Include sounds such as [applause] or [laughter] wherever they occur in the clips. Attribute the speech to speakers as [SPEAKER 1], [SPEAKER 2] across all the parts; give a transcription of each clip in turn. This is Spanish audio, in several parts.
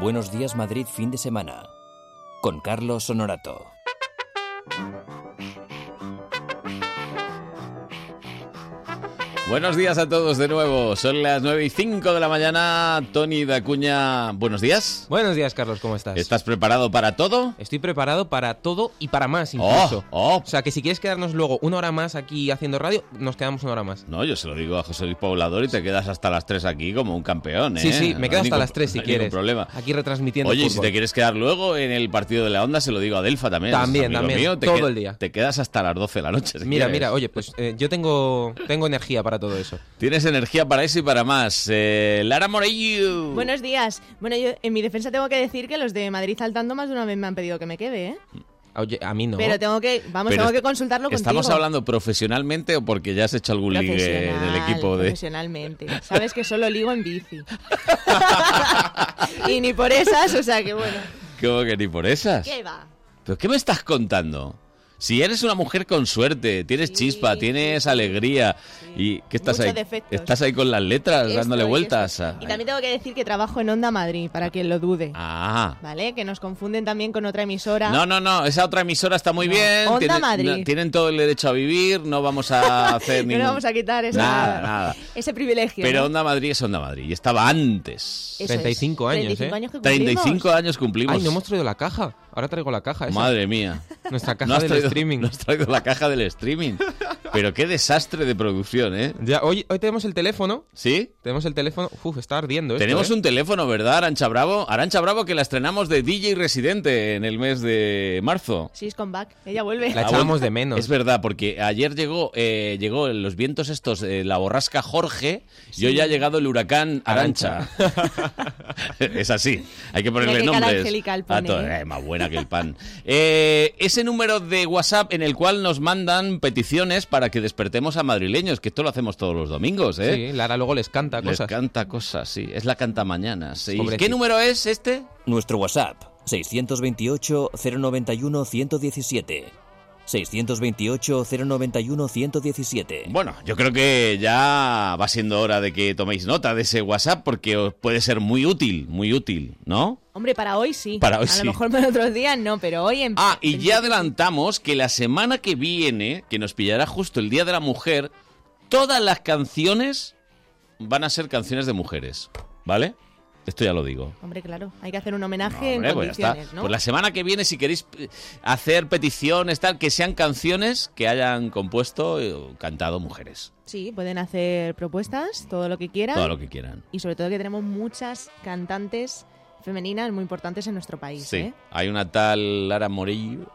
[SPEAKER 1] Buenos días Madrid fin de semana con Carlos Honorato.
[SPEAKER 2] Buenos días a todos de nuevo. Son las 9 y 5 de la mañana. Tony Dacuña, buenos días.
[SPEAKER 3] Buenos días, Carlos, ¿cómo estás?
[SPEAKER 2] ¿Estás preparado para todo?
[SPEAKER 3] Estoy preparado para todo y para más, incluso.
[SPEAKER 2] Oh, oh.
[SPEAKER 3] O sea, que si quieres quedarnos luego una hora más aquí haciendo radio, nos quedamos una hora más.
[SPEAKER 2] No, yo se lo digo a José Luis Poblador y te quedas hasta las 3 aquí como un campeón, ¿eh?
[SPEAKER 3] Sí, sí,
[SPEAKER 2] No hay
[SPEAKER 3] me quedo hasta
[SPEAKER 2] ningún-
[SPEAKER 3] las 3 si
[SPEAKER 2] no hay ningún
[SPEAKER 3] quieres.
[SPEAKER 2] problema.
[SPEAKER 3] Aquí retransmitiendo
[SPEAKER 2] Oye, y si
[SPEAKER 3] fútbol.
[SPEAKER 2] te quieres quedar luego en el partido de la onda, se lo digo a Delfa también. es
[SPEAKER 3] También,
[SPEAKER 2] amigo
[SPEAKER 3] también,
[SPEAKER 2] mío, te
[SPEAKER 3] todo
[SPEAKER 2] qued-
[SPEAKER 3] el día.
[SPEAKER 2] Te quedas hasta las 12 de la noche. si
[SPEAKER 3] Mira,
[SPEAKER 2] quieres.
[SPEAKER 3] mira, oye, pues eh, yo tengo, tengo energía para todo eso.
[SPEAKER 2] Tienes energía para eso y para más. Eh, Lara Morello.
[SPEAKER 4] Buenos días. Bueno, yo en mi defensa tengo que decir que los de Madrid saltando más de una vez me han pedido que me quede, ¿eh?
[SPEAKER 3] Oye, a mí no.
[SPEAKER 4] Pero tengo que, vamos,
[SPEAKER 2] Pero
[SPEAKER 4] tengo que
[SPEAKER 2] est-
[SPEAKER 4] consultarlo contigo.
[SPEAKER 2] ¿Estamos hablando profesionalmente o porque ya has hecho algún ligue del
[SPEAKER 4] Profesional,
[SPEAKER 2] equipo de.?
[SPEAKER 4] Profesionalmente. Sabes que solo ligo
[SPEAKER 2] [laughs]
[SPEAKER 4] en bici. [laughs] y ni por esas, o sea que bueno.
[SPEAKER 2] ¿Cómo que ni por esas?
[SPEAKER 4] ¿Qué va?
[SPEAKER 2] ¿Pero qué me estás contando? Si eres una mujer con suerte, tienes
[SPEAKER 4] Sí,
[SPEAKER 2] chispa,
[SPEAKER 4] sí,
[SPEAKER 2] tienes
[SPEAKER 4] sí.
[SPEAKER 2] alegría y ¿qué estás
[SPEAKER 4] Muchos
[SPEAKER 2] ahí?
[SPEAKER 4] defectos.
[SPEAKER 2] Estás ahí con las letras dándole
[SPEAKER 4] Esto y
[SPEAKER 2] vueltas. Ah.
[SPEAKER 4] esto.
[SPEAKER 2] a-
[SPEAKER 4] Y también tengo que decir que trabajo en Onda Madrid, para quien lo dude.
[SPEAKER 2] Ah.
[SPEAKER 4] ¿Vale? Que nos confunden también con otra emisora.
[SPEAKER 2] No, no, no, esa otra emisora está muy
[SPEAKER 4] No.
[SPEAKER 2] bien.
[SPEAKER 4] Onda
[SPEAKER 2] tiene-
[SPEAKER 4] Madrid.
[SPEAKER 2] no, tienen todo el derecho a vivir, no vamos
[SPEAKER 4] [laughs]
[SPEAKER 2] a hacer
[SPEAKER 4] No le
[SPEAKER 2] ningún...
[SPEAKER 4] vamos a quitar esa-
[SPEAKER 2] Nada, nada.
[SPEAKER 4] ese privilegio.
[SPEAKER 2] Pero
[SPEAKER 4] ¿no?
[SPEAKER 2] Onda Madrid es Onda Madrid y estaba antes.
[SPEAKER 4] Eso es.
[SPEAKER 3] 35 años,
[SPEAKER 4] 35
[SPEAKER 3] ¿eh?
[SPEAKER 4] años que cumplimos.
[SPEAKER 2] 35 años cumplimos.
[SPEAKER 3] Ay, no hemos traído la caja. Ahora traigo la caja. esa.
[SPEAKER 2] Madre mía.
[SPEAKER 3] [laughs] Nuestra caja
[SPEAKER 2] No has
[SPEAKER 3] del
[SPEAKER 2] traído-
[SPEAKER 3] streaming.
[SPEAKER 2] no has traído la caja del streaming. Pero qué desastre de producción, ¿eh?
[SPEAKER 3] Ya, hoy, hoy tenemos el teléfono.
[SPEAKER 2] ¿Sí?
[SPEAKER 3] Tenemos el teléfono. Uf, está ardiendo esto,
[SPEAKER 2] Tenemos
[SPEAKER 3] ¿eh?
[SPEAKER 2] un teléfono, ¿verdad, Arancha Bravo? Arancha Bravo que la estrenamos de DJ Residente en el mes de marzo.
[SPEAKER 4] Sí, es con back. Ella vuelve.
[SPEAKER 3] La
[SPEAKER 2] Ah,
[SPEAKER 3] echábamos
[SPEAKER 2] bueno,
[SPEAKER 3] de menos.
[SPEAKER 2] Es verdad, porque ayer llegó, eh, llegó los vientos estos, eh, la borrasca Jorge, y hoy ha llegado el huracán Arancha. [laughs] es así, hay que ponerle
[SPEAKER 4] qué cara
[SPEAKER 2] nombres.
[SPEAKER 4] angelical
[SPEAKER 2] a
[SPEAKER 4] pone,
[SPEAKER 2] todo.
[SPEAKER 4] ¿eh?
[SPEAKER 2] Eh, más buena que el pan. Eh, ese número de WhatsApp en el cual nos mandan peticiones para que despertemos a madrileños, que esto lo hacemos todos los domingos, ¿eh?
[SPEAKER 3] Sí, Lara luego les canta
[SPEAKER 2] Les
[SPEAKER 3] cosas.
[SPEAKER 2] canta cosas, sí. Es la canta mañana. ¿Qué
[SPEAKER 3] Pobrecito.
[SPEAKER 2] número es este?
[SPEAKER 1] Nuestro WhatsApp 628 091 117. 628 091 117.
[SPEAKER 2] Bueno, yo creo que ya va siendo hora de que toméis nota de ese WhatsApp porque os puede ser muy útil, muy útil, ¿no?
[SPEAKER 4] Hombre, para hoy sí.
[SPEAKER 2] Para hoy
[SPEAKER 4] a
[SPEAKER 2] sí.
[SPEAKER 4] lo mejor para otros días no, pero hoy en
[SPEAKER 2] Ah, y ya
[SPEAKER 4] en-
[SPEAKER 2] adelantamos que la semana que viene, que nos pillará justo el Día de la Mujer, todas las canciones van a ser canciones de mujeres, ¿vale? Esto ya lo digo.
[SPEAKER 4] Hombre, claro, hay que hacer un
[SPEAKER 2] No,
[SPEAKER 4] homenaje
[SPEAKER 2] hombre,
[SPEAKER 4] en
[SPEAKER 2] pues ya
[SPEAKER 4] condiciones,
[SPEAKER 2] está.
[SPEAKER 4] ¿no?
[SPEAKER 2] Pues la semana que viene, si queréis eh, hacer peticiones, tal, que sean canciones que hayan compuesto eh, o cantado mujeres.
[SPEAKER 4] Sí, pueden hacer propuestas, todo lo que quieran.
[SPEAKER 2] Todo lo que quieran.
[SPEAKER 4] Y sobre todo que tenemos muchas cantantes femeninas muy importantes en nuestro país.
[SPEAKER 2] Sí,
[SPEAKER 4] ¿eh?
[SPEAKER 2] hay una tal Lara Morillo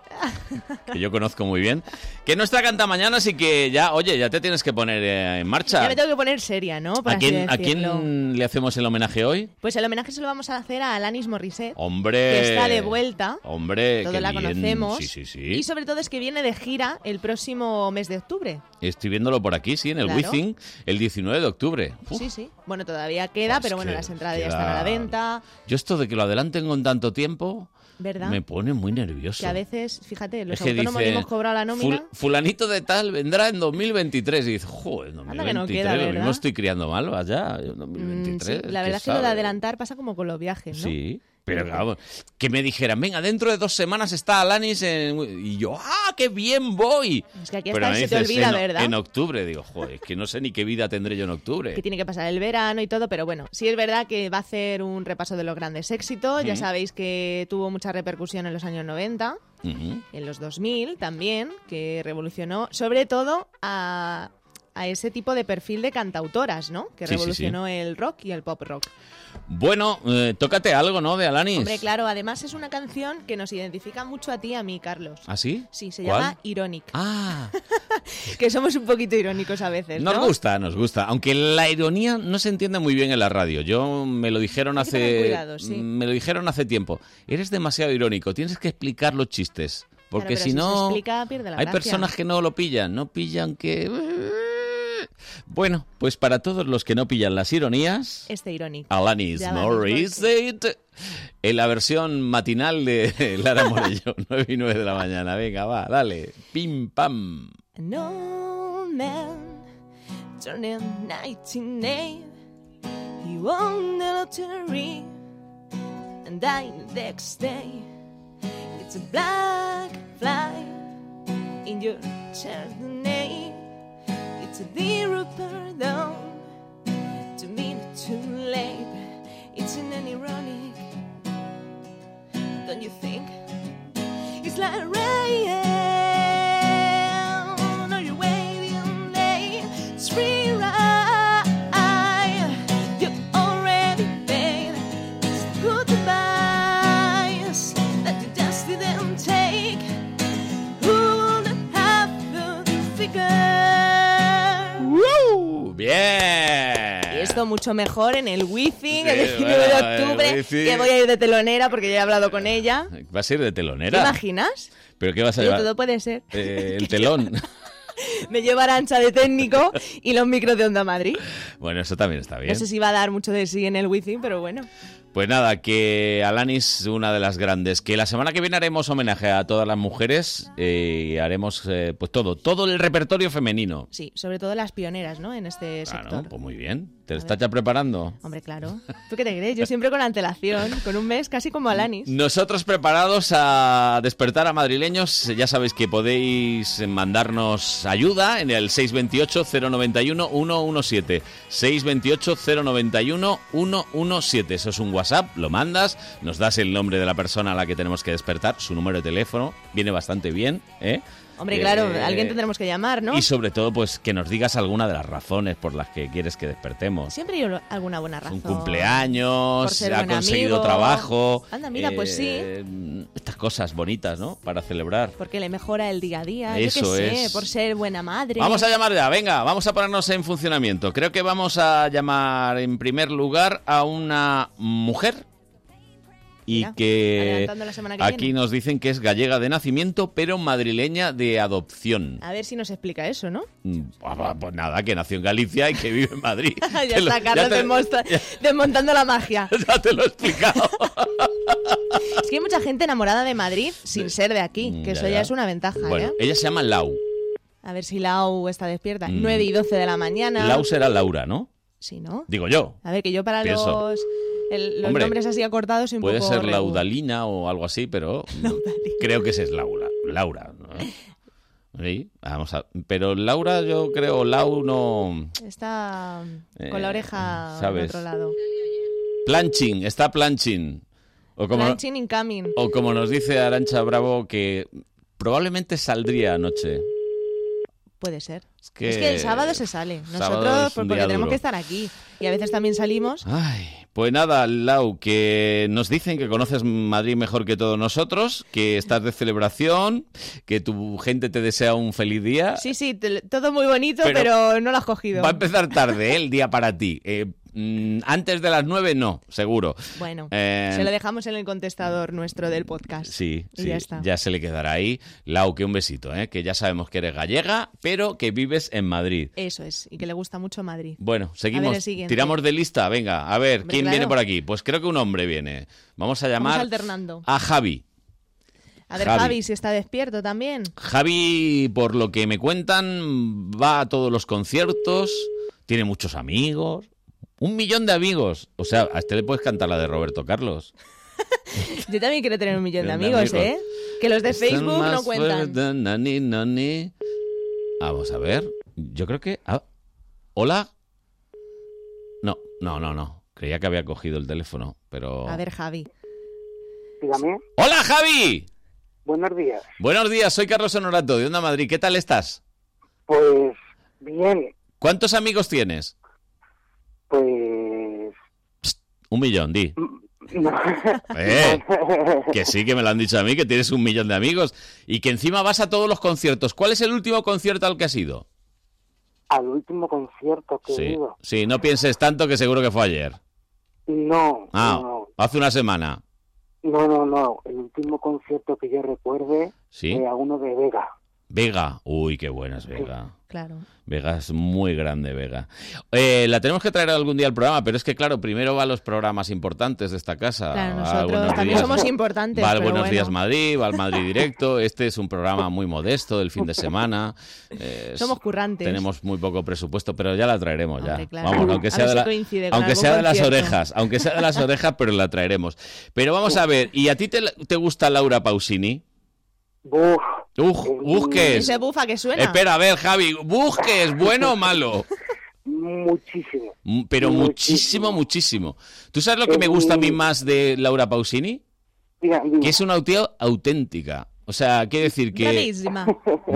[SPEAKER 2] que yo conozco muy bien, que no está canta mañana, así que ya, oye, ya te tienes que poner eh, en marcha.
[SPEAKER 4] Ya me tengo que poner seria, ¿no? Por
[SPEAKER 2] ¿A
[SPEAKER 4] así
[SPEAKER 2] quién, ¿A
[SPEAKER 4] decirlo.
[SPEAKER 2] quién le hacemos el homenaje hoy?
[SPEAKER 4] Pues el homenaje se lo vamos a hacer a Alanis Morissette,
[SPEAKER 2] Hombre.
[SPEAKER 4] que está de vuelta.
[SPEAKER 2] Hombre,
[SPEAKER 4] Todos
[SPEAKER 2] Eh, qué
[SPEAKER 4] la
[SPEAKER 2] bien.
[SPEAKER 4] conocemos.
[SPEAKER 2] Sí, sí, sí.
[SPEAKER 4] Y sobre todo es que viene de gira el próximo mes de octubre.
[SPEAKER 2] Estoy viéndolo por aquí, sí, en el
[SPEAKER 4] Claro.
[SPEAKER 2] Wizzing, el 19 de octubre. Uf.
[SPEAKER 4] Sí, sí. Bueno, todavía queda,
[SPEAKER 2] Pues
[SPEAKER 4] pero bueno,
[SPEAKER 2] que
[SPEAKER 4] las entradas ya
[SPEAKER 2] queda-
[SPEAKER 4] están a la venta,
[SPEAKER 2] Yo esto de que lo adelanten con tanto tiempo
[SPEAKER 4] ¿verdad?
[SPEAKER 2] me pone muy nervioso.
[SPEAKER 4] Que a veces, fíjate, los
[SPEAKER 2] Es que
[SPEAKER 4] autónomos
[SPEAKER 2] dicen,
[SPEAKER 4] hemos cobrado la nómina.
[SPEAKER 2] "Ful- fulanito de tal vendrá en 2023 y dices, joder,
[SPEAKER 4] Anda que no
[SPEAKER 2] 2023,
[SPEAKER 4] queda,
[SPEAKER 2] lo mismo
[SPEAKER 4] ¿verdad?
[SPEAKER 2] estoy criando malo allá, yo en
[SPEAKER 4] Mm,
[SPEAKER 2] 2023.
[SPEAKER 4] sí, la
[SPEAKER 2] ¿qué
[SPEAKER 4] verdad es que lo de
[SPEAKER 2] sabe?".
[SPEAKER 4] adelantar pasa como con los viajes, ¿no?
[SPEAKER 2] Sí, pero claro, que me dijeran, venga, dentro de dos semanas está Alanis en... y yo, ah, qué bien voy.
[SPEAKER 4] Es que aquí
[SPEAKER 2] Pero
[SPEAKER 4] hasta
[SPEAKER 2] me
[SPEAKER 4] se te
[SPEAKER 2] dices,
[SPEAKER 4] olvida,
[SPEAKER 2] en,
[SPEAKER 4] ¿verdad?
[SPEAKER 2] En octubre, digo, joder, es que no sé ni qué vida tendré yo en octubre.
[SPEAKER 4] que tiene que pasar el verano y todo, pero bueno, sí es verdad que va a hacer un repaso de los grandes éxitos. Ya
[SPEAKER 2] Ujú.
[SPEAKER 4] sabéis que tuvo mucha repercusión en los años 90,
[SPEAKER 2] Ujú.
[SPEAKER 4] en los 2000 también, que revolucionó sobre todo a, a ese tipo de perfil de cantautoras, ¿no? Que
[SPEAKER 2] Sí, sí, sí.
[SPEAKER 4] revolucionó el rock y el pop rock.
[SPEAKER 2] Bueno, eh, tócate algo, ¿no? De Alanis.
[SPEAKER 4] Hombre, claro, además es una canción que nos identifica mucho a ti y a mí, Carlos.
[SPEAKER 2] ¿Ah, sí?
[SPEAKER 4] Sí, se
[SPEAKER 2] ¿Cuál?
[SPEAKER 4] llama Ironic.
[SPEAKER 2] Ah,
[SPEAKER 4] Que somos un poquito irónicos a veces, ¿no?
[SPEAKER 2] nos gusta, nos gusta. Aunque la ironía no se entiende muy bien en la radio. Yo me lo dijeron
[SPEAKER 4] Hay que
[SPEAKER 2] hace.
[SPEAKER 4] tener cuidado, sí.
[SPEAKER 2] Me lo dijeron hace tiempo. Eres demasiado irónico, tienes que explicar los chistes.
[SPEAKER 4] Claro,
[SPEAKER 2] Porque
[SPEAKER 4] pero
[SPEAKER 2] si no.
[SPEAKER 4] se explica, pierde la
[SPEAKER 2] Hay
[SPEAKER 4] gracia.
[SPEAKER 2] personas que no lo pillan, no pillan que. Bueno, pues para todos los que no pillan las ironías.
[SPEAKER 4] Este Ironic.
[SPEAKER 2] Alanis
[SPEAKER 4] De Alanis
[SPEAKER 2] Morissette en la versión matinal de [laughs] Lara
[SPEAKER 4] [laughs]
[SPEAKER 2] Morello, 9 y 9 de la mañana. Venga, va, dale. Pim, pam.
[SPEAKER 4] An old man turning 99. He won the lottery.
[SPEAKER 5] and die the next day. It's a black fly in your chardonnay. It's a zero pardon to me too late. It's an ironic, don't you think? It's like rain on your waiting late. Spring ride, you already paid. It's goodbyes that you just didn't take. Who'd have to figure?
[SPEAKER 2] ¡Woo! ¡Bien!
[SPEAKER 4] Y esto mucho mejor en el Wizzing el
[SPEAKER 2] Sí,
[SPEAKER 4] 19 de
[SPEAKER 2] bueno, el
[SPEAKER 4] octubre,
[SPEAKER 2] Wizzing.
[SPEAKER 4] que voy a ir de telonera porque ya he hablado con ella.
[SPEAKER 2] Va a ser de
[SPEAKER 4] ¿Te
[SPEAKER 2] telonera.
[SPEAKER 4] imaginas?
[SPEAKER 2] ¿Pero qué vas a
[SPEAKER 4] Digo,
[SPEAKER 2] llevar?
[SPEAKER 4] todo puede ser.
[SPEAKER 2] [laughs]
[SPEAKER 4] [laughs]
[SPEAKER 2] Eh, el telón.
[SPEAKER 4] Me lleva Arancha de técnico y los micros de Onda Madrid.
[SPEAKER 2] [laughs] bueno, eso también está bien.
[SPEAKER 4] No sé si va a dar mucho de sí en el Wizzing, pero bueno.
[SPEAKER 2] Pues nada, que Alanis, una de las grandes, que la semana que viene haremos homenaje a todas las mujeres eh, y haremos eh, pues todo, todo el repertorio femenino.
[SPEAKER 4] Sí, sobre todo las pioneras, ¿no? En este
[SPEAKER 2] Claro,
[SPEAKER 4] sector.
[SPEAKER 2] pues muy bien. ¿Te lo
[SPEAKER 4] A
[SPEAKER 2] estás
[SPEAKER 4] ver.
[SPEAKER 2] ya preparando?
[SPEAKER 4] Hombre, claro. ¿Tú qué te crees? Yo siempre con antelación, con un mes, casi como Alanis.
[SPEAKER 2] Nosotros preparados a despertar a madrileños. Ya sabéis que podéis mandarnos ayuda en el 628-091-117. 628-091-117. Eso es un WhatsApp, lo mandas, nos das el nombre de la persona a la que tenemos que despertar, su número de teléfono, viene bastante bien. ¿eh?
[SPEAKER 4] Hombre, claro,
[SPEAKER 2] Eh,
[SPEAKER 4] alguien tendremos que llamar, ¿no?
[SPEAKER 2] Y sobre todo, pues que nos digas alguna de las razones por las que quieres que despertemos.
[SPEAKER 4] Siempre hay alguna buena razón.
[SPEAKER 2] Un cumpleaños,
[SPEAKER 4] Por ser
[SPEAKER 2] ha
[SPEAKER 4] buen
[SPEAKER 2] conseguido
[SPEAKER 4] amigo.
[SPEAKER 2] trabajo. eh,
[SPEAKER 4] Anda, mira, pues sí.
[SPEAKER 2] Estas cosas bonitas, ¿no? Para celebrar.
[SPEAKER 4] Porque le mejora el día a día. yo
[SPEAKER 2] Eso
[SPEAKER 4] qué sé,
[SPEAKER 2] es.
[SPEAKER 4] por ser buena madre.
[SPEAKER 2] Vamos a llamar ya, venga, vamos a ponernos en funcionamiento. Creo que vamos a llamar en primer lugar a una mujer y
[SPEAKER 4] Mira,
[SPEAKER 2] que
[SPEAKER 4] adelantando la semana que
[SPEAKER 2] aquí
[SPEAKER 4] viene.
[SPEAKER 2] nos dicen que es gallega de nacimiento, pero madrileña de adopción.
[SPEAKER 4] A ver si nos explica
[SPEAKER 2] [laughs]
[SPEAKER 4] eso, ¿no?
[SPEAKER 2] Mm, ah, bah, Pues nada, que nació en Galicia y que vive en Madrid.
[SPEAKER 4] [laughs] ya
[SPEAKER 2] Te lo-
[SPEAKER 4] está Carlos
[SPEAKER 2] te-
[SPEAKER 4] desmonta- desmontando la magia.
[SPEAKER 2] [laughs] ya te lo he explicado.
[SPEAKER 4] [laughs] Es que hay mucha gente enamorada de Madrid sin ser de aquí,
[SPEAKER 2] Mm,
[SPEAKER 4] que
[SPEAKER 2] ya,
[SPEAKER 4] eso ya,
[SPEAKER 2] ya.
[SPEAKER 4] es una ventaja,
[SPEAKER 2] bueno,
[SPEAKER 4] ¿eh?
[SPEAKER 2] ella se llama Lau.
[SPEAKER 4] A ver si Lau está despierta.
[SPEAKER 2] Mm.
[SPEAKER 4] 9 y 12 de la mañana.
[SPEAKER 2] Lau será Laura, ¿no?
[SPEAKER 4] Sí, ¿no?
[SPEAKER 2] Digo yo.
[SPEAKER 4] A ver, que yo para
[SPEAKER 2] Pienso.
[SPEAKER 4] los, el- los
[SPEAKER 2] Hombre,
[SPEAKER 4] nombres así acortados soy un
[SPEAKER 2] Puede
[SPEAKER 4] poco
[SPEAKER 2] ser
[SPEAKER 4] regu.
[SPEAKER 2] Laudalina o algo así,
[SPEAKER 4] [laughs]
[SPEAKER 2] pero creo que ese es Laura. Laura, ¿no? Sí, vamos a... Pero Laura yo creo, Lau no...
[SPEAKER 4] Está con
[SPEAKER 2] Eh,
[SPEAKER 4] la oreja
[SPEAKER 2] ¿sabes?
[SPEAKER 4] al otro lado.
[SPEAKER 2] Planching, está planching. O como,
[SPEAKER 4] Planching incoming.
[SPEAKER 2] o como nos dice Arancha Bravo, que probablemente saldría anoche.
[SPEAKER 4] Puede ser.
[SPEAKER 2] Es que,
[SPEAKER 4] Es que el sábado se sale.
[SPEAKER 2] sábado
[SPEAKER 4] Nosotros,
[SPEAKER 2] es
[SPEAKER 4] pues,
[SPEAKER 2] un
[SPEAKER 4] porque
[SPEAKER 2] día
[SPEAKER 4] tenemos
[SPEAKER 2] duro.
[SPEAKER 4] que estar aquí. Y a veces también salimos.
[SPEAKER 2] Ay, pues nada, Lau, que nos dicen que conoces Madrid mejor que todos nosotros, que estás de celebración, que tu gente te desea un feliz día.
[SPEAKER 4] Sí, sí, te- todo muy bonito, pero,
[SPEAKER 2] Pero-
[SPEAKER 4] no lo has cogido.
[SPEAKER 2] Va a empezar tarde ¿eh? el día para ti. Eh, mm, antes de las nueve no, seguro.
[SPEAKER 4] Bueno,
[SPEAKER 2] Eh,
[SPEAKER 4] se lo dejamos en el contestador nuestro del podcast.
[SPEAKER 2] Sí,
[SPEAKER 4] Y
[SPEAKER 2] sí,
[SPEAKER 4] ya está.
[SPEAKER 2] se le quedará ahí. Lau, que un besito, ¿eh? que ya sabemos que eres gallega, pero que vives en Madrid.
[SPEAKER 4] Eso es, y que le gusta mucho Madrid.
[SPEAKER 2] Bueno, seguimos.
[SPEAKER 4] el siguiente.
[SPEAKER 2] Tiramos de lista, venga, a ver,
[SPEAKER 4] Hombre,
[SPEAKER 2] ¿quién
[SPEAKER 4] claro.
[SPEAKER 2] viene por aquí? Pues creo que un hombre viene. Vamos a llamar
[SPEAKER 4] alternando.
[SPEAKER 2] a Javi.
[SPEAKER 4] A ver,
[SPEAKER 2] Javi.
[SPEAKER 4] Javi, si está despierto también.
[SPEAKER 2] Javi, por lo que me cuentan, va a todos los conciertos, tiene muchos amigos, un millón de amigos. O sea, a este le puedes cantar la de Roberto Carlos.
[SPEAKER 4] Yo también quiero tener un millón de
[SPEAKER 2] Millón de
[SPEAKER 4] amigos,
[SPEAKER 2] amigos.
[SPEAKER 4] ¿eh? Que los de
[SPEAKER 2] Están
[SPEAKER 4] Facebook no
[SPEAKER 2] más
[SPEAKER 4] cuentan.
[SPEAKER 2] fuertes, nani, nani. Ah, Vamos a ver. Yo creo que. ah, ¿Hola? No, no, no, no. Creía que había cogido el teléfono, pero.
[SPEAKER 4] A ver, Javi.
[SPEAKER 6] Dígame,
[SPEAKER 2] ¡Hola, Javi!
[SPEAKER 6] buenos días.
[SPEAKER 2] Buenos días, soy Carlos Honorato de Onda Madrid. ¿Qué tal estás?
[SPEAKER 6] Pues bien,
[SPEAKER 2] ¿Cuántos amigos tienes?
[SPEAKER 6] pues...
[SPEAKER 2] Un millón,
[SPEAKER 4] [laughs]
[SPEAKER 2] di.
[SPEAKER 6] no.
[SPEAKER 2] [laughs] Eh, que sí, que me lo han dicho a mí, que tienes un millón de amigos y que encima vas a todos los conciertos. ¿Cuál es el último concierto al que has ido?
[SPEAKER 6] Al último concierto que he
[SPEAKER 2] Sí,
[SPEAKER 6] ido.
[SPEAKER 2] sí, no pienses tanto que seguro que fue ayer.
[SPEAKER 6] No,
[SPEAKER 2] Ah,
[SPEAKER 6] no,
[SPEAKER 2] hace una semana.
[SPEAKER 6] no, no, no. El último concierto que yo recuerde
[SPEAKER 2] Sí.
[SPEAKER 6] fue a uno de Vega.
[SPEAKER 2] Vega. Uy, qué buena es Vega.
[SPEAKER 4] Claro.
[SPEAKER 2] Vega es muy grande, Vega. Eh, la tenemos que traer algún día al programa, pero es que, claro, primero va a los programas importantes de esta casa.
[SPEAKER 4] Claro,
[SPEAKER 2] A
[SPEAKER 4] nosotros
[SPEAKER 2] Ah, Buenos
[SPEAKER 4] también
[SPEAKER 2] Días-
[SPEAKER 4] somos importantes.
[SPEAKER 2] Va al
[SPEAKER 4] pero
[SPEAKER 2] Buenos
[SPEAKER 4] bueno.
[SPEAKER 2] Días Madrid, va al Madrid Directo. [laughs] Este es un programa muy modesto del fin de semana. Eh,
[SPEAKER 4] Somos currantes.
[SPEAKER 2] Tenemos muy poco presupuesto, pero ya la traeremos ya.
[SPEAKER 4] Hombre, claro.
[SPEAKER 2] Vamos, aunque
[SPEAKER 4] A
[SPEAKER 2] sea
[SPEAKER 4] ver
[SPEAKER 2] de,
[SPEAKER 4] si
[SPEAKER 2] la-
[SPEAKER 4] coincide con
[SPEAKER 2] aunque
[SPEAKER 4] algún
[SPEAKER 2] sea de las
[SPEAKER 4] concierto.
[SPEAKER 2] orejas, aunque sea de las orejas, pero la traeremos. Pero vamos a ver, ¿y a ti te, te gusta Laura Pausini?
[SPEAKER 6] Buf,
[SPEAKER 2] Uj, busques.
[SPEAKER 4] Ese bufa que suena.
[SPEAKER 2] Espera, a ver, Javi, busques, bueno o malo.
[SPEAKER 6] muchísimo.
[SPEAKER 2] M- Pero muchísimo,
[SPEAKER 6] Muchísimo.
[SPEAKER 2] muchísimo. ¿Tú sabes lo que me gusta a mí más de Laura Pausini?
[SPEAKER 6] Mira, mira,
[SPEAKER 2] Que es una tía auténtica. O sea, quiere decir que...
[SPEAKER 4] Bravísima.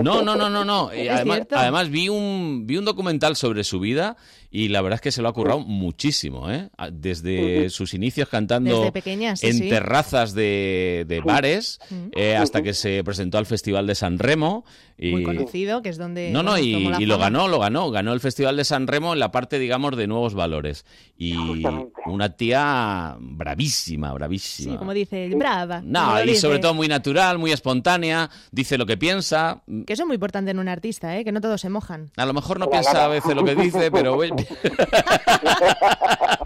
[SPEAKER 2] No, no, no, no,
[SPEAKER 5] [laughs]
[SPEAKER 2] no. Eh,
[SPEAKER 4] [laughs] ¿Es
[SPEAKER 2] además,
[SPEAKER 4] cierto?
[SPEAKER 2] además vi un vi un documental sobre su vida y la verdad es que se lo ha currado muchísimo, ¿eh? A- Desde sus inicios cantando
[SPEAKER 4] Desde pequeña, sí,
[SPEAKER 2] en
[SPEAKER 4] sí.
[SPEAKER 2] terrazas de, de bares
[SPEAKER 4] Mm.
[SPEAKER 2] eh, hasta que se presentó al Festival de San Remo y
[SPEAKER 4] Muy conocido, que es donde.
[SPEAKER 2] no, no,
[SPEAKER 4] Eh, bueno,
[SPEAKER 2] y,
[SPEAKER 4] tomó la
[SPEAKER 2] y lo
[SPEAKER 4] fama.
[SPEAKER 2] ganó, lo ganó. Ganó el Festival de San Remo en la parte, digamos, de nuevos valores. Y
[SPEAKER 6] Justamente.
[SPEAKER 2] una tía bravísima, bravísima.
[SPEAKER 4] Sí, como dice, brava. como
[SPEAKER 2] no,
[SPEAKER 4] lo
[SPEAKER 2] y sobre
[SPEAKER 4] dice.
[SPEAKER 2] todo muy natural, muy espontánea, dice lo que piensa,
[SPEAKER 4] Que eso es muy importante en un artista, ¿eh? que no todos se mojan.
[SPEAKER 2] A lo mejor no piensa a veces lo que dice, pero bueno. [laughs]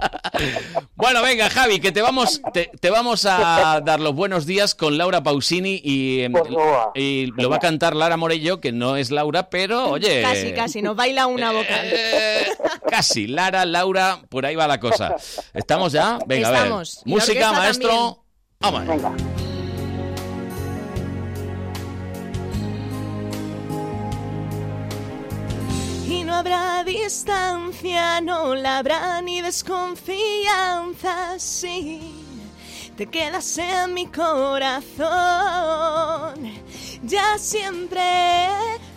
[SPEAKER 2] bueno, venga, Javi, que te vamos, te, te vamos a dar los buenos días con Laura Pausini y, em,
[SPEAKER 6] Por favor.
[SPEAKER 2] y lo va a cantar Lara Morello, que no es Laura, pero oye.
[SPEAKER 4] [laughs] Casi, casi, nos baila una vocal.
[SPEAKER 2] eh, casi, Lara, Laura, por ahí va la cosa. ¿Estamos ya? Venga,
[SPEAKER 4] Estamos.
[SPEAKER 2] a
[SPEAKER 4] Y
[SPEAKER 2] ver.
[SPEAKER 4] la
[SPEAKER 2] Música,
[SPEAKER 4] orquesta
[SPEAKER 2] maestro. Vamos. allá.
[SPEAKER 6] venga.
[SPEAKER 5] y no habrá distancia, no la habrá ni desconfianza si te quedas en mi corazón. Ya siempre,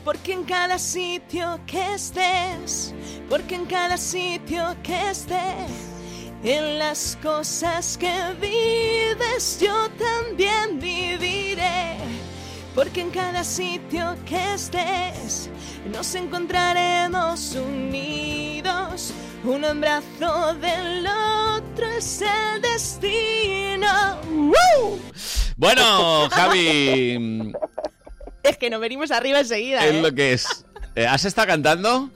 [SPEAKER 5] porque en cada sitio que estés, porque en cada sitio que estés, en las cosas que vives yo también viviré. Porque en cada sitio que estés nos encontraremos unidos. Un abrazo del otro es el destino. ¡Woo!
[SPEAKER 2] Bueno, Javi,
[SPEAKER 4] Es que nos venimos arriba enseguida.
[SPEAKER 2] es
[SPEAKER 4] ¿eh?
[SPEAKER 2] lo que es. Eh, ¿Has estado cantando?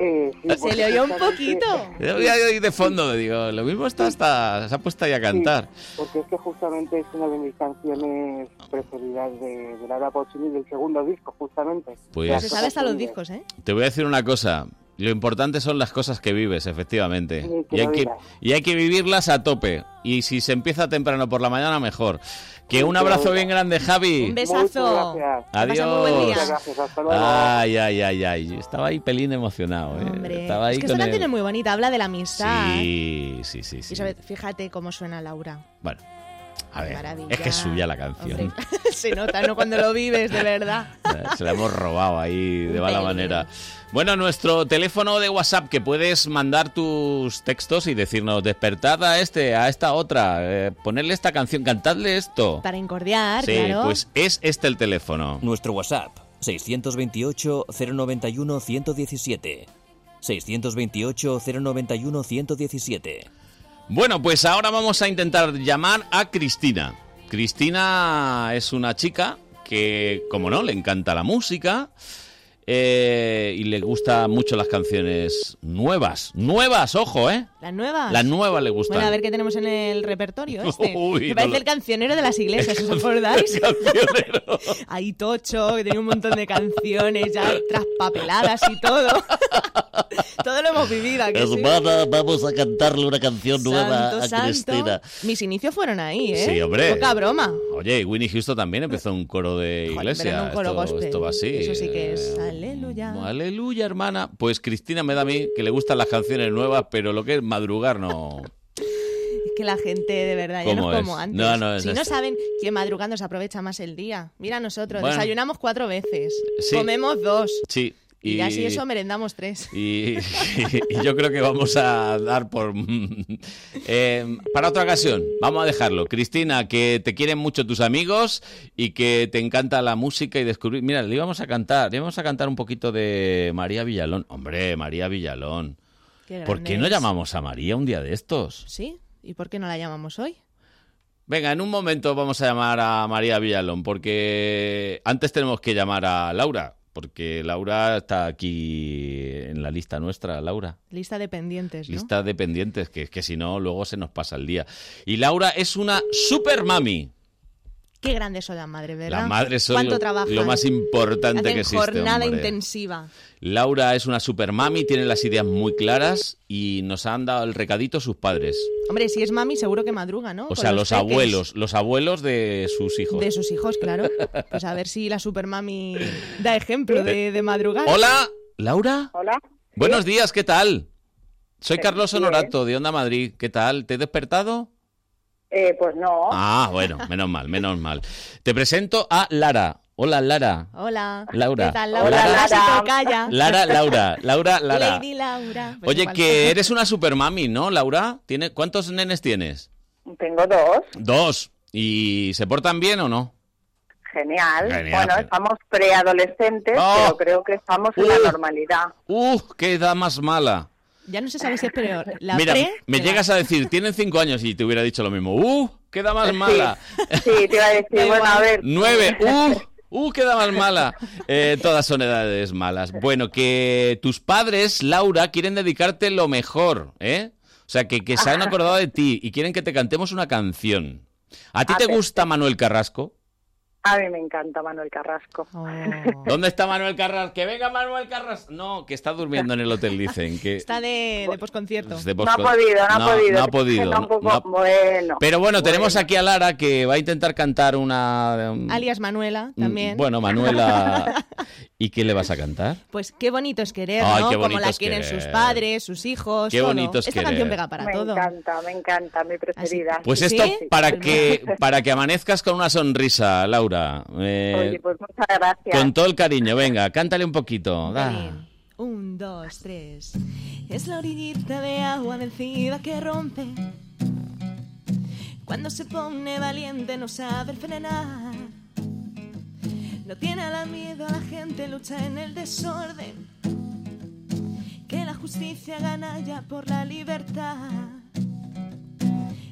[SPEAKER 6] Eh, sí,
[SPEAKER 4] Se le oyó un poquito.
[SPEAKER 2] Yo voy a ir de fondo, digo, lo mismo está hasta, se ha puesto ahí a cantar.
[SPEAKER 6] Porque es que justamente es una de mis canciones preferidas de, de Laura Pausini del segundo disco, justamente.
[SPEAKER 2] Pues-
[SPEAKER 6] Las
[SPEAKER 4] Se sabe hasta
[SPEAKER 6] cosas
[SPEAKER 4] los
[SPEAKER 6] que
[SPEAKER 4] discos, ¿eh?
[SPEAKER 2] Te voy a decir una cosa, lo importante son las cosas que vives, efectivamente.
[SPEAKER 6] Sí, que
[SPEAKER 2] Y hay
[SPEAKER 6] lo
[SPEAKER 2] que,
[SPEAKER 6] digas.
[SPEAKER 2] y hay que vivirlas a tope. Y si se empieza temprano por la mañana, mejor. Que un
[SPEAKER 6] que lo
[SPEAKER 2] abrazo
[SPEAKER 6] digas.
[SPEAKER 2] bien grande, Javi.
[SPEAKER 4] Un
[SPEAKER 6] vives.
[SPEAKER 4] besazo.
[SPEAKER 6] Muchas gracias.
[SPEAKER 4] Pasa muy buen
[SPEAKER 2] Adiós.
[SPEAKER 6] Muchas gracias, hasta luego.
[SPEAKER 7] Ah,
[SPEAKER 2] Ay, ay, ay, ay. Estaba ahí pelín emocionado. ¿eh?
[SPEAKER 4] Hombre,
[SPEAKER 2] Estaba ahí
[SPEAKER 4] es que
[SPEAKER 2] con
[SPEAKER 4] esta canción
[SPEAKER 2] el-
[SPEAKER 4] es muy ¿eh? bonita, habla de la amistad.
[SPEAKER 2] Sí, sí, sí. sí.
[SPEAKER 4] Y sobre, fíjate cómo suena Laura. [laughs]
[SPEAKER 2] Bueno, a ver,
[SPEAKER 4] Maravilla.
[SPEAKER 2] es que es suya la canción. ¿eh?
[SPEAKER 4] Hombre, se nota, ¿no? Cuando lo vives, de verdad.
[SPEAKER 2] Se la hemos robado ahí de
[SPEAKER 4] Un
[SPEAKER 2] mala
[SPEAKER 4] pelín.
[SPEAKER 2] manera. Bueno, nuestro teléfono de WhatsApp que puedes mandar tus textos y decirnos despertad a este, a esta otra, eh, ponerle esta canción, cantadle esto.
[SPEAKER 4] Para incordiar,
[SPEAKER 2] Sí,
[SPEAKER 4] claro.
[SPEAKER 2] pues es este el teléfono.
[SPEAKER 1] Nuestro WhatsApp 628 091 117. 628 091 117.
[SPEAKER 2] Bueno, pues ahora vamos a intentar llamar a Cristina. Cristina es una chica que, como no, le encanta la música eh, y le gustan mucho las canciones nuevas. Nuevas, ojo, ¿eh?
[SPEAKER 4] Las nuevas.
[SPEAKER 2] Las nuevas le gustan.
[SPEAKER 4] Bueno, a ver qué tenemos en el
[SPEAKER 2] [laughs]
[SPEAKER 4] repertorio este.
[SPEAKER 2] Uy,
[SPEAKER 4] Me parece
[SPEAKER 2] no lo-
[SPEAKER 4] el cancionero de las iglesias,
[SPEAKER 2] [laughs]
[SPEAKER 4] ¿os acordáis? [laughs] Ahí Tocho, que tenía un montón de canciones ya traspapeladas y todo. [laughs] todo lo hemos vivido aquí.
[SPEAKER 8] Hermana, vamos a cantarle una canción nueva
[SPEAKER 4] Santo,
[SPEAKER 8] a
[SPEAKER 4] santo.
[SPEAKER 8] Cristina.
[SPEAKER 4] Mis inicios fueron ahí, ¿eh?
[SPEAKER 2] Sí, hombre.
[SPEAKER 4] Poca broma.
[SPEAKER 2] Oye, y Winnie Houston también empezó un coro de
[SPEAKER 4] Joder,
[SPEAKER 2] iglesia.
[SPEAKER 4] pero no un coro
[SPEAKER 2] esto,
[SPEAKER 4] gospel.
[SPEAKER 2] esto va así.
[SPEAKER 4] Eso sí que es,
[SPEAKER 2] Eh,
[SPEAKER 4] aleluya.
[SPEAKER 2] Aleluya, hermana. Pues Cristina me da a mí que le gustan las canciones nuevas, pero lo que es madrugar no.
[SPEAKER 4] Es que la gente de verdad ya
[SPEAKER 2] ¿Cómo
[SPEAKER 4] no es como
[SPEAKER 2] es?
[SPEAKER 4] antes.
[SPEAKER 2] No, no, es
[SPEAKER 4] si no
[SPEAKER 2] esto.
[SPEAKER 4] saben que madrugando se aprovecha más el día. Mira nosotros,
[SPEAKER 2] Bueno.
[SPEAKER 4] desayunamos cuatro veces,
[SPEAKER 2] Sí.
[SPEAKER 4] comemos dos
[SPEAKER 2] Sí.
[SPEAKER 4] y, ya si eso merendamos tres.
[SPEAKER 2] y- [laughs] y yo creo que vamos a dar por... mm, Eh, para otra ocasión, vamos a dejarlo. Cristina, que te quieren mucho tus amigos y que te encanta la música y descubrir... Mira, le íbamos a cantar, le íbamos a cantar un poquito de María Villalón. Hombre, María Villalón.
[SPEAKER 4] Qué
[SPEAKER 2] ¿Por
[SPEAKER 4] grande
[SPEAKER 2] qué no
[SPEAKER 4] es.
[SPEAKER 2] llamamos a María un día de estos?
[SPEAKER 4] Sí, ¿y por qué no la llamamos hoy?
[SPEAKER 2] Venga, en un momento vamos a llamar a María Villalón, porque antes tenemos que llamar a Laura. Porque Laura está aquí en la lista nuestra, Laura.
[SPEAKER 5] Lista de pendientes, ¿no?
[SPEAKER 2] Lista de pendientes, que es que si no, luego se nos pasa el día. Y Laura es una super mami.
[SPEAKER 5] Qué grandes son las madres, ¿verdad?
[SPEAKER 2] Las madres son
[SPEAKER 5] Ah, ¿Cuánto
[SPEAKER 2] lo,
[SPEAKER 5] trabajan?
[SPEAKER 2] lo más importante
[SPEAKER 5] Hacen
[SPEAKER 2] que existe.
[SPEAKER 5] jornada
[SPEAKER 2] hombre.
[SPEAKER 5] intensiva.
[SPEAKER 2] Laura es una super mami, tiene las ideas muy claras y nos han dado el recadito sus padres.
[SPEAKER 5] Hombre, si es mami, seguro que madruga, ¿no?
[SPEAKER 2] O
[SPEAKER 5] Con
[SPEAKER 2] sea, los,
[SPEAKER 5] peques.
[SPEAKER 2] abuelos, los abuelos de sus hijos.
[SPEAKER 5] De sus hijos, claro. Pues a ver si la supermami
[SPEAKER 2] [laughs]
[SPEAKER 5] da ejemplo de, de madrugar.
[SPEAKER 2] Hola, Laura.
[SPEAKER 9] Hola. Eh,
[SPEAKER 2] Buenos días, ¿qué tal? Soy
[SPEAKER 9] Sí,
[SPEAKER 2] Carlos
[SPEAKER 9] bien.
[SPEAKER 2] Honorato, de Onda Madrid. ¿Qué tal? ¿Te he despertado?
[SPEAKER 9] Eh, pues no.
[SPEAKER 2] Ah, bueno, menos mal, menos mal. Te presento a Lara. Hola, Lara.
[SPEAKER 5] Hola.
[SPEAKER 2] Laura.
[SPEAKER 5] ¿Qué tal, Laura?
[SPEAKER 9] Hola,
[SPEAKER 5] Casi
[SPEAKER 9] Lara.
[SPEAKER 5] te calla.
[SPEAKER 2] Lara, Laura, Laura, Lara.
[SPEAKER 5] Lady [laughs] Laura. Pues
[SPEAKER 2] Oye,
[SPEAKER 5] igual.
[SPEAKER 2] que eres una supermami, ¿no, Laura? ¿Tiene, ¿Cuántos nenes tienes?
[SPEAKER 9] Tengo dos.
[SPEAKER 2] Dos. ¿Y se portan bien o no?
[SPEAKER 9] Genial.
[SPEAKER 2] Genial.
[SPEAKER 9] Bueno, estamos preadolescentes,
[SPEAKER 2] Oh.
[SPEAKER 9] pero creo que estamos en la
[SPEAKER 2] Uh.
[SPEAKER 9] normalidad.
[SPEAKER 2] ¡Uh, qué edad más mala!
[SPEAKER 5] Ya no se sabe si es peor. La
[SPEAKER 2] Mira,
[SPEAKER 5] pre.
[SPEAKER 2] me
[SPEAKER 5] que la-
[SPEAKER 2] llegas a decir, tienen cinco años y te hubiera dicho lo mismo. ¡Uh, qué edad más
[SPEAKER 9] Sí.
[SPEAKER 2] mala!
[SPEAKER 9] Sí, te iba a
[SPEAKER 5] Da
[SPEAKER 9] decir, bueno,
[SPEAKER 5] igual.
[SPEAKER 9] a ver.
[SPEAKER 2] Nueve, ¡uh! ¡Uh, qué edad más mala! Eh, todas son edades malas. Bueno, que tus padres, Laura, quieren dedicarte lo mejor, ¿eh? O sea, que, que se han acordado de ti y quieren que te cantemos una canción. ¿A ti
[SPEAKER 9] A
[SPEAKER 2] te
[SPEAKER 9] ver.
[SPEAKER 2] gusta Manuel Carrasco?
[SPEAKER 9] A mí me encanta Manuel Carrasco.
[SPEAKER 5] Oh.
[SPEAKER 2] ¿Dónde está Manuel Carrasco? ¡Que venga Manuel Carrasco! No, que está durmiendo en el hotel, dicen.
[SPEAKER 4] [laughs]
[SPEAKER 2] Que...
[SPEAKER 5] Está de, de posconcierto.
[SPEAKER 2] Es de
[SPEAKER 9] No ha
[SPEAKER 2] posco-
[SPEAKER 9] podido, no, ha podido.
[SPEAKER 2] No ha podido.
[SPEAKER 9] Está un poco-
[SPEAKER 2] no ha-
[SPEAKER 9] Bueno.
[SPEAKER 2] Pero bueno, tenemos aquí a Lara que va a intentar cantar una... um,
[SPEAKER 5] Alias Manuela
[SPEAKER 2] mm,
[SPEAKER 5] también.
[SPEAKER 2] Bueno, Manuela... ¿Y qué le vas a cantar?
[SPEAKER 5] [laughs] Pues qué bonito es querer,
[SPEAKER 2] Ay,
[SPEAKER 5] ¿no?
[SPEAKER 2] qué
[SPEAKER 5] Como
[SPEAKER 2] bonito
[SPEAKER 5] la
[SPEAKER 2] es
[SPEAKER 5] quieren
[SPEAKER 2] querer.
[SPEAKER 5] sus padres, sus hijos.
[SPEAKER 2] Qué
[SPEAKER 5] todo.
[SPEAKER 2] bonito es
[SPEAKER 5] Esta
[SPEAKER 2] querer.
[SPEAKER 5] canción pega para
[SPEAKER 9] me
[SPEAKER 5] todo.
[SPEAKER 9] encanta, me encanta, mi preferida.
[SPEAKER 2] Pues
[SPEAKER 5] ¿Sí?
[SPEAKER 2] esto para
[SPEAKER 9] [laughs]
[SPEAKER 5] Pues
[SPEAKER 2] que para que amanezcas con una sonrisa, Laura. Eh,
[SPEAKER 9] Oye, pues muchas gracias.
[SPEAKER 2] con todo el cariño, venga, cántale un poquito. da.
[SPEAKER 5] Bien. Un, dos, tres. Es la orillita de agua vencida que rompe. Cuando se pone valiente no sabe frenar. No tiene al miedo a la gente, lucha en el desorden. Que la justicia gana ya por la libertad.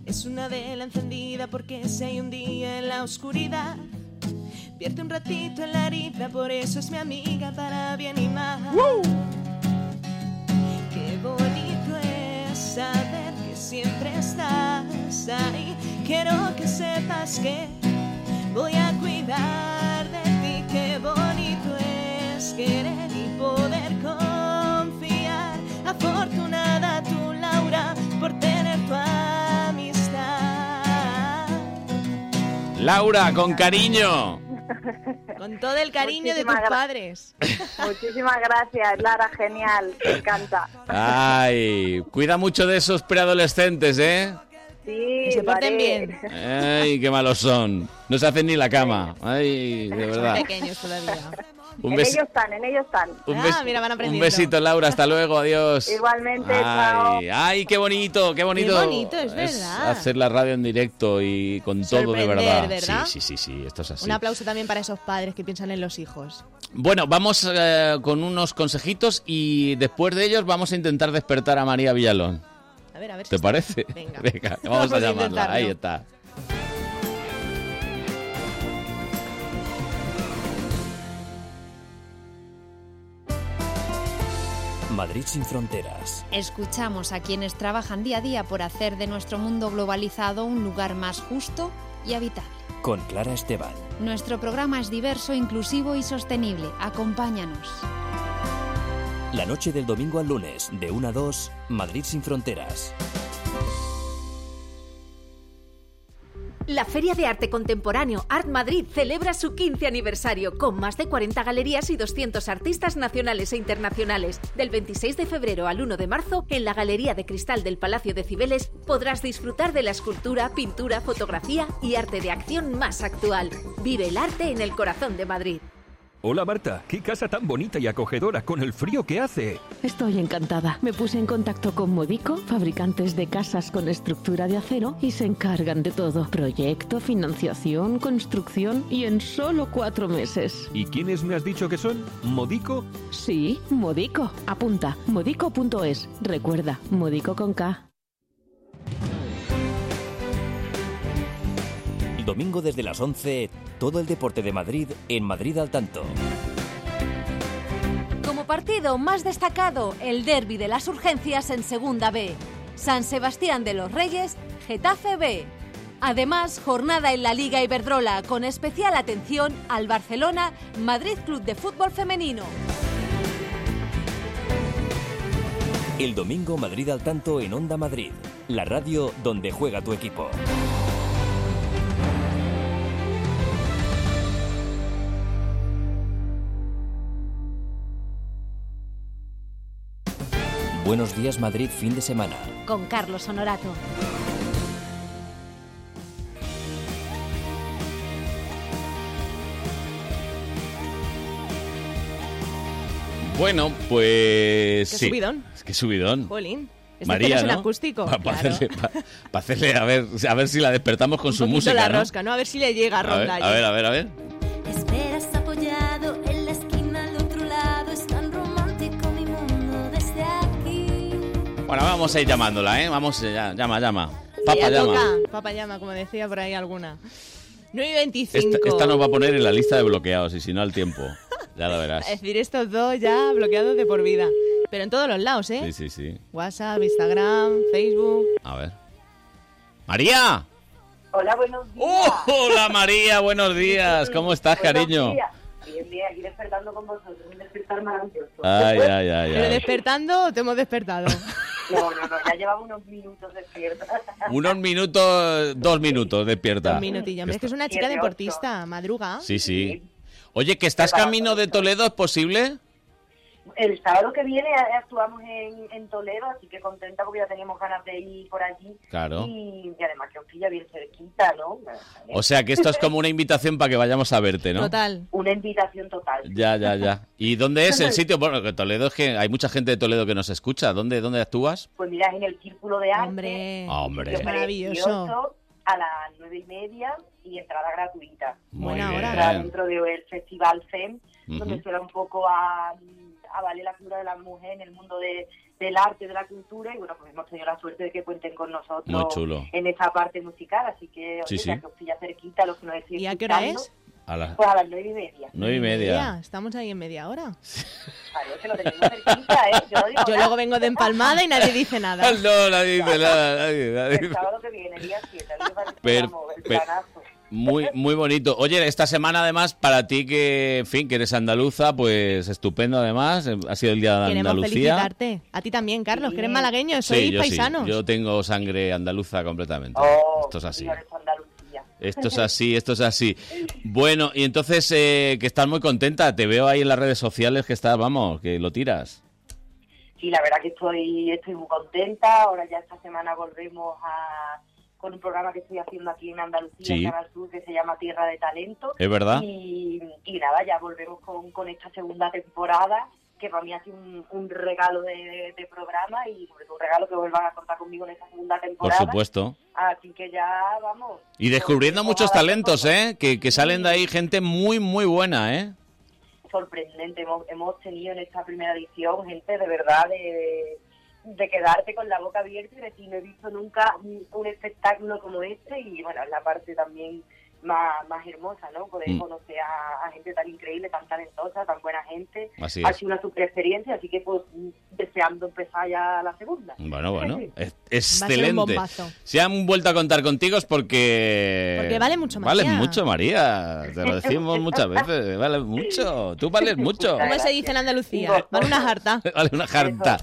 [SPEAKER 5] Es una vela encendida porque si hay un día en la oscuridad. Pierde un ratito en la herida, por eso es mi amiga para bien y mal. Qué bonito es saber que siempre estás ahí. Quiero que sepas que voy a cuidar de ti. Qué bonito es querer y poder confiar. Afortunada tú, Laura, por tener tu amistad.
[SPEAKER 2] Laura, con cariño.
[SPEAKER 5] Con todo el cariño de tus
[SPEAKER 9] Muchísimas gra-
[SPEAKER 5] padres.
[SPEAKER 10] [laughs]
[SPEAKER 9] Muchísimas gracias, Lara, genial, me encanta.
[SPEAKER 2] Ay, cuida mucho de esos preadolescentes, ¿eh?
[SPEAKER 9] Sí,
[SPEAKER 5] Que se
[SPEAKER 9] lo haré.
[SPEAKER 5] porten bien.
[SPEAKER 2] Ay, qué malos son. No se hacen ni la cama. Ay,
[SPEAKER 9] [laughs]
[SPEAKER 2] de verdad.
[SPEAKER 5] Pequeños todavía.
[SPEAKER 2] Un
[SPEAKER 9] en
[SPEAKER 2] besi-
[SPEAKER 9] ellos están, en ellos están.
[SPEAKER 2] Un,
[SPEAKER 5] Ah,
[SPEAKER 2] bes-
[SPEAKER 5] mira, van
[SPEAKER 2] un
[SPEAKER 5] aprendiendo.
[SPEAKER 2] besito, Laura. Hasta luego. Adiós.
[SPEAKER 9] Igualmente,
[SPEAKER 2] Ay,
[SPEAKER 9] chao. ah.
[SPEAKER 2] ay, qué bonito, qué bonito.
[SPEAKER 5] Qué bonito, es verdad.
[SPEAKER 2] Hacer la radio en directo y con todo de
[SPEAKER 5] Sorprender,
[SPEAKER 2] verdad.
[SPEAKER 5] ¿verdad?
[SPEAKER 2] Sí, sí, sí, sí. Esto es así.
[SPEAKER 5] Un aplauso también para esos padres que piensan en los hijos.
[SPEAKER 2] Bueno, vamos eh, con unos consejitos y después de ellos vamos a intentar despertar a María Villalón.
[SPEAKER 5] A ver, a ver si
[SPEAKER 2] ¿Te
[SPEAKER 5] está-
[SPEAKER 2] parece?
[SPEAKER 5] Venga.
[SPEAKER 2] vamos,
[SPEAKER 5] Vamos
[SPEAKER 2] a
[SPEAKER 5] a
[SPEAKER 2] llamarla. Ahí
[SPEAKER 5] intentarlo.
[SPEAKER 2] está. pues-
[SPEAKER 1] Madrid sin fronteras.
[SPEAKER 11] Escuchamos a quienes trabajan día a día por hacer de nuestro mundo globalizado un lugar más justo y habitable.
[SPEAKER 1] Con Clara Esteban.
[SPEAKER 11] Nuestro programa es diverso, inclusivo y sostenible. Acompáñanos.
[SPEAKER 1] La noche del domingo al lunes, de 1 a 2, Madrid sin fronteras.
[SPEAKER 12] La Feria de Arte Contemporáneo Art Madrid celebra su 15 aniversario con más de 40 galerías y 200 artistas nacionales e internacionales. Del 26 de febrero al 1 de marzo, en la Galería de Cristal del Palacio de Cibeles podrás disfrutar de la escultura, pintura, fotografía y arte de acción más actual. Vive el arte en el corazón de Madrid.
[SPEAKER 13] Hola Marta, qué casa tan bonita y acogedora con el frío que hace.
[SPEAKER 14] Estoy encantada. Me puse en contacto con Modico, fabricantes de casas con estructura de acero, y se encargan de todo. Proyecto, financiación, construcción y en solo cuatro meses.
[SPEAKER 13] ¿Y quiénes me has dicho que son? ¿Modico?
[SPEAKER 14] Sí, Modico. Apunta, modico.es. Recuerda, Modico con K.
[SPEAKER 1] El domingo desde las 11, todo el deporte de Madrid en Madrid al tanto.
[SPEAKER 15] partido más destacado, el derby de las urgencias en Segunda B. San Sebastián de los Reyes, Getafe B. Además, jornada en la Liga Iberdrola, con especial atención al Barcelona Madrid Club de Fútbol Femenino.
[SPEAKER 1] El domingo Madrid al tanto en Onda Madrid, la radio donde juega tu equipo. Buenos días Madrid fin de semana.
[SPEAKER 15] Con Carlos Honorato.
[SPEAKER 2] Bueno, pues
[SPEAKER 5] Qué
[SPEAKER 2] sí.
[SPEAKER 5] subidón.
[SPEAKER 2] Es que subidón.
[SPEAKER 5] Jolín. Este
[SPEAKER 2] María,
[SPEAKER 5] es un
[SPEAKER 2] ¿no?
[SPEAKER 5] acústico.
[SPEAKER 2] Para
[SPEAKER 5] claro.
[SPEAKER 2] hacerle, pa- pa hacerle a ver, a ver si la despertamos con su
[SPEAKER 5] Un poquito
[SPEAKER 2] música,
[SPEAKER 5] la
[SPEAKER 2] ¿no?
[SPEAKER 5] rosca, ¿no? A ver si le llega a
[SPEAKER 2] A ver,
[SPEAKER 5] Ronda.
[SPEAKER 2] a ver, a ver, a ver.
[SPEAKER 16] Esperas apoyado en la esquina al otro lado. Es tan romántico mi mundo desde aquí.
[SPEAKER 2] Bueno, vamos a ir llamándola, ¿eh? Vamos, eh, ya- llama, llama. Papa,
[SPEAKER 5] ya
[SPEAKER 2] llama.
[SPEAKER 5] toca. Papa llama, como decía por ahí alguna. 9 y 25.
[SPEAKER 2] Esta, esta nos va a poner en la lista de bloqueados y si no al tiempo. Ya la verás.
[SPEAKER 5] Es decir, estos dos ya bloqueados de por vida. Pero en todos los lados, [laughs] ¿eh?
[SPEAKER 2] Sí, sí, sí.
[SPEAKER 5] WhatsApp, Instagram, Facebook.
[SPEAKER 2] A ver. María.
[SPEAKER 9] Hola, buenos días.
[SPEAKER 2] Oh, Hola María, buenos días. ¿Cómo estás,
[SPEAKER 9] Buenos
[SPEAKER 2] cariño?
[SPEAKER 9] días. Bien, bien, aquí despertando con vosotros. Un despertar maravilloso.
[SPEAKER 2] Ay, ay, ay,
[SPEAKER 5] ¿Pero
[SPEAKER 2] ay.
[SPEAKER 5] despertando o te
[SPEAKER 2] [laughs]
[SPEAKER 5] hemos despertado? [laughs]
[SPEAKER 9] No, no, no, ya llevaba unos minutos despierta.
[SPEAKER 2] Unos minutos, dos minutos, despierta.
[SPEAKER 5] Un minutillo. Hombre, es que es una chica
[SPEAKER 9] Siete, ocho.
[SPEAKER 5] deportista, madruga.
[SPEAKER 2] Sí, sí. Oye, que estás camino de Toledo, ¿es posible?
[SPEAKER 9] El sábado que viene eh, actuamos en, en Toledo, así que contenta porque ya teníamos ganas de ir por allí.
[SPEAKER 2] Claro.
[SPEAKER 9] Y, y además que os pilla bien cerquita, ¿no?
[SPEAKER 2] O sea,
[SPEAKER 9] [laughs]
[SPEAKER 2] que esto es como una invitación para que vayamos a verte, ¿no?
[SPEAKER 5] Total.
[SPEAKER 9] Una invitación total.
[SPEAKER 2] Ya, ya, ya. ¿Y dónde
[SPEAKER 5] [laughs]
[SPEAKER 2] es el sitio? Bueno, que Toledo es que hay mucha gente de Toledo que nos escucha. ¿Dónde, dónde actúas?
[SPEAKER 9] Pues mirad, en el Círculo de Arte. Hombre,
[SPEAKER 2] Hombre.
[SPEAKER 5] Maravilloso.
[SPEAKER 9] A las nueve y media y entrada gratuita.
[SPEAKER 2] Muy Buena bien. hora.
[SPEAKER 9] Entrada Dentro del Festival FEM,
[SPEAKER 2] Ujú.
[SPEAKER 9] donde suena un poco a, a valer la figura de la mujer en el mundo de- del arte, de la cultura. Y bueno, pues hemos tenido la suerte de que cuenten con nosotros
[SPEAKER 2] Muy chulo.
[SPEAKER 9] en esa parte musical. Así que, oye,
[SPEAKER 2] Sí, sí.
[SPEAKER 9] ya que os pilla cerquita, los que nos ¿Y a
[SPEAKER 5] qué hora es?
[SPEAKER 2] A las
[SPEAKER 9] Pues a las nueve y media.
[SPEAKER 2] nueve y media.
[SPEAKER 5] Ya, estamos ahí en media hora.
[SPEAKER 9] Vale, que lo tenemos cerquita, ¿eh? Yo, no digo
[SPEAKER 5] Yo
[SPEAKER 9] nada.
[SPEAKER 5] luego vengo de empalmada y nadie dice nada.
[SPEAKER 2] Ah, No, nadie dice nada, nadie- nadie-
[SPEAKER 9] El sábado que viene, día 7, a mí me parece
[SPEAKER 2] Per-
[SPEAKER 9] vamos, el
[SPEAKER 2] per-
[SPEAKER 9] planazo.
[SPEAKER 2] Muy, muy bonito. Oye, esta semana además, para ti que, en fin, que eres andaluza, pues estupendo además. Eh, Ha sido el Día de
[SPEAKER 5] Queremos
[SPEAKER 2] Andalucía.
[SPEAKER 5] felicitarte. A ti también, Carlos, que eres
[SPEAKER 9] Sí.
[SPEAKER 5] malagueño,
[SPEAKER 2] Sí,
[SPEAKER 5] sois
[SPEAKER 2] yo sí.
[SPEAKER 5] paisanos.
[SPEAKER 2] Yo tengo sangre andaluza completamente. esto es así. Esto es así, esto es así. Bueno, y entonces eh, que estás muy contenta. Te veo ahí en las redes sociales que estás, vamos, que lo tiras.
[SPEAKER 9] Sí, la verdad que estoy, estoy muy contenta. Ahora ya esta semana volvemos a, con un programa que estoy haciendo aquí en Andalucía,
[SPEAKER 2] Sí.
[SPEAKER 9] en Canal Sur, que se llama Tierra de Talento.
[SPEAKER 2] Es verdad.
[SPEAKER 9] Y, y nada, ya volvemos con, con esta segunda temporada, que para mí ha sido un, un regalo de, de programa y sobre todo un regalo que vuelvan a contar conmigo en esta segunda
[SPEAKER 2] Por
[SPEAKER 9] temporada.
[SPEAKER 2] supuesto.
[SPEAKER 9] Así que ya vamos.
[SPEAKER 2] Y descubriendo muchos talentos, ¿eh? Que, que salen de ahí gente muy, muy buena, ¿eh?
[SPEAKER 9] sorprendente. Hemos, hemos tenido en esta primera edición gente de verdad de, de quedarte con la boca abierta y decir, no he visto nunca un, un espectáculo como este y bueno, es la parte también más, más hermosa, ¿no? Poder
[SPEAKER 2] Mm.
[SPEAKER 9] conocer a, a gente tan increíble, tan talentosa, tan buena gente.
[SPEAKER 2] Así
[SPEAKER 9] ha
[SPEAKER 2] es.
[SPEAKER 9] sido una super experiencia, así que pues deseando empezar ya la segunda.
[SPEAKER 2] Bueno, bueno. Eh, es-
[SPEAKER 9] Va a ser un
[SPEAKER 2] excelente.
[SPEAKER 9] bombazo.
[SPEAKER 2] Si han vuelto a contar contigo es porque...
[SPEAKER 9] Porque vale mucho,
[SPEAKER 2] Vale
[SPEAKER 5] María.
[SPEAKER 2] mucho, María.
[SPEAKER 9] [laughs]
[SPEAKER 2] Te lo decimos muchas veces. Vale mucho. Tú vales mucho.
[SPEAKER 5] ¿Cómo se dice en Andalucía? Van una jarta.
[SPEAKER 2] [laughs] Vale una jarta.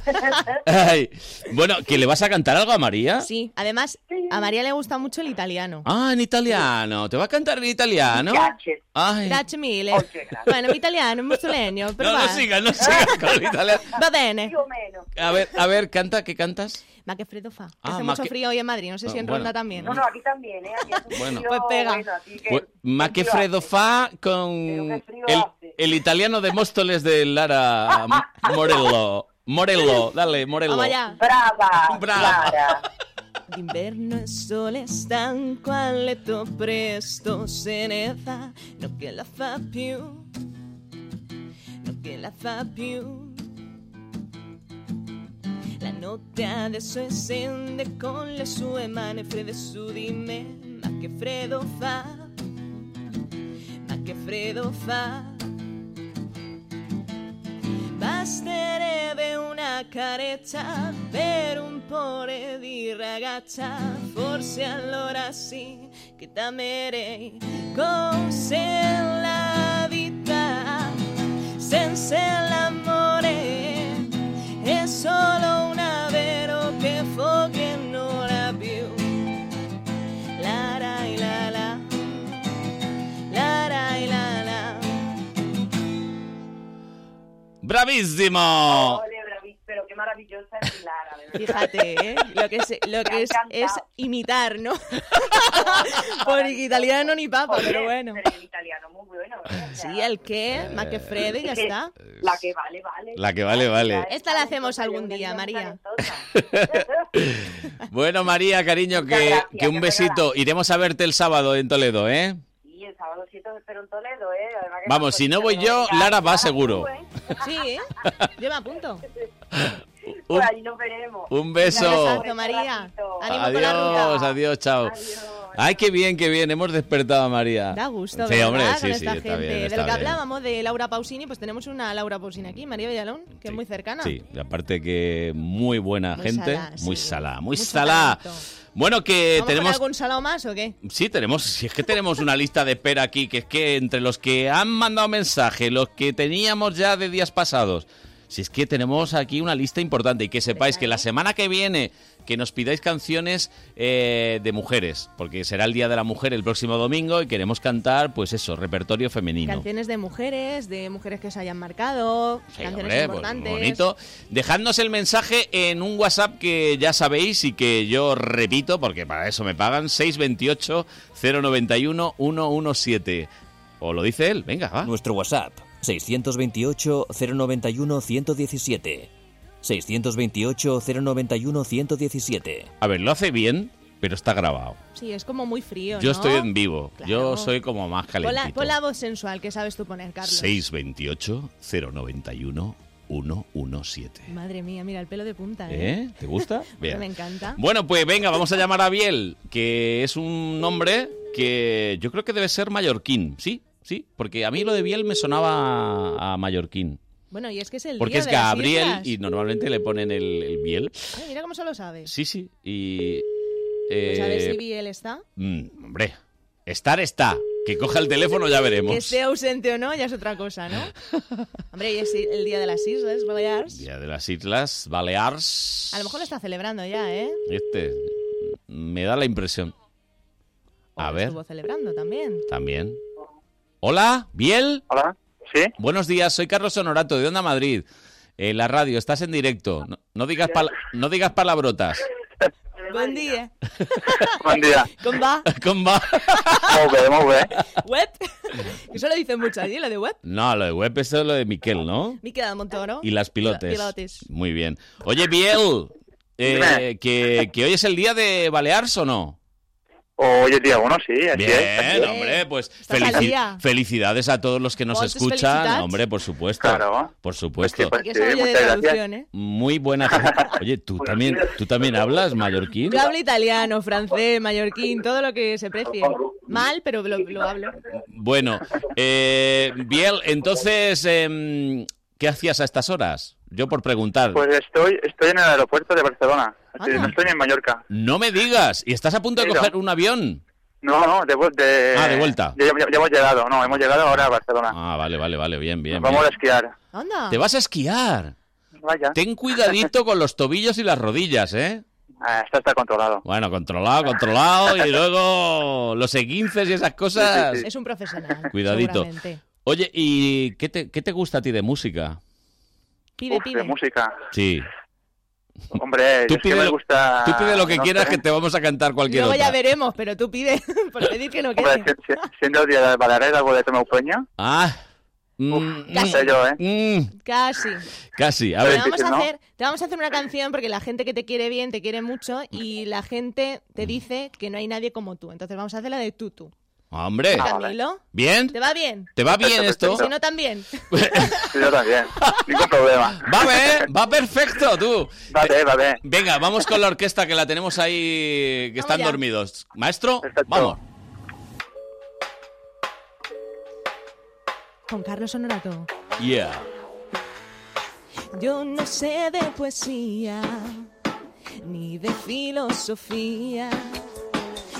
[SPEAKER 2] Ay. Bueno, ¿que le vas a cantar algo a María?
[SPEAKER 5] Sí, además a María le gusta mucho el italiano.
[SPEAKER 2] Ah, en italiano. ¿Te va a cantar en italiano?
[SPEAKER 5] Gracias.
[SPEAKER 2] Ay.
[SPEAKER 5] Grazie mille. Bueno, mi italiano es mussoleno, pero
[SPEAKER 2] No, no
[SPEAKER 5] va.
[SPEAKER 2] sigas, no
[SPEAKER 5] [laughs]
[SPEAKER 2] sigas con el italiano.
[SPEAKER 5] Va bene.
[SPEAKER 2] A ver, a ver, canta, ¿qué cantas?
[SPEAKER 5] Ma que freddo fa.
[SPEAKER 2] Ah,
[SPEAKER 5] Hace
[SPEAKER 2] ma
[SPEAKER 5] mucho
[SPEAKER 2] che- Ah,
[SPEAKER 5] frío hoy en Madrid, no sé si en
[SPEAKER 2] Bueno.
[SPEAKER 5] Ronda también.
[SPEAKER 9] No, no, aquí también, ¿eh? Aquí hace un
[SPEAKER 2] Bueno.
[SPEAKER 9] frío,
[SPEAKER 5] Pues pega.
[SPEAKER 9] bueno, así que-
[SPEAKER 2] Pues, más que Fredo Fa con el, el italiano de Móstoles de
[SPEAKER 5] [laughs]
[SPEAKER 2] Lara M- Morello. Morello, dale, Morello.
[SPEAKER 5] Vamos allá.
[SPEAKER 9] Brava.
[SPEAKER 2] Brava.
[SPEAKER 5] D'inverno il sole stanco a letto presto se ne va, non che la fa più, non che la fa più. La notte adesso escende con le sue mani fredde su di me, ma che freddo fa, ma che freddo fa. Va
[SPEAKER 4] carattere de una carezza per un pore di ragazza forse allora sì che t'amerei con sé la vita senza l'amore è solo un avero che foglie non ha più la rai la la la rai la la
[SPEAKER 2] ¡Bravísimo!
[SPEAKER 9] Ole, bravi- pero qué maravillosa es Lara, de verdad.
[SPEAKER 4] Fíjate, ¿eh? Lo que es, lo que es, es
[SPEAKER 9] [laughs]
[SPEAKER 4] imitar, ¿no? Porque italiano ni papa,
[SPEAKER 9] Oye,
[SPEAKER 4] pero bueno.
[SPEAKER 9] pero el italiano muy
[SPEAKER 2] [laughs]
[SPEAKER 9] bueno. ¿eh? O sea,
[SPEAKER 4] Sí, el que, más que Freddy, ya está.
[SPEAKER 9] La que vale, vale.
[SPEAKER 2] La que vale, vale.
[SPEAKER 4] Esta la hacemos algún día, María.
[SPEAKER 2] [laughs] Bueno, María, cariño,
[SPEAKER 9] Muchas
[SPEAKER 2] que,
[SPEAKER 9] gracias,
[SPEAKER 2] que un
[SPEAKER 9] qué
[SPEAKER 2] besito.
[SPEAKER 9] regalazo.
[SPEAKER 2] Iremos a verte el sábado en Toledo, ¿eh?
[SPEAKER 9] Y el sábado 7 os espero en Toledo, ¿eh? Además que
[SPEAKER 2] Vamos, si no voy yo, Lara va
[SPEAKER 9] [laughs]
[SPEAKER 2] seguro.
[SPEAKER 4] Sí, ¿eh? Yo me apunto.
[SPEAKER 2] [laughs] Un,
[SPEAKER 9] Por Pues, ahí nos veremos.
[SPEAKER 2] un beso.
[SPEAKER 4] Gracias, María. Ánimo con la ruta.
[SPEAKER 2] Adiós, adiós, chao. Ay, qué bien, qué bien. Hemos despertado a María.
[SPEAKER 4] Da gusto,
[SPEAKER 2] Sí,
[SPEAKER 4] ¿verdad?
[SPEAKER 2] hombre,
[SPEAKER 4] con
[SPEAKER 2] sí, sí,
[SPEAKER 4] esta
[SPEAKER 2] está
[SPEAKER 4] gente.
[SPEAKER 2] bien.
[SPEAKER 4] de
[SPEAKER 2] está
[SPEAKER 4] lo que
[SPEAKER 2] bien.
[SPEAKER 4] hablábamos de Laura Pausini, pues tenemos una Laura Pausini aquí, María Villalón, que es muy cercana.
[SPEAKER 2] Sí, y aparte que muy buena
[SPEAKER 4] Muy
[SPEAKER 2] gente.
[SPEAKER 4] salá,
[SPEAKER 2] muy
[SPEAKER 4] sí.
[SPEAKER 2] salá, muy
[SPEAKER 4] Mucho
[SPEAKER 2] salá.
[SPEAKER 4] talento.
[SPEAKER 2] Bueno, que
[SPEAKER 4] ¿Vamos a poner
[SPEAKER 2] Eh, tenemos...
[SPEAKER 4] algún salado más o qué?
[SPEAKER 2] Sí, tenemos, si es que tenemos una lista de espera aquí, que es que entre los que han mandado mensaje, los que teníamos ya de días pasados, si es que tenemos aquí una lista importante y que sepáis que la semana que viene que nos pidáis canciones eh, de mujeres, porque será el Día de la Mujer el próximo domingo y queremos cantar, pues eso, repertorio femenino.
[SPEAKER 4] Canciones de mujeres, de mujeres que se hayan marcado,
[SPEAKER 2] Sí,
[SPEAKER 4] canciones
[SPEAKER 2] hombre, pues,
[SPEAKER 4] importantes.
[SPEAKER 2] bonito. Dejadnos el mensaje en un WhatsApp que ya sabéis y que yo repito, porque para eso me pagan, 628-091-117. O lo dice él, venga, va.
[SPEAKER 1] Nuestro WhatsApp 628 091 117. 628 091 117.
[SPEAKER 2] A ver, lo hace bien, pero está grabado.
[SPEAKER 4] Sí, es como muy frío.
[SPEAKER 2] Yo
[SPEAKER 4] ¿no?
[SPEAKER 2] estoy en vivo, yo
[SPEAKER 4] Claro.
[SPEAKER 2] soy como más
[SPEAKER 4] Pon la,
[SPEAKER 2] calentito.
[SPEAKER 4] pon la voz sensual que sabes tú poner, Carlos.
[SPEAKER 2] 628-091-117.
[SPEAKER 4] Madre mía, mira el pelo de punta, ¿eh?
[SPEAKER 2] ¿Eh? ¿Te gusta? Bien.
[SPEAKER 4] [laughs] Me encanta.
[SPEAKER 2] Bueno, pues venga, vamos a llamar a Biel, que es un nombre que yo creo que debe ser mallorquín, ¿sí? Sí, porque a mí lo de Biel me sonaba a- a mallorquín.
[SPEAKER 4] Bueno, y es que es el
[SPEAKER 2] Porque
[SPEAKER 4] día
[SPEAKER 2] es
[SPEAKER 4] de las
[SPEAKER 2] Gabriel
[SPEAKER 4] islas.
[SPEAKER 2] y normalmente le ponen el, el Biel.
[SPEAKER 4] Ay, mira cómo se lo sabes.
[SPEAKER 2] Sí, sí, y...
[SPEAKER 4] Pues a ver
[SPEAKER 2] eh,
[SPEAKER 4] si Biel está.
[SPEAKER 2] mm, hombre, estar está. Que coja el teléfono ya
[SPEAKER 4] Que
[SPEAKER 2] veremos.
[SPEAKER 4] esté ausente o no, ya es otra
[SPEAKER 2] [laughs]
[SPEAKER 4] cosa, ¿no? Hombre, y es el día de las Islas Baleares.
[SPEAKER 2] Día de las Islas Balears.
[SPEAKER 4] A lo mejor lo está celebrando ya, ¿eh?
[SPEAKER 2] Este me da la impresión. A ver.
[SPEAKER 4] Estuvo celebrando también.
[SPEAKER 2] También. Hola, Biel.
[SPEAKER 17] Hola, sí.
[SPEAKER 2] Buenos días, soy Carlos Honorato de Onda Madrid. Eh, la radio, estás en directo. No, no digas, pal- no digas palabrotas.
[SPEAKER 4] Buen dia.
[SPEAKER 17] [laughs] Buen día.
[SPEAKER 4] Com va?
[SPEAKER 2] [laughs] ¿Cómo va?
[SPEAKER 17] Muy bien, muy bien.
[SPEAKER 4] Web. Eso lo dicen mucho allí, lo de web.
[SPEAKER 2] No, lo de web esto es lo de Miquel, ¿no?
[SPEAKER 4] Miquel del Montoro.
[SPEAKER 2] Y las pilotes.
[SPEAKER 4] Pilotes.
[SPEAKER 2] Muy bien. Oye, Biel, eh,
[SPEAKER 17] Dime.
[SPEAKER 2] que, que hoy es el día de Balears o no?
[SPEAKER 17] Hoy es día uno, sí. Así es.
[SPEAKER 2] Bien, hombre, pues felici-
[SPEAKER 17] al día.
[SPEAKER 2] felicidades a todos los que nos
[SPEAKER 17] Moltes
[SPEAKER 2] escuchan,
[SPEAKER 17] felicitats.
[SPEAKER 2] hombre, por supuesto.
[SPEAKER 17] Claro.
[SPEAKER 2] Por supuesto.
[SPEAKER 17] Pues sí, muchas gracias.
[SPEAKER 2] ¿eh? Muy buena gente. Oye, tú también, tú también hablas mallorquín.
[SPEAKER 4] Yo hablo italiano, francés, mallorquín, todo lo que se precie. Mal, pero lo, lo hablo.
[SPEAKER 2] Bueno, eh, Biel, entonces, em, ¿qué hacías a estas horas? Yo por preguntar.
[SPEAKER 17] Pues estoy, estoy en el aeropuerto de Barcelona. Así,
[SPEAKER 2] Anda.
[SPEAKER 17] no estoy ni en Mallorca.
[SPEAKER 2] No me digas. ¿Y estás a punto de
[SPEAKER 17] Sí, no.
[SPEAKER 2] coger un avión?
[SPEAKER 17] No, no, de, vu- de,
[SPEAKER 2] Ah, de vuelta.
[SPEAKER 17] Ya, ya- ya hemos llegado, no, hemos llegado ahora a Barcelona.
[SPEAKER 2] Ah, vale, vale, vale, bien, bien.
[SPEAKER 17] Vamos a
[SPEAKER 2] bien.
[SPEAKER 17] esquiar.
[SPEAKER 4] Anda.
[SPEAKER 2] Te vas a esquiar.
[SPEAKER 17] Vaya.
[SPEAKER 2] Ten
[SPEAKER 6] [laughs]
[SPEAKER 2] cuidadito con los tobillos y las rodillas, ¿eh?
[SPEAKER 17] Ah, esto está controlado.
[SPEAKER 2] Bueno, controlado, controlado y luego los esguinces y esas cosas.
[SPEAKER 4] Es un profesional.
[SPEAKER 2] Cuidadito.
[SPEAKER 4] seguramente.
[SPEAKER 2] Oye, ¿y qué te, qué te gusta a ti de música?
[SPEAKER 4] Pide,
[SPEAKER 17] Uf, de
[SPEAKER 4] pide.
[SPEAKER 17] música.
[SPEAKER 2] Sí.
[SPEAKER 17] Hombre,
[SPEAKER 2] Tú
[SPEAKER 17] es que
[SPEAKER 2] pide
[SPEAKER 17] me
[SPEAKER 2] lo-
[SPEAKER 17] gusta...
[SPEAKER 2] Ah. Tú pide lo que
[SPEAKER 17] Ah, no
[SPEAKER 2] quieras
[SPEAKER 17] sé.
[SPEAKER 2] que te vamos a cantar cualquier
[SPEAKER 4] Luego
[SPEAKER 2] otra.
[SPEAKER 4] ya veremos, pero tú pide [laughs] por pedir que no
[SPEAKER 17] Hombre,
[SPEAKER 4] quede.
[SPEAKER 17] si- si- siendo el día de Baleares, algo de Tomeu Peña.
[SPEAKER 2] Ah. mm,
[SPEAKER 17] no sé yo, ¿eh?
[SPEAKER 4] Casi.
[SPEAKER 2] Casi, a
[SPEAKER 4] Te
[SPEAKER 2] ver.
[SPEAKER 4] vamos a hacer, te vamos a hacer una canción porque la gente que te quiere bien te quiere mucho y la gente te dice que no hay nadie como tú. Entonces vamos a hacer la de tú, tú.
[SPEAKER 2] Mm. Hombre.
[SPEAKER 17] Ah,
[SPEAKER 2] Ah,
[SPEAKER 4] Camilo.
[SPEAKER 2] ¿Bien?
[SPEAKER 4] ¿Te va bien?
[SPEAKER 2] ¿Te va bien esto?
[SPEAKER 4] Y Si no, también. [laughs]
[SPEAKER 17] Yo también. Ningún problema.
[SPEAKER 2] Va bien, va perfecto, tú.
[SPEAKER 17] Va bien, va bien.
[SPEAKER 2] Venga, vamos con la orquesta que la tenemos ahí, que están
[SPEAKER 17] ya.
[SPEAKER 2] dormidos. Maestro, vamos.
[SPEAKER 4] Con Carlos Honorato.
[SPEAKER 2] Yeah.
[SPEAKER 5] Yo no sé de poesía ni de filosofía.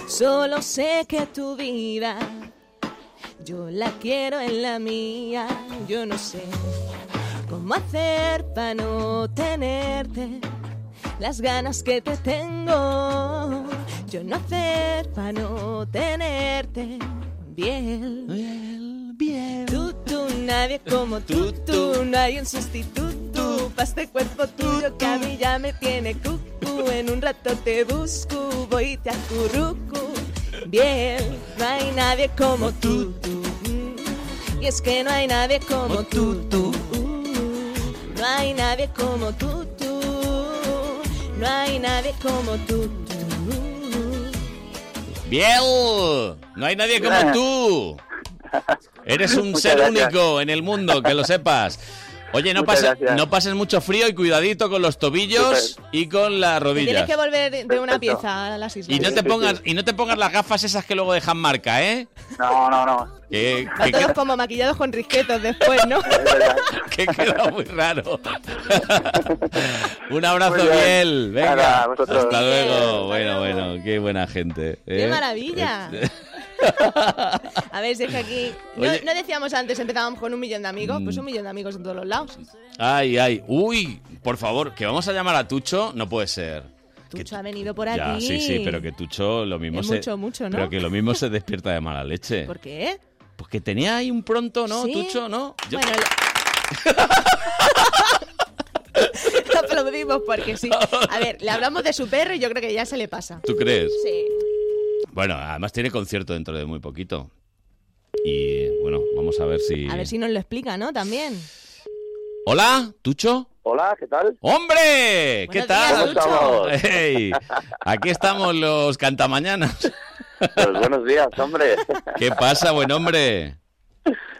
[SPEAKER 5] Solo sé que tu vida yo la quiero en la mía. Yo no sé cómo hacer para no tenerte las ganas que te tengo. Yo no hacer para no tenerte bien. Bien, bien. Tú, tú, nadie como tú, tú, nadie en sustituto. Para este cuerpo tuyo que a mí ya me tiene cucu. En un rato te busco, voy y te acurruco. Bien, no hay nadie como tú, tú. Mm. Y es que no hay nadie como tú, tú. Mm. No hay nadie como tú, tú. No hay nadie como tú.
[SPEAKER 2] Biel, no hay nadie como tú.
[SPEAKER 17] [laughs]
[SPEAKER 2] Eres un ser
[SPEAKER 17] gracias.
[SPEAKER 2] único en el mundo, que lo sepas. Oye, no,
[SPEAKER 17] Muchas
[SPEAKER 2] pasa-
[SPEAKER 17] gracias.
[SPEAKER 2] no pases mucho frío y cuidadito con los tobillos y con las
[SPEAKER 4] Tienes
[SPEAKER 2] rodillas.
[SPEAKER 4] que volver de una
[SPEAKER 17] Perfecto.
[SPEAKER 4] pieza a las islas.
[SPEAKER 2] Y no,
[SPEAKER 17] Sí,
[SPEAKER 2] te
[SPEAKER 17] sí,
[SPEAKER 2] pongas, y no te pongas las gafas esas que luego dejan marca, ¿eh?
[SPEAKER 17] No, no, no.
[SPEAKER 2] Que,
[SPEAKER 4] Van
[SPEAKER 2] que-
[SPEAKER 4] todos como maquillados con risquetos después,
[SPEAKER 2] [laughs]
[SPEAKER 4] ¿no?
[SPEAKER 2] que queda
[SPEAKER 17] [laughs]
[SPEAKER 2] muy raro. Un abrazo,
[SPEAKER 17] Muy bien.
[SPEAKER 2] Biel. Venga,
[SPEAKER 17] Nada, a
[SPEAKER 2] hasta
[SPEAKER 17] vosotros.
[SPEAKER 2] luego. Bueno, bueno, qué buena gente.
[SPEAKER 4] ¡Qué
[SPEAKER 2] ¿eh?
[SPEAKER 4] maravilla! A ver, si es que aquí... No,
[SPEAKER 2] Oye. Mm.
[SPEAKER 4] no decíamos antes, empezábamos con un millón de amigos, pues un millón de amigos en todos los lados.
[SPEAKER 2] [laughs] Ay, ay. Uy, por favor, que vamos a llamar a Tucho, no puede ser.
[SPEAKER 4] Tucho ha venido por
[SPEAKER 2] Ya,
[SPEAKER 4] aquí.
[SPEAKER 2] sí, sí, pero que Tucho lo mismo
[SPEAKER 4] Es
[SPEAKER 2] se...
[SPEAKER 4] mucho, mucho, ¿no?
[SPEAKER 2] Pero que lo mismo se despierta de mala leche.
[SPEAKER 4] [laughs] ¿Por qué?
[SPEAKER 2] Pues que tenía ahí un pronto, ¿no,
[SPEAKER 4] Sí.
[SPEAKER 2] Tucho, no? Yo-
[SPEAKER 4] Bueno,
[SPEAKER 2] [laughs]
[SPEAKER 4] le- aplaudimos porque sí. A ver, le hablamos de su perro y yo creo que ya se le pasa.
[SPEAKER 2] ¿Tú crees?
[SPEAKER 4] Sí.
[SPEAKER 2] Bueno, además tiene concierto dentro de muy poquito. Y bueno, vamos a ver si...
[SPEAKER 4] A ver si nos lo explica, ¿no? También.
[SPEAKER 2] Hola, Tucho.
[SPEAKER 17] Hola, ¿qué tal?
[SPEAKER 2] ¡Hombre! ¿Qué
[SPEAKER 4] Buenos
[SPEAKER 2] tal?
[SPEAKER 4] días, ¿Cómo
[SPEAKER 17] Tucho. estamos?
[SPEAKER 2] Ey, Aquí estamos los cantamañanas.
[SPEAKER 17] Pues [laughs] buenos días, hombre.
[SPEAKER 2] ¿Qué pasa, buen hombre?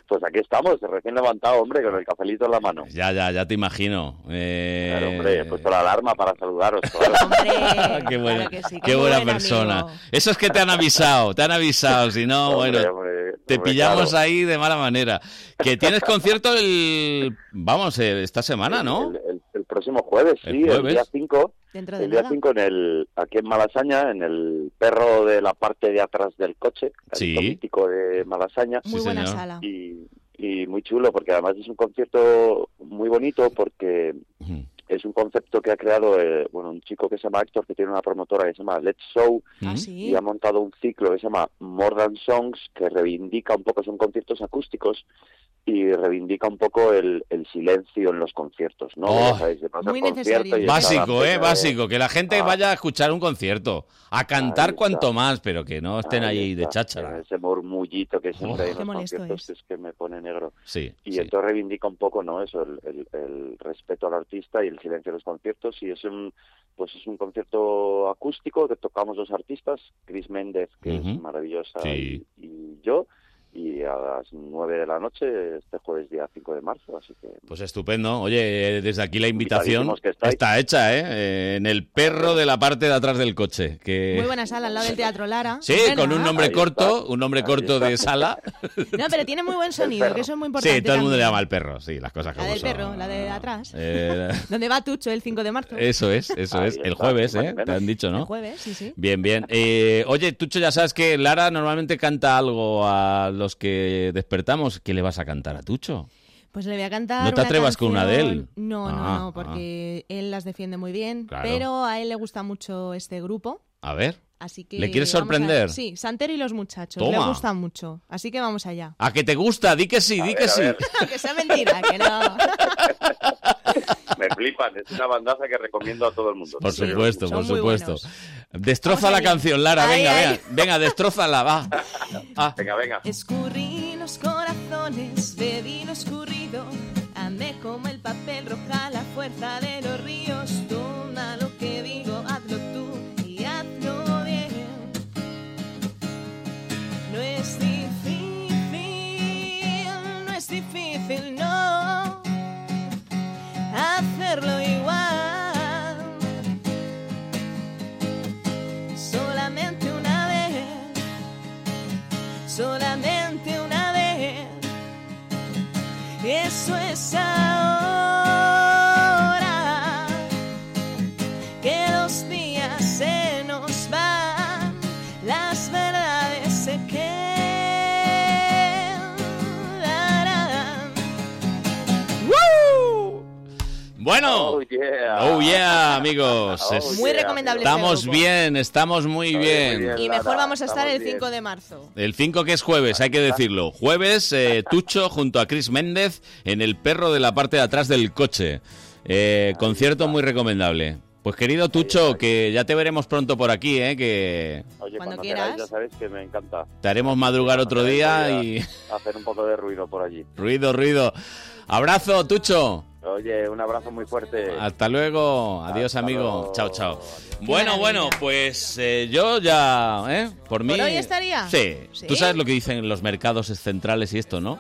[SPEAKER 17] Pues aquí estamos, recién levantado, hombre, con el cafelito en la mano.
[SPEAKER 2] Ya, ya, ya te imagino. Eh,
[SPEAKER 17] Claro, hombre, he puesto la alarma para
[SPEAKER 2] [laughs]
[SPEAKER 17] saludaros. claro.
[SPEAKER 2] qué buena,
[SPEAKER 4] Claro que sí,
[SPEAKER 2] qué
[SPEAKER 4] qué
[SPEAKER 2] buena
[SPEAKER 4] buen
[SPEAKER 2] persona.
[SPEAKER 4] amigo.
[SPEAKER 2] Eso es que te han avisado, te han avisado. Si no,
[SPEAKER 17] Hombre,
[SPEAKER 2] bueno,
[SPEAKER 17] hombre,
[SPEAKER 2] te
[SPEAKER 17] hombre,
[SPEAKER 2] pillamos
[SPEAKER 17] claro.
[SPEAKER 2] ahí de mala manera. Que tienes concierto el, vamos, eh, esta semana, ¿no?
[SPEAKER 17] El, el- el próximo jueves,
[SPEAKER 2] El
[SPEAKER 17] sí, el,
[SPEAKER 2] jueves.
[SPEAKER 17] día 5.
[SPEAKER 4] Dentro de
[SPEAKER 17] El día
[SPEAKER 4] nada.
[SPEAKER 17] 5 en el, aquí en Malasaña, en el perro de la parte de atrás del coche, el
[SPEAKER 2] Sí.
[SPEAKER 17] mítico de Malasaña.
[SPEAKER 4] Muy
[SPEAKER 2] Sí,
[SPEAKER 4] buena
[SPEAKER 2] señor.
[SPEAKER 4] sala.
[SPEAKER 17] Y, y muy chulo, porque además es un concierto muy bonito, porque
[SPEAKER 2] Ujú.
[SPEAKER 17] es un concepto que ha creado eh, bueno, un chico que se llama Héctor, que tiene una promotora que se llama Let's Show,
[SPEAKER 4] Ah,
[SPEAKER 2] ¿Mm?
[SPEAKER 4] sí.
[SPEAKER 17] y ha montado un ciclo que se llama More Than Songs, que reivindica un poco, son conciertos acústicos, y reivindica un poco el, el silencio en los conciertos, ¿no?
[SPEAKER 2] Oh.
[SPEAKER 17] Ya sabéis, se pasa
[SPEAKER 4] Muy
[SPEAKER 17] al concierto
[SPEAKER 4] necesario.
[SPEAKER 17] y está la
[SPEAKER 2] Básico,
[SPEAKER 17] pena
[SPEAKER 2] eh,
[SPEAKER 17] de-
[SPEAKER 2] básico. Que la gente
[SPEAKER 17] Ah.
[SPEAKER 2] vaya a escuchar un concierto, a cantar
[SPEAKER 17] está.
[SPEAKER 2] cuanto más, pero que no estén
[SPEAKER 17] Ahí
[SPEAKER 2] ahí de
[SPEAKER 17] está,
[SPEAKER 2] cháchara.
[SPEAKER 17] Ese murmullito que siempre hay en
[SPEAKER 4] Oh. Qué
[SPEAKER 17] los
[SPEAKER 4] molesto
[SPEAKER 17] conciertos
[SPEAKER 4] es.
[SPEAKER 17] que es que me pone negro.
[SPEAKER 2] Sí.
[SPEAKER 17] Y
[SPEAKER 2] sí.
[SPEAKER 17] entonces reivindica un poco, ¿no? Eso, el, el- el respeto al artista y el silencio de los conciertos. Y es un, pues es un concierto acústico que tocamos dos artistas, Chris Méndez, que es
[SPEAKER 2] Ujú.
[SPEAKER 17] maravillosa,
[SPEAKER 2] Sí.
[SPEAKER 17] y, y yo. Y a las 9 de la noche, este jueves día 5 de marzo, así que...
[SPEAKER 2] Pues estupendo. Oye, eh, desde aquí la invitación
[SPEAKER 17] Invitadísimos que estáis.
[SPEAKER 2] está hecha, ¿eh? Eh, En el perro de la parte de atrás del coche. Que...
[SPEAKER 4] Muy buena sala al lado del Teatro Lara.
[SPEAKER 2] Eh. Sí,
[SPEAKER 4] ¿Verdad?
[SPEAKER 2] con un nombre
[SPEAKER 17] Ahí
[SPEAKER 2] corto,
[SPEAKER 17] está.
[SPEAKER 2] un nombre
[SPEAKER 17] Ahí
[SPEAKER 2] corto
[SPEAKER 17] está.
[SPEAKER 2] de
[SPEAKER 4] [laughs]
[SPEAKER 2] sala.
[SPEAKER 4] No, pero tiene muy buen sonido,
[SPEAKER 17] perro.
[SPEAKER 4] que eso es muy importante.
[SPEAKER 2] Sí, todo el mundo
[SPEAKER 4] también.
[SPEAKER 2] le llama al perro, sí, las cosas
[SPEAKER 4] La
[SPEAKER 2] como
[SPEAKER 4] del
[SPEAKER 2] son.
[SPEAKER 4] perro, la de atrás. [laughs]
[SPEAKER 2] Eh,
[SPEAKER 4] ¿Dónde va Tucho el 5 de marzo?
[SPEAKER 2] eso es, eso
[SPEAKER 17] Ahí
[SPEAKER 2] es. El
[SPEAKER 17] está,
[SPEAKER 2] jueves,
[SPEAKER 17] ni más
[SPEAKER 2] ¿eh?
[SPEAKER 17] ni menos.
[SPEAKER 2] Te han dicho,
[SPEAKER 4] El
[SPEAKER 2] ¿no?
[SPEAKER 4] jueves, sí, sí.
[SPEAKER 2] Bien, bien. Eh, oye, Tucho, ya sabes que Lara normalmente canta algo a los que despertamos. ¿Qué le vas a cantar a Tucho?
[SPEAKER 4] Pues le voy a cantar.
[SPEAKER 2] No te
[SPEAKER 4] una
[SPEAKER 2] atrevas con una de
[SPEAKER 4] canción-
[SPEAKER 2] él.
[SPEAKER 4] No,
[SPEAKER 2] Ah,
[SPEAKER 4] no, no, porque él las defiende muy bien.
[SPEAKER 2] Claro.
[SPEAKER 4] Pero a él le gusta mucho este grupo.
[SPEAKER 2] A ver.
[SPEAKER 4] Así que
[SPEAKER 2] ¿Le quieres
[SPEAKER 4] vamos a-
[SPEAKER 2] sorprender?
[SPEAKER 4] Sí, Santero y los muchachos.
[SPEAKER 2] Toma.
[SPEAKER 4] Le gusta mucho. Así que vamos allá.
[SPEAKER 2] ¿A que te gusta? Di que sí, di
[SPEAKER 17] ver,
[SPEAKER 2] que
[SPEAKER 17] a
[SPEAKER 2] sí.
[SPEAKER 17] ver.
[SPEAKER 4] que sea mentira, que no.
[SPEAKER 17] Me flipan, es una bandaza que recomiendo a todo el mundo.
[SPEAKER 2] [laughs] Por
[SPEAKER 17] Sí,
[SPEAKER 2] supuesto,
[SPEAKER 4] son
[SPEAKER 2] por
[SPEAKER 4] muy
[SPEAKER 2] supuesto.
[SPEAKER 4] buenos.
[SPEAKER 2] Destroza
[SPEAKER 4] Vamos
[SPEAKER 2] la
[SPEAKER 4] ahí.
[SPEAKER 2] canción, Lara,
[SPEAKER 4] Ahí,
[SPEAKER 2] venga,
[SPEAKER 4] ahí.
[SPEAKER 2] venga, venga, destrózala, va. Ah,
[SPEAKER 17] Venga, venga.
[SPEAKER 4] Escurrí los corazones, bebí lo escurrido. Amé como el papel roja la fuerza de los ríos. Toma lo que digo, hazlo tú y hazlo bien. No es difícil, no es difícil, no. Hacerlo igual. Solamente una vez solamente una vez. Eso es ahora.
[SPEAKER 2] Bueno,
[SPEAKER 18] Oh, yeah.
[SPEAKER 2] oh yeah, amigos.
[SPEAKER 18] Oh,
[SPEAKER 2] Es-
[SPEAKER 4] Muy yeah, recomendable este
[SPEAKER 2] Estamos
[SPEAKER 4] grupo.
[SPEAKER 2] bien, estamos muy bien.
[SPEAKER 4] Y mejor vamos a estar el 5 de marzo.
[SPEAKER 2] El 5 que es jueves, hay que decirlo. Jueves, eh, Tucho junto a Chris Méndez en el perro de la parte de atrás del coche. Eh, concierto muy recomendable. Pues querido Tucho, que ya te veremos pronto por aquí, ¿eh? que
[SPEAKER 18] Oye, cuando, queráis, ya sabéis que me encanta
[SPEAKER 2] te haremos madrugar otro día y [laughs]
[SPEAKER 18] hacer un poco de ruido por allí.
[SPEAKER 2] ruido, ruido. Abrazo, Tucho.
[SPEAKER 18] Oye, un abrazo muy fuerte.
[SPEAKER 2] Hasta luego. Adiós, amigo. Chao, chao. Bueno, bueno, pues eh, yo ya, ¿eh? Por mí...
[SPEAKER 4] ¿Por hoy estaría?
[SPEAKER 2] Sí.
[SPEAKER 4] Sí.
[SPEAKER 2] Tú sabes lo que dicen los mercados centrales y esto, ¿no?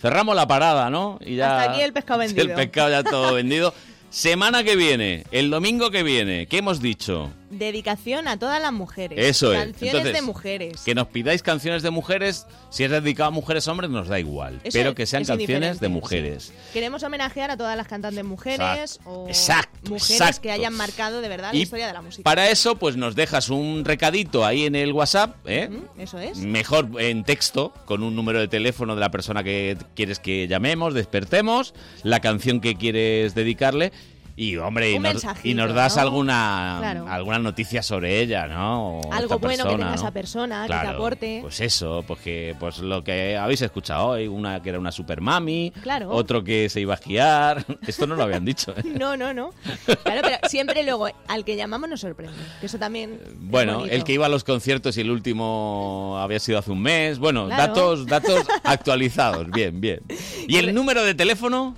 [SPEAKER 2] Cerramos la parada, ¿no? Y ya...
[SPEAKER 4] Hasta aquí el pescado vendido.
[SPEAKER 2] Ah, [laughs] El pescado ya
[SPEAKER 4] [laughs]
[SPEAKER 2] todo vendido. Semana que viene, el domingo que viene, ¿qué hemos dicho?
[SPEAKER 4] Dedicación a todas las mujeres.
[SPEAKER 2] Eso es.
[SPEAKER 4] Canciones
[SPEAKER 2] Entonces,
[SPEAKER 4] de mujeres.
[SPEAKER 2] Que nos pidáis canciones de mujeres, si es dedicado a mujeres hombres nos da igual,
[SPEAKER 4] Eso
[SPEAKER 2] pero
[SPEAKER 4] es-
[SPEAKER 2] que sean
[SPEAKER 4] es
[SPEAKER 2] canciones
[SPEAKER 4] indiferente,
[SPEAKER 2] de mujeres.
[SPEAKER 4] Queremos homenajear a todas las cantantes mujeres
[SPEAKER 2] Exacto,
[SPEAKER 4] o
[SPEAKER 2] exacto,
[SPEAKER 4] mujeres
[SPEAKER 2] exacto.
[SPEAKER 4] que hayan marcado de verdad la
[SPEAKER 2] Y
[SPEAKER 4] historia de la música.
[SPEAKER 2] Para eso, pues nos dejas un recadito ahí en el WhatsApp, ¿eh?
[SPEAKER 4] Eso es.
[SPEAKER 2] Mejor en texto, con un número de teléfono de la persona que quieres que llamemos, despertemos, la canción que quieres dedicarle y, hombre, y
[SPEAKER 4] Un
[SPEAKER 2] nos,
[SPEAKER 4] mensajito,
[SPEAKER 2] y nos das
[SPEAKER 4] ¿no?
[SPEAKER 2] alguna,
[SPEAKER 4] Claro.
[SPEAKER 2] alguna noticia sobre ella, ¿no? O esta
[SPEAKER 4] Algo bueno que
[SPEAKER 2] persona,
[SPEAKER 4] tenga
[SPEAKER 2] ¿no?
[SPEAKER 4] esa persona, que
[SPEAKER 2] Claro,
[SPEAKER 4] te aporte.
[SPEAKER 2] Pues eso, pues, que, pues lo que habéis escuchado hoy, una que era una super mami,
[SPEAKER 4] Claro.
[SPEAKER 2] otro que se iba a esquiar, [laughs] esto no lo habían dicho. ¿eh?
[SPEAKER 4] [laughs] No, no, no. Claro, pero siempre luego al que llamamos nos sorprende. Que eso también. es
[SPEAKER 2] Bueno,
[SPEAKER 4] bonito.
[SPEAKER 2] el que iba a los conciertos y el último había sido hace un mes. Bueno,
[SPEAKER 4] Claro.
[SPEAKER 2] datos,
[SPEAKER 4] [laughs]
[SPEAKER 2] datos actualizados. Bien, bien. ¿Y el número de teléfono?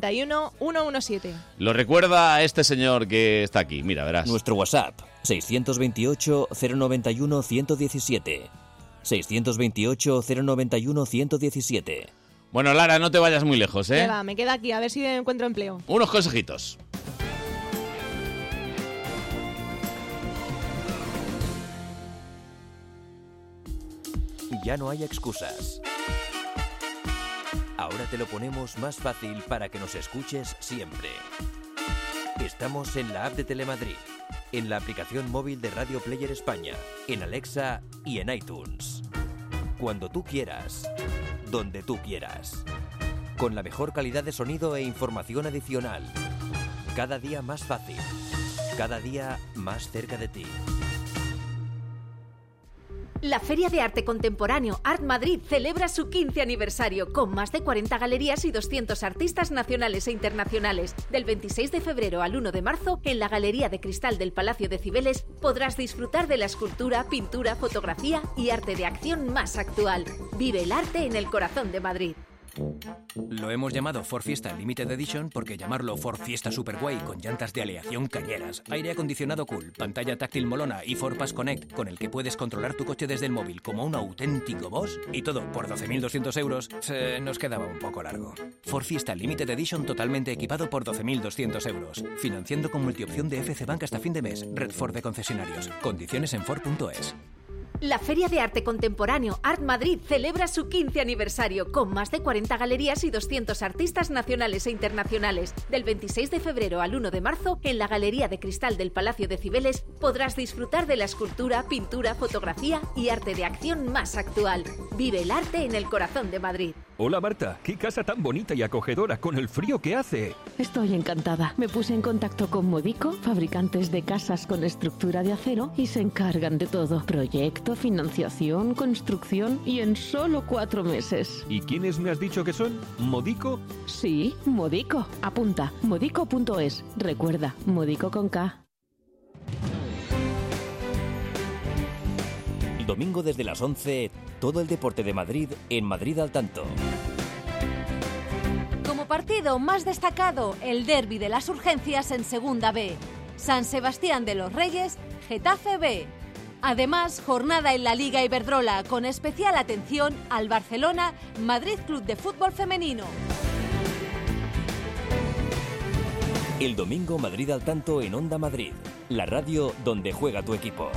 [SPEAKER 4] 628-091-117.
[SPEAKER 2] Lo recuerda a este señor que está aquí. Mira, verás.
[SPEAKER 1] Nuestro WhatsApp 628 091 117. 628 091 117.
[SPEAKER 2] Bueno, Lara, no te vayas muy lejos, ¿eh?
[SPEAKER 4] Que va, me queda aquí, a ver si encuentro empleo.
[SPEAKER 2] Unos consejitos.
[SPEAKER 1] Ya no hay excusas. Ahora te lo ponemos más fácil para que nos escuches siempre. Estamos en la app de Telemadrid, en la aplicación móvil de Radio Player España, en Alexa y en iTunes. Cuando tú quieras, donde tú quieras. Con la mejor calidad de sonido e información adicional. Cada día más fácil. Cada día más cerca de ti.
[SPEAKER 12] La Feria de Arte Contemporáneo Art Madrid celebra su 15 aniversario con más de 40 galerías y 200 artistas nacionales e internacionales. Del 26 de febrero al 1 de marzo, en la Galería de Cristal del Palacio de Cibeles podrás disfrutar de la escultura, pintura, fotografía y arte de acción más actual. Vive el arte en el corazón de Madrid.
[SPEAKER 19] Lo hemos llamado Ford Fiesta Limited Edition porque llamarlo Ford Fiesta Superway con llantas de aleación cañeras, aire acondicionado cool, pantalla táctil molona y Ford Pass Connect con el que puedes controlar tu coche desde el móvil como un auténtico boss y todo por 12.200 euros se nos quedaba un poco largo. Ford Fiesta Limited Edition totalmente equipado por 12.200 euros, financiando con multiopción de FC Bank hasta fin de mes, Red Ford de concesionarios, condiciones en Ford.es.
[SPEAKER 12] La Feria de Arte Contemporáneo Art Madrid celebra su 15 aniversario con más de 40 galerías y 200 artistas nacionales e internacionales. Del 26 de febrero al 1 de marzo, en la Galería de Cristal del Palacio de Cibeles podrás disfrutar de la escultura, pintura, fotografía y arte de acción más actual. Vive el arte en el corazón de Madrid.
[SPEAKER 13] Hola Marta, qué casa tan bonita y acogedora con el frío que hace.
[SPEAKER 14] Estoy encantada. Me puse en contacto con Modico, fabricantes de casas con estructura de acero, y se encargan de todo. Proyecto, financiación, construcción y en solo cuatro meses.
[SPEAKER 13] ¿Y quiénes me has dicho que son? ¿Modico?
[SPEAKER 14] Sí, Modico. Apunta, modico.es. Recuerda, Modico con K.
[SPEAKER 1] Domingo desde las 11, todo el deporte de Madrid en Madrid al tanto.
[SPEAKER 15] Como partido más destacado, el derby de las urgencias en Segunda B. San Sebastián de los Reyes, Getafe B. Además, jornada en la Liga Iberdrola, con especial atención al Barcelona, Madrid Club de Fútbol Femenino.
[SPEAKER 1] El domingo Madrid al tanto en Onda Madrid, la radio donde juega tu equipo.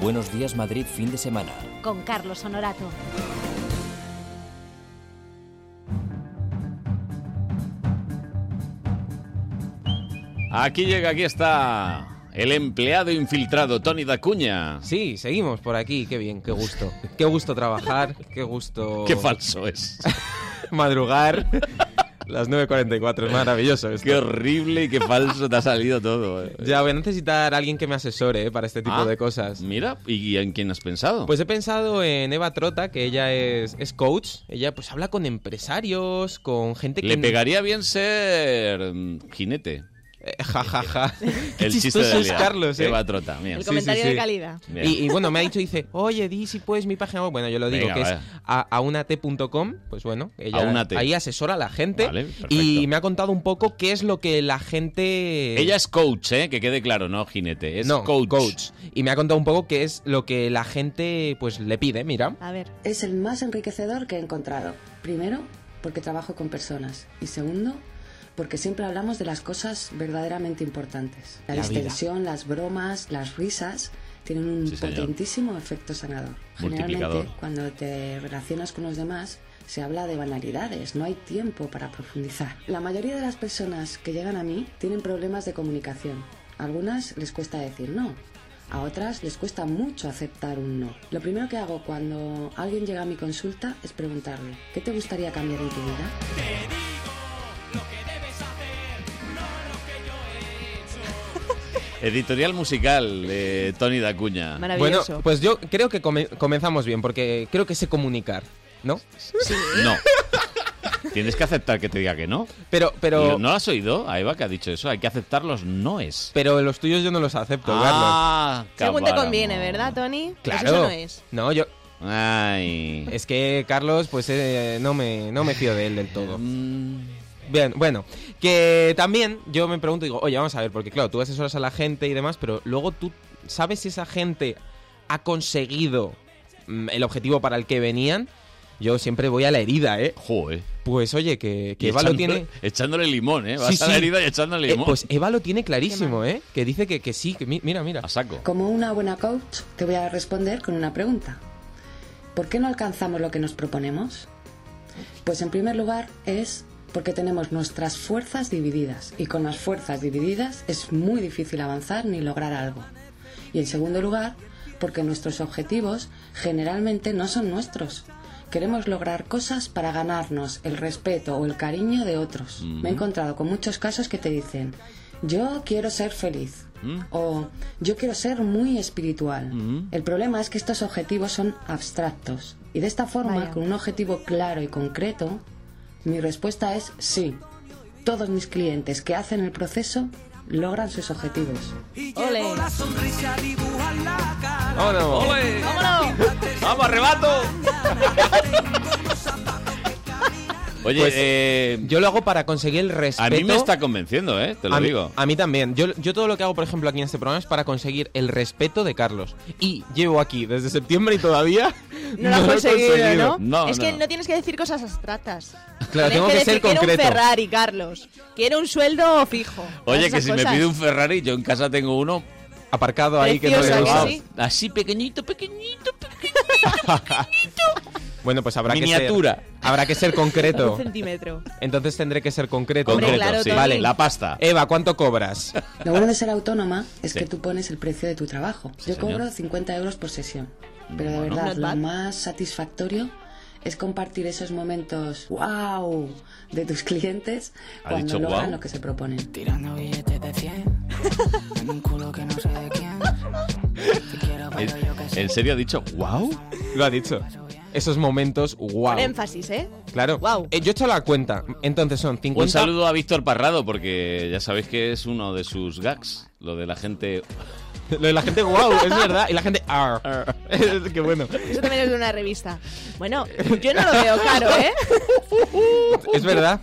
[SPEAKER 1] Buenos días Madrid fin de semana.
[SPEAKER 15] Con Carlos Honorato.
[SPEAKER 2] Aquí llega, aquí está el empleado infiltrado Tony Dacuña.
[SPEAKER 3] Sí, seguimos por aquí, qué bien, qué gusto. Qué gusto trabajar, qué gusto...
[SPEAKER 2] [laughs] Qué falso es.
[SPEAKER 3] [laughs] Madrugar.
[SPEAKER 2] [laughs]
[SPEAKER 3] Las 9.44, es maravilloso. esto.
[SPEAKER 2] Qué horrible y qué falso te ha salido todo. eh.
[SPEAKER 3] [laughs] Ya, voy a necesitar a alguien que me asesore eh, para este tipo
[SPEAKER 2] Ah,
[SPEAKER 3] de cosas.
[SPEAKER 2] Mira, ¿y en quién has pensado?
[SPEAKER 3] Pues he pensado en Eva Trota, que ella es, es coach. Ella pues habla con empresarios, con gente que... [laughs]
[SPEAKER 2] Le pegaría bien ser mm, jinete.
[SPEAKER 3] Eh, Ja, ja, ja.
[SPEAKER 2] [laughs] El chiste
[SPEAKER 3] chistoso
[SPEAKER 2] de
[SPEAKER 3] es
[SPEAKER 2] Lea.
[SPEAKER 3] Carlos, ¿eh?
[SPEAKER 2] Eva Trota, bien.
[SPEAKER 5] El comentario de calidad.
[SPEAKER 2] Bien.
[SPEAKER 3] Y, y bueno, me ha dicho, dice, oye, di si puedes mi página web. Bueno, yo lo digo,
[SPEAKER 2] Venga,
[SPEAKER 3] que es
[SPEAKER 2] vaya.
[SPEAKER 3] a- aunate.com. Pues bueno, ella
[SPEAKER 2] Aúnate.
[SPEAKER 3] ahí asesora a la gente.
[SPEAKER 2] Vale, perfecto.
[SPEAKER 3] y me ha contado un poco qué es lo que la gente...
[SPEAKER 2] Ella es coach, ¿eh? que quede claro, no jinete. Es
[SPEAKER 3] No,
[SPEAKER 2] coach.
[SPEAKER 3] Y me ha contado un poco qué es lo que la gente pues le pide, mira.
[SPEAKER 20] A ver. Es el más enriquecedor que he encontrado. Primero, porque trabajo con personas. Y segundo, porque siempre hablamos de las cosas verdaderamente importantes. La,
[SPEAKER 2] La vida.
[SPEAKER 20] distensión, las bromas, las risas tienen un
[SPEAKER 2] señor.
[SPEAKER 20] potentísimo efecto sanador.
[SPEAKER 2] Multiplicador.
[SPEAKER 20] Generalmente, cuando te relacionas con los demás, se habla de banalidades, no hay tiempo para profundizar. La mayoría de las personas que llegan a mí tienen problemas de comunicación. A algunas les cuesta decir no, a otras les cuesta mucho aceptar un no. Lo primero que hago cuando alguien llega a mi consulta es preguntarle, ¿qué te gustaría cambiar en tu vida?
[SPEAKER 2] Editorial musical de Tony Dacuña.
[SPEAKER 3] Bueno, pues yo creo que come- comenzamos bien, porque creo que sé comunicar, ¿no?
[SPEAKER 2] No. Tienes que aceptar que te diga que no.
[SPEAKER 3] Pero, pero,
[SPEAKER 2] ¿No lo has oído a Eva que ha dicho eso? Hay que aceptar los noes.
[SPEAKER 3] pero los tuyos yo no los acepto,
[SPEAKER 2] Ah,
[SPEAKER 3] Carlos.
[SPEAKER 5] Según te conviene, ¿verdad, Tony? Pues
[SPEAKER 3] Claro.
[SPEAKER 5] eso no es.
[SPEAKER 3] No, yo...
[SPEAKER 2] Ay.
[SPEAKER 3] Es que Carlos, pues eh, no, me, no me fío de él del todo. Bien, bueno, que también yo me pregunto, digo, oye, vamos a ver, porque claro, tú asesoras a la gente y demás, pero luego tú sabes si esa gente ha conseguido mm, el objetivo para el que venían. Yo siempre voy a la herida, ¿eh?
[SPEAKER 2] Joder.
[SPEAKER 3] Pues oye, que, que
[SPEAKER 2] Y
[SPEAKER 3] Eva lo
[SPEAKER 2] echándole-
[SPEAKER 3] tiene...
[SPEAKER 2] Echándole limón, ¿eh? Vas
[SPEAKER 3] Sí,
[SPEAKER 2] a la
[SPEAKER 3] sí.
[SPEAKER 2] herida y echándole
[SPEAKER 3] Eh,
[SPEAKER 2] limón.
[SPEAKER 3] pues Eva lo tiene clarísimo, ¿eh? Que dice que, que sí, que mi- mira, mira. A
[SPEAKER 2] saco.
[SPEAKER 20] Como una buena coach, te voy a responder con una pregunta. ¿Por qué no alcanzamos lo que nos proponemos? Pues en primer lugar es porque tenemos nuestras fuerzas divididas y con las fuerzas divididas es muy difícil avanzar ni lograr algo. Y en segundo lugar, porque nuestros objetivos generalmente no son nuestros. Queremos lograr cosas para ganarnos el respeto o el cariño de otros. Me he encontrado con muchos casos que te dicen, yo quiero ser feliz
[SPEAKER 2] ¿Mm?
[SPEAKER 20] o yo quiero ser muy espiritual. El problema es que estos objetivos son abstractos. Y de esta forma,
[SPEAKER 5] Vaya.
[SPEAKER 20] con un objetivo claro y concreto, mi respuesta es sí. Todos mis clientes que hacen el proceso logran sus objetivos.
[SPEAKER 5] Ole.
[SPEAKER 20] Oh, no.
[SPEAKER 2] ¡Ole!
[SPEAKER 5] ¡Vámonos!
[SPEAKER 2] ¡Vamos, arrebato! Oye,
[SPEAKER 3] Pues,
[SPEAKER 2] eh,
[SPEAKER 3] Yo lo hago para conseguir el respeto.
[SPEAKER 2] a mí me está convenciendo, ¿eh? Te lo
[SPEAKER 3] a mí-
[SPEAKER 2] digo.
[SPEAKER 3] a mí también. Yo, yo todo lo que hago, por ejemplo, aquí en este programa es para conseguir el respeto de Carlos. Y llevo aquí desde septiembre y todavía
[SPEAKER 5] [laughs]
[SPEAKER 3] [laughs]
[SPEAKER 5] No lo has
[SPEAKER 3] he
[SPEAKER 5] conseguido, ¿no?
[SPEAKER 3] No,
[SPEAKER 5] es que
[SPEAKER 3] no.
[SPEAKER 5] no tienes que decir cosas abstractas.
[SPEAKER 3] Claro,
[SPEAKER 5] Tienes
[SPEAKER 3] tengo que
[SPEAKER 5] decir,
[SPEAKER 3] ser
[SPEAKER 5] Quiero
[SPEAKER 3] concreto.
[SPEAKER 5] un Ferrari, Carlos. Quiero un sueldo fijo. Todas
[SPEAKER 2] Oye, que
[SPEAKER 5] esas
[SPEAKER 2] si me
[SPEAKER 5] cosas.
[SPEAKER 2] pide un Ferrari, yo en casa tengo uno
[SPEAKER 3] aparcado ahí que no
[SPEAKER 2] Precioso,
[SPEAKER 3] le
[SPEAKER 2] ¿a
[SPEAKER 3] gusta.
[SPEAKER 2] que sí? Así pequeñito, pequeñito,
[SPEAKER 3] Bueno, pues habrá
[SPEAKER 2] Miniatura.
[SPEAKER 3] que ser. Habrá que ser
[SPEAKER 5] [laughs]
[SPEAKER 3] concreto.
[SPEAKER 5] Un centímetro.
[SPEAKER 3] Entonces tendré que ser concreto.
[SPEAKER 5] Hombre, Concreto, claro, sí. Tony.
[SPEAKER 3] Vale,
[SPEAKER 2] la pasta.
[SPEAKER 3] Eva, ¿cuánto cobras?
[SPEAKER 20] Lo bueno de ser autónoma es
[SPEAKER 3] Sí.
[SPEAKER 20] que tú pones el precio de tu trabajo.
[SPEAKER 3] Sí,
[SPEAKER 20] Yo
[SPEAKER 3] señor.
[SPEAKER 20] cobro 50 euros por sesión. Pero de
[SPEAKER 3] Bueno.
[SPEAKER 20] verdad,
[SPEAKER 3] Not bad.
[SPEAKER 20] lo más satisfactorio es compartir esos momentos wow de tus clientes
[SPEAKER 21] Ha
[SPEAKER 20] cuando
[SPEAKER 21] dicho
[SPEAKER 20] logran
[SPEAKER 21] guau.
[SPEAKER 20] lo que se proponen.
[SPEAKER 21] Tirando billetes de 100
[SPEAKER 20] [laughs]
[SPEAKER 21] en un culo que no sé de quién. Te quiero, pero
[SPEAKER 3] Eh,
[SPEAKER 21] yo que sé.
[SPEAKER 2] ¿En serio ha dicho wow?
[SPEAKER 3] Lo ha dicho. Esos momentos, wow.
[SPEAKER 5] Con énfasis, ¿eh?
[SPEAKER 3] Claro. Eh, yo he hecho la cuenta. Entonces son 50.
[SPEAKER 2] Un saludo a Víctor Parrado, porque ya sabéis que es uno de sus gags, lo de la gente...
[SPEAKER 3] [laughs] Lo de la gente, wow, es verdad. Y la gente, ar. [laughs] Qué bueno.
[SPEAKER 5] Eso también es de una revista. Bueno, yo no lo veo caro,
[SPEAKER 3] [laughs]
[SPEAKER 5] ¿eh?
[SPEAKER 3] Es verdad.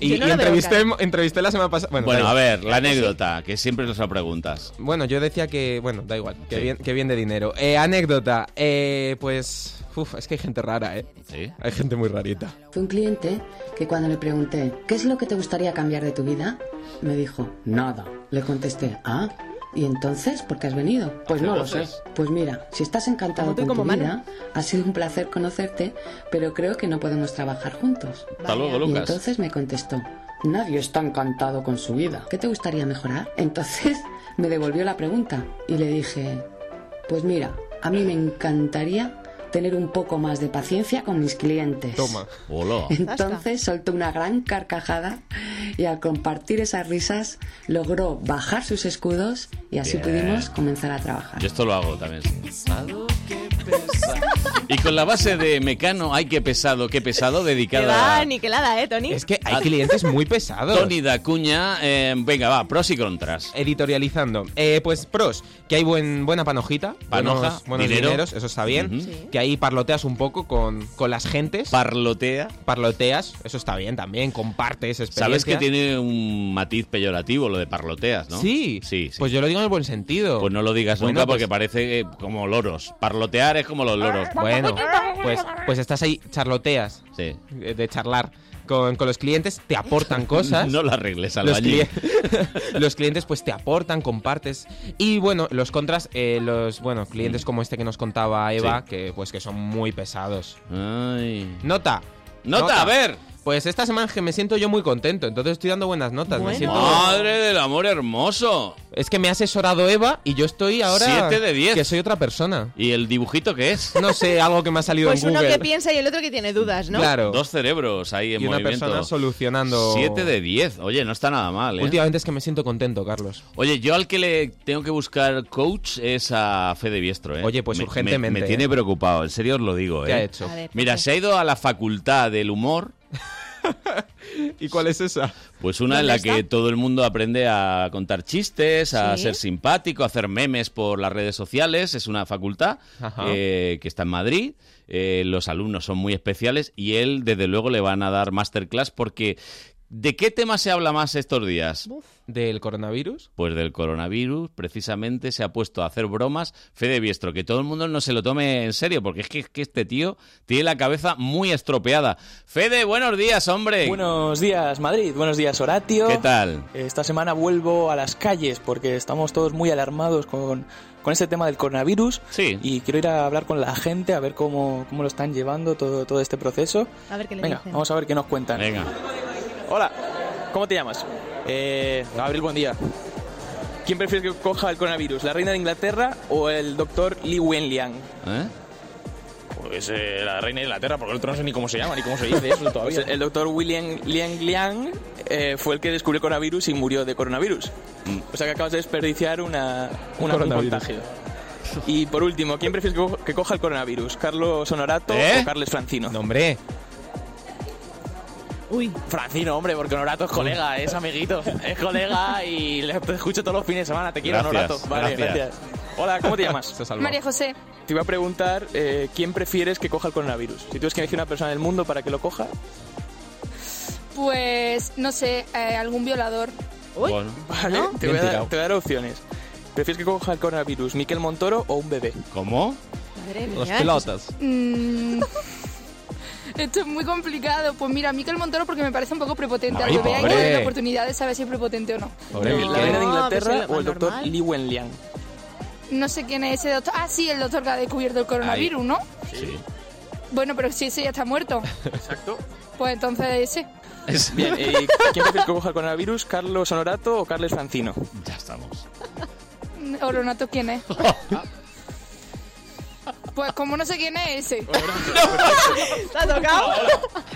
[SPEAKER 3] Y, y
[SPEAKER 5] Yo no lo veo,
[SPEAKER 3] entrevisté,
[SPEAKER 5] claro.
[SPEAKER 3] entrevisté la semana pasada. Bueno,
[SPEAKER 2] [laughs] Bueno,
[SPEAKER 3] da
[SPEAKER 2] a
[SPEAKER 3] igual.
[SPEAKER 2] ver, la anécdota, que siempre nos la preguntas.
[SPEAKER 3] Bueno, yo decía que, bueno, da igual, que, bien, que bien de dinero. Eh, anécdota, eh, pues, uf, es que hay gente rara, ¿eh?
[SPEAKER 2] Sí.
[SPEAKER 3] Hay gente muy rarita.
[SPEAKER 20] Fue un cliente que cuando le pregunté, ¿qué es lo que te gustaría cambiar de tu vida? Me dijo, nada. Le contesté, ah, ¿y entonces por qué has venido? Pues
[SPEAKER 21] Hace
[SPEAKER 20] no lo
[SPEAKER 21] voces.
[SPEAKER 20] sé. Pues mira, si estás encantado
[SPEAKER 21] Como tú,
[SPEAKER 20] con
[SPEAKER 21] como
[SPEAKER 20] tu
[SPEAKER 21] Manu.
[SPEAKER 20] vida, ha sido un placer conocerte, pero creo que no podemos trabajar juntos.
[SPEAKER 2] Hasta luego,
[SPEAKER 20] Y
[SPEAKER 2] Lucas.
[SPEAKER 20] entonces me contestó, Nadie está encantado con su vida. ¿Qué te gustaría mejorar? Entonces [laughs] me devolvió la pregunta y le dije, pues mira, a mí me encantaría tener un poco más de paciencia con mis clientes.
[SPEAKER 2] Toma. Hola.
[SPEAKER 20] Entonces soltó una gran carcajada y al compartir esas risas logró bajar sus escudos y así
[SPEAKER 2] Bien.
[SPEAKER 20] pudimos comenzar a trabajar.
[SPEAKER 2] Yo esto lo hago también. Y con la base de Mecano, ay, qué pesado, qué pesado,
[SPEAKER 5] Que
[SPEAKER 2] dedicada
[SPEAKER 5] va
[SPEAKER 2] a
[SPEAKER 5] aniquilada, ¿eh, Tony? Es
[SPEAKER 3] que hay clientes muy pesados.
[SPEAKER 2] Tony Dacuña. eh, venga, va, pros y contras.
[SPEAKER 3] Editorializando. Eh, pues pros, que hay buen, buena panojita.
[SPEAKER 2] Panoja,
[SPEAKER 3] buenos, buenos
[SPEAKER 2] dinero.
[SPEAKER 3] dineros, eso está bien.
[SPEAKER 2] Ujú.
[SPEAKER 3] Que ahí parloteas un poco con, con las gentes.
[SPEAKER 2] Parlotea.
[SPEAKER 3] Parloteas, eso está bien también. Compartes experiencias.
[SPEAKER 2] Sabes que tiene un matiz peyorativo lo de parloteas, ¿no?
[SPEAKER 3] Sí.
[SPEAKER 2] Sí,
[SPEAKER 3] Pues yo lo digo en el buen sentido.
[SPEAKER 2] Pues no lo digas
[SPEAKER 3] Bueno,
[SPEAKER 2] nunca
[SPEAKER 3] pues-
[SPEAKER 2] porque parece eh, como loros. Parlotear es como los
[SPEAKER 5] Ah,
[SPEAKER 2] loros.
[SPEAKER 3] Bueno, pues, pues estás ahí, charloteas.
[SPEAKER 2] Sí.
[SPEAKER 3] eh, De charlar con, con los clientes, te aportan cosas.
[SPEAKER 2] [laughs] No la arregles,
[SPEAKER 3] los,
[SPEAKER 2] albañil.
[SPEAKER 3] cli- [laughs] los clientes pues te aportan, compartes. Y bueno, los contras, eh, los bueno, clientes como este que nos contaba Eva, que pues que son muy pesados. Nota.
[SPEAKER 2] Nota, a ver.
[SPEAKER 3] Pues esta semana es que me siento yo muy contento, entonces estoy dando buenas notas. me siento-
[SPEAKER 2] Madre del amor hermoso.
[SPEAKER 3] Es que me ha asesorado Eva y yo estoy ahora...
[SPEAKER 2] Siete de diez.
[SPEAKER 3] Que soy otra persona.
[SPEAKER 2] ¿Y el dibujito qué es?
[SPEAKER 3] No sé, algo que me ha salido
[SPEAKER 5] Pues
[SPEAKER 3] en
[SPEAKER 5] uno
[SPEAKER 3] Google.
[SPEAKER 5] que piensa y el otro que tiene dudas, ¿no?
[SPEAKER 3] Claro.
[SPEAKER 2] Dos cerebros ahí en
[SPEAKER 3] Y una
[SPEAKER 2] movimiento.
[SPEAKER 3] persona solucionando- Pues
[SPEAKER 2] 7 de 10. Oye, no está nada mal, ¿eh?
[SPEAKER 3] Últimamente es que me siento contento, Carlos.
[SPEAKER 2] Oye, yo al que le tengo que buscar coach es a Fede Biestro, ¿eh?
[SPEAKER 3] Oye, pues
[SPEAKER 2] Me- me-
[SPEAKER 3] urgentemente,
[SPEAKER 2] Me,
[SPEAKER 3] ¿eh?
[SPEAKER 2] tiene preocupado, en serio os lo digo,
[SPEAKER 3] ¿Qué
[SPEAKER 2] ¿eh?
[SPEAKER 3] ha hecho? A ver, pues ¿por
[SPEAKER 2] Mira, se ha ido a la facultad del humor.
[SPEAKER 3] [laughs] ¿Y cuál es esa?
[SPEAKER 2] Pues una en la
[SPEAKER 3] ¿Dónde
[SPEAKER 2] que
[SPEAKER 3] está?
[SPEAKER 2] todo el mundo aprende a contar chistes, a
[SPEAKER 3] Sí.
[SPEAKER 2] ser simpático, a hacer memes por las redes sociales. Es una facultad
[SPEAKER 3] Ajá.
[SPEAKER 2] eh, que está en Madrid. Eh, los alumnos son muy especiales y él, desde luego, le van a dar masterclass porque... ¿De qué tema se habla más estos días?
[SPEAKER 3] ¿Del coronavirus?
[SPEAKER 2] Pues del coronavirus, precisamente se ha puesto a hacer bromas Fede Biestro, que todo el mundo no se lo tome en serio, porque es que, es que este tío tiene la cabeza muy estropeada. Fede, buenos días, hombre.
[SPEAKER 22] Buenos días, Madrid. Buenos días, Horatio.
[SPEAKER 2] ¿Qué tal?
[SPEAKER 22] Esta semana vuelvo a las calles porque estamos todos muy alarmados con, con este tema del coronavirus.
[SPEAKER 2] Sí.
[SPEAKER 22] Y quiero ir a hablar con la gente a ver cómo, cómo lo están llevando todo, todo este proceso.
[SPEAKER 5] A ver qué le
[SPEAKER 22] Venga,
[SPEAKER 5] dicen.
[SPEAKER 22] vamos a ver qué nos cuentan.
[SPEAKER 2] Venga.
[SPEAKER 22] Hola, ¿cómo te llamas? Eh, Gabriel, buen día. ¿Quién prefieres que coja el coronavirus, la reina de Inglaterra o el doctor Lee Wenliang?
[SPEAKER 2] ¿Eh?
[SPEAKER 22] Pues la reina de Inglaterra, porque el otro no sé ni cómo se llama, ni cómo se dice eso todavía. Pues, el doctor William Liang Liang eh, fue el que descubrió el coronavirus y murió de coronavirus. O sea que acabas de desperdiciar una, una- un
[SPEAKER 3] Coronavirus.
[SPEAKER 22] contagio. Y por último, ¿quién prefieres que, co- que coja el coronavirus? ¿Carlos Honorato o Carles Francino?
[SPEAKER 3] ¿Eh? No, hombre.
[SPEAKER 22] Uy. Francino, hombre, porque Honorato es colega, es amiguito. Es colega y le- te escucho todos los fines de semana. Te quiero,
[SPEAKER 2] Gracias,
[SPEAKER 22] Honorato. Vale,
[SPEAKER 2] gracias.
[SPEAKER 22] gracias. Hola, ¿cómo te
[SPEAKER 3] [laughs]
[SPEAKER 22] llamas?
[SPEAKER 23] María José,
[SPEAKER 22] Te iba a preguntar eh, quién prefieres que coja el coronavirus. Si tienes que elegir una persona del mundo para que lo coja.
[SPEAKER 23] pues no sé, eh, algún violador.
[SPEAKER 2] Bueno.
[SPEAKER 22] Vale, te, voy
[SPEAKER 2] Bien
[SPEAKER 22] a dar,
[SPEAKER 2] tirado.
[SPEAKER 22] te voy a dar opciones. ¿Prefieres que coja el coronavirus Miquel Montoro o un bebé?
[SPEAKER 2] ¿Cómo?
[SPEAKER 23] Madre
[SPEAKER 2] pelotas.
[SPEAKER 23] Mm, [laughs] esto es muy complicado. Pues mira, Miquel Montoro porque me parece un poco prepotente.
[SPEAKER 22] Ay,
[SPEAKER 23] Al bebé hay que
[SPEAKER 22] pobre.
[SPEAKER 23] darle la oportunidad de saber si es prepotente o no.
[SPEAKER 22] ¿La reina de Inglaterra
[SPEAKER 23] pues es lo
[SPEAKER 22] o el doctor Li Wenliang?
[SPEAKER 23] No sé quién es ese doctor. Ah, sí, el doctor que ha descubierto el coronavirus, ¿no?
[SPEAKER 2] Sí.
[SPEAKER 23] Bueno, pero si ese ya está muerto.
[SPEAKER 22] Exacto.
[SPEAKER 23] Pues entonces ese.
[SPEAKER 2] [laughs]
[SPEAKER 22] Bien, ¿y quién prefieres que coja el coronavirus? ¿Carlos Honorato o Carles Francino?
[SPEAKER 2] Ya estamos.
[SPEAKER 23] Mm, Oronato,
[SPEAKER 22] [laughs]
[SPEAKER 23] ¿quién es? Pues como no sé quién es ese.
[SPEAKER 5] [laughs]
[SPEAKER 23] [laughs]
[SPEAKER 5] ¿Te ha tocado?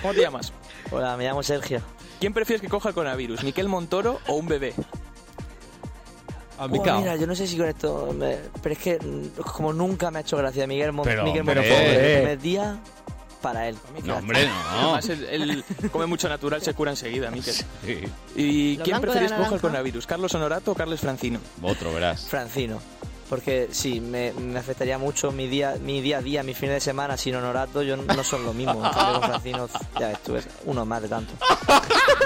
[SPEAKER 22] ¿Cómo te llamas? Hola, me llamo Sergio. ¿Quién prefieres que coja el coronavirus? ¿Miquel Montoro o un bebé?
[SPEAKER 24] Oh, mira, yo no sé si con esto. me- pero es que mm, como nunca me ha hecho gracia Miguel, Mon
[SPEAKER 2] Pero,
[SPEAKER 24] Miguel
[SPEAKER 2] hombre.
[SPEAKER 24] Monfort, desde el primer día para él.
[SPEAKER 2] No, hombre, no.
[SPEAKER 22] Además, él, él come mucho natural, se cura enseguida, Miquel. ¿Y
[SPEAKER 24] Lo blanco de la
[SPEAKER 22] quién prefieres que coja el
[SPEAKER 24] naranja.
[SPEAKER 22] coronavirus? ¿Carlos Honorato o Carles Francino?
[SPEAKER 2] Otro, verás.
[SPEAKER 24] Francino. Porque sí, me, me afectaría mucho mi día, mi día a día, mis fines de semana sin honorato, yo no son lo mismo. En cambio, con Francino, ya ves tú, es uno más de tanto.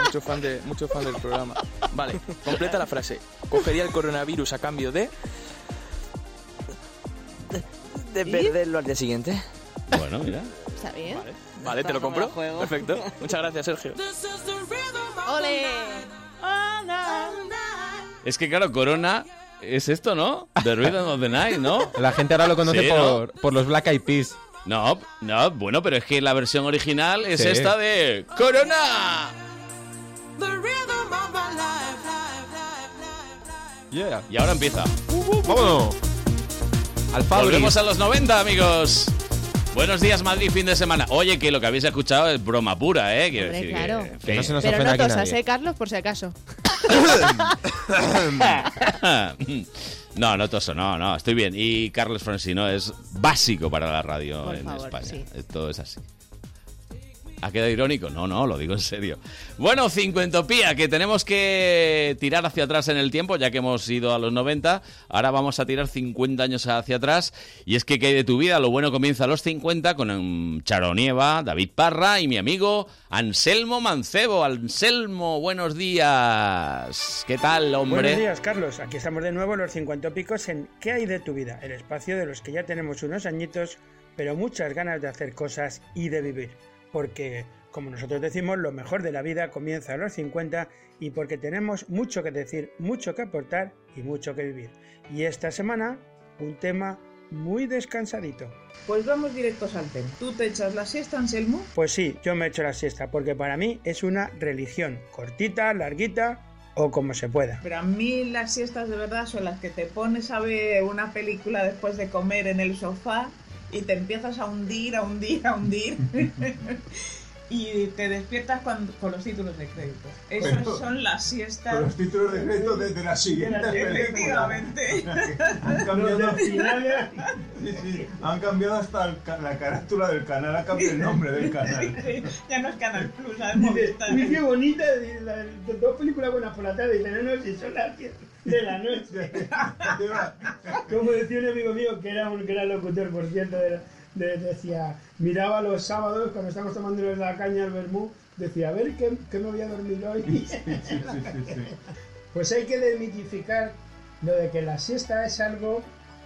[SPEAKER 22] Mucho fan, de, mucho fan del programa. Vale, completa la frase. Cogería el coronavirus a cambio de...
[SPEAKER 24] De perderlo al día siguiente.
[SPEAKER 2] Bueno, mira.
[SPEAKER 5] Está bien.
[SPEAKER 22] Vale, te lo compro. Perfecto. Muchas gracias, Sergio.
[SPEAKER 5] ¡Ole!
[SPEAKER 2] Es que claro, Corona es esto, ¿no? The Rhythm of the Night, ¿no?
[SPEAKER 3] [laughs] La gente ahora lo conoce
[SPEAKER 2] Sí, ¿no?
[SPEAKER 3] por, por los Black Eyed Peas.
[SPEAKER 2] No, no, bueno, pero es que la versión original es
[SPEAKER 3] Sí.
[SPEAKER 2] esta de Corona.
[SPEAKER 5] The
[SPEAKER 2] Y ahora empieza.
[SPEAKER 3] ¡Vámonos! Al Fabri.
[SPEAKER 2] Volvemos a los 90, amigos. Buenos días, Madrid, fin de semana. Oye, que lo que habéis escuchado es broma pura, ¿eh? Quiero
[SPEAKER 5] Hombre,
[SPEAKER 2] decir
[SPEAKER 5] claro.
[SPEAKER 2] que, en
[SPEAKER 3] Que no se nos
[SPEAKER 5] Pero no
[SPEAKER 3] ofenda aquí
[SPEAKER 5] tosas,
[SPEAKER 3] nadie.
[SPEAKER 5] ¿eh, Carlos? Por si
[SPEAKER 2] [laughs]
[SPEAKER 5] acaso.
[SPEAKER 3] [coughs]
[SPEAKER 2] [laughs] no, no toso, no, no, estoy bien. Y Carlos Francino es básico para la radio
[SPEAKER 5] Por
[SPEAKER 2] en
[SPEAKER 5] favor,
[SPEAKER 2] España. Eh,
[SPEAKER 5] sí.
[SPEAKER 2] Todo es así. ¿Ha quedado irónico? No, no, lo digo en serio. Bueno, cincuentopía, que tenemos que tirar hacia atrás en el tiempo, ya que hemos ido a los 90. Ahora vamos a tirar 50 años hacia atrás. Y es que, ¿qué hay de tu vida? Lo bueno comienza a los 50 con mm, Charonieva, David Parra y mi amigo Anselmo Mancebo. Anselmo, buenos días. ¿Qué tal, hombre?
[SPEAKER 8] Buenos días, Carlos. Aquí estamos de nuevo los 50 picos en ¿Qué hay de tu vida? El espacio de los que ya tenemos unos añitos, pero muchas ganas de hacer cosas y de vivir. Porque, como nosotros decimos, lo mejor de la vida comienza a los 50 y porque tenemos mucho que decir, mucho que aportar y mucho que vivir. Y esta semana, un tema muy descansadito.
[SPEAKER 25] Pues vamos directos al tema. ¿Tú te echas la siesta, Anselmo?
[SPEAKER 8] Pues sí, yo me echo la siesta porque para mí es una religión, cortita, larguita o como se pueda.
[SPEAKER 25] Pero a mí las siestas de verdad son las que te pones a ver una película después de comer en el sofá y te empiezas a hundir, a hundir, a
[SPEAKER 26] [laughs]
[SPEAKER 25] hundir. y te despiertas cuando- con los títulos de crédito. Esas
[SPEAKER 26] Pero-
[SPEAKER 25] son las siestas.
[SPEAKER 26] Con los títulos de crédito desde las siguientes películas.
[SPEAKER 25] Efectivamente.
[SPEAKER 26] [laughs] Han cambiado
[SPEAKER 25] [laughs] No, no.
[SPEAKER 26] los finales. Sí, sí. Han cambiado hasta el ca- la carátula del canal, ha cambiado el nombre del canal.
[SPEAKER 25] Sí, ya no es Canal Plus, ahora es Movistar.
[SPEAKER 26] "Uy, qué
[SPEAKER 25] bonita!
[SPEAKER 26] Dos películas buenas por la tarde y tenemos y son las 10 de la noche.
[SPEAKER 8] Como decía un amigo mío que era un gran locutor, por cierto, era- de- decía, miraba los sábados cuando estábamos tomando la caña al vermú, decía, a ver qué, qué me voy a dormir hoy. Pues hay que demitificar lo de que la siesta es algo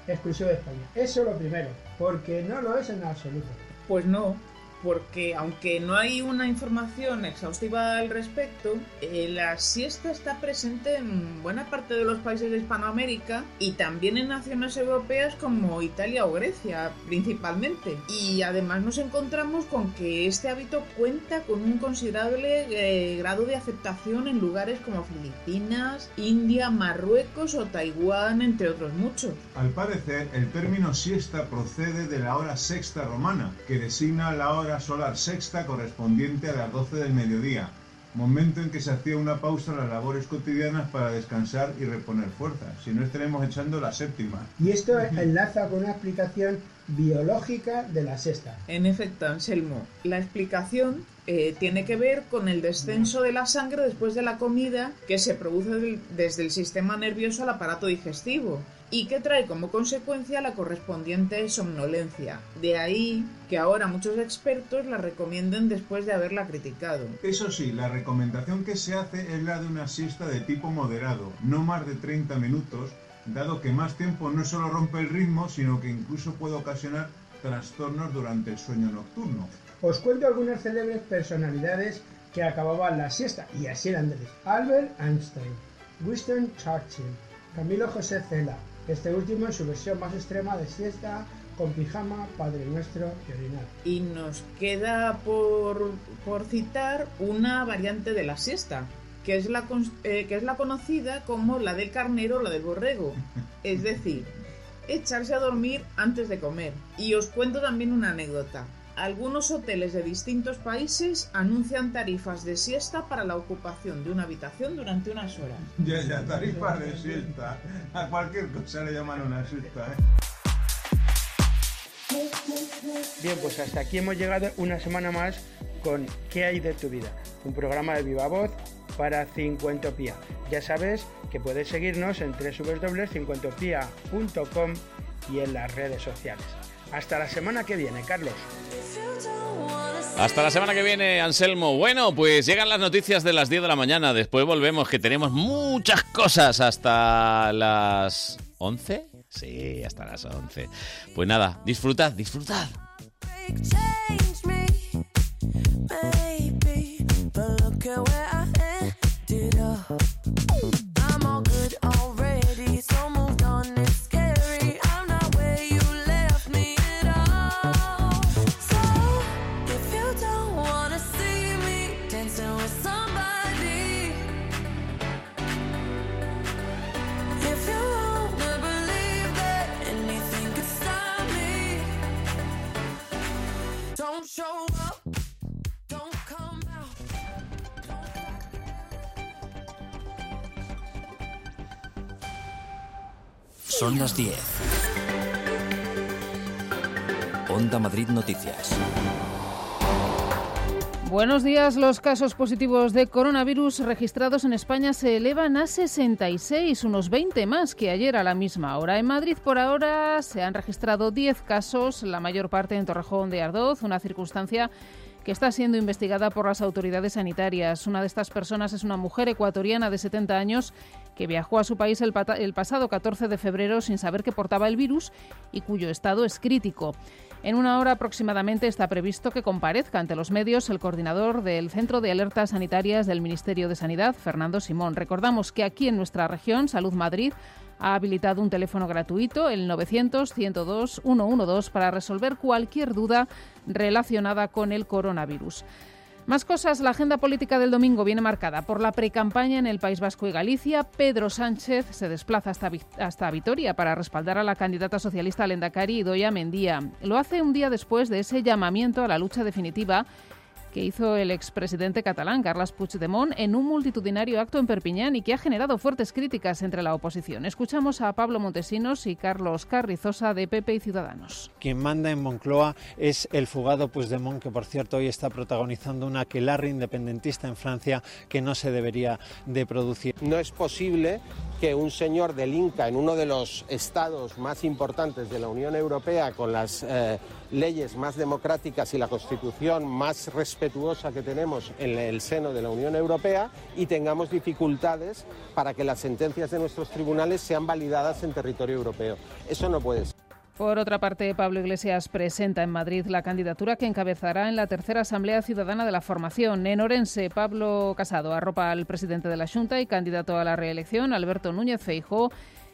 [SPEAKER 8] exclusivo de España. Eso lo primero, porque no lo es en absoluto.
[SPEAKER 25] Pues no, porque aunque no hay una información exhaustiva al respecto, eh, la siesta está presente en buena parte de los países de Hispanoamérica y también en naciones europeas como Italia o Grecia principalmente. Y además nos encontramos con que este hábito cuenta con un considerable eh, grado de aceptación en lugares como Filipinas, India, Marruecos o Taiwán, entre otros muchos.
[SPEAKER 26] Al parecer, el término siesta procede de la hora sexta romana, que designa la hora solar sexta correspondiente a las 12 del mediodía, momento en que se hacía una pausa en las labores cotidianas para descansar y reponer fuerzas. Si no, estaremos echando la séptima.
[SPEAKER 8] Y esto enlaza con una explicación biológica de la siesta.
[SPEAKER 25] En efecto, Anselmo, la explicación eh, tiene que ver con el descenso de la sangre después de la comida que se produce del- desde el sistema nervioso al aparato digestivo y que trae como consecuencia la correspondiente somnolencia. De ahí que ahora muchos expertos la recomienden después de haberla criticado.
[SPEAKER 26] Eso sí, la recomendación que se hace es la de una siesta de tipo moderado, no más de 30 minutos, dado que más tiempo no solo rompe el ritmo, sino que incluso puede ocasionar trastornos durante el sueño nocturno. [laughs]
[SPEAKER 8] Os cuento algunas célebres personalidades que acababan la siesta, y así eran tres. Albert Einstein, Winston Churchill, Camilo José Cela, este último en su versión más extrema de siesta, con pijama, Padre Nuestro y orinar.
[SPEAKER 25] Y nos queda por, por citar una variante de la siesta, que es la, cons- eh, que es la conocida como la del carnero o la del borrego. Es decir, echarse a dormir antes de comer. Y os cuento también una anécdota. Algunos hoteles de distintos países anuncian tarifas de siesta para la ocupación de una habitación durante unas horas.
[SPEAKER 26] Ya, ya, tarifa de siesta. A cualquier cosa le llaman una siesta, ¿eh?
[SPEAKER 8] Bien, pues hasta aquí hemos llegado una semana más con ¿Qué hay de tu vida? Un programa de viva voz para Cincuentopía. Ya sabes que puedes seguirnos en www.cincuentopía.com y en las redes sociales. Hasta la semana que viene, Carlos.
[SPEAKER 2] Hasta la semana que viene, Anselmo. Bueno, pues llegan las noticias de las 10 de la mañana. Después volvemos, que tenemos muchas cosas hasta las 11. Sí, hasta las 11. Pues nada, disfrutad, disfrutad.
[SPEAKER 21] Change me, maybe, but look at where I ended up. I'm all good already, so moved on. It's scary. I'm not where you left me at all. So if you don't wanna see me dancing with somebody, if
[SPEAKER 1] Son las 10. Onda Madrid Noticias.
[SPEAKER 6] Buenos días. Los casos positivos de coronavirus registrados en España se elevan a 66, unos 20 más que ayer a la misma hora. En Madrid, por ahora, se han registrado 10 casos, la mayor parte en Torrejón de Ardoz, una circunstancia que está siendo investigada por las autoridades sanitarias. Una de estas personas es una mujer ecuatoriana de 70 años que viajó a su país el, pata- el pasado 14 de febrero sin saber que portaba el virus y cuyo estado es crítico. En una hora aproximadamente está previsto que comparezca ante los medios el coordinador del Centro de Alertas Sanitarias del Ministerio de Sanidad, Fernando Simón. Recordamos que aquí en nuestra región, Salud Madrid, ha habilitado un teléfono gratuito, el 900-102-112, para resolver cualquier duda relacionada con el coronavirus. Más cosas, la agenda política del domingo viene marcada por la precampaña en el País Vasco y Galicia. Pedro Sánchez se desplaza hasta, Vi- hasta Vitoria para respaldar a la candidata socialista Lendakari Idoia Mendía. Lo hace un día después de ese llamamiento a la lucha definitiva que hizo el expresidente catalán Carles Puigdemont en un multitudinario acto en Perpiñán y que ha generado fuertes críticas entre la oposición. Escuchamos a Pablo Montesinos y Carlos Carrizosa de PP y Ciudadanos.
[SPEAKER 7] Quien manda en Moncloa es el fugado Puigdemont, que por cierto hoy está protagonizando una aquelarre independentista en Francia que no se debería de producir.
[SPEAKER 16] No es posible que un señor del Inca en uno de los estados más importantes de la Unión Europea, con las eh, leyes más democráticas y la constitución más respetuosa que tenemos en el seno de la Unión Europea, y tengamos dificultades para que las sentencias de nuestros tribunales sean validadas en territorio europeo. Eso no puede ser.
[SPEAKER 6] Por otra parte, Pablo Iglesias presenta en Madrid la candidatura que encabezará en la tercera Asamblea Ciudadana de la Formación. En Orense, Pablo Casado arropa al presidente de la Junta y candidato a la reelección, Alberto Núñez Feijó,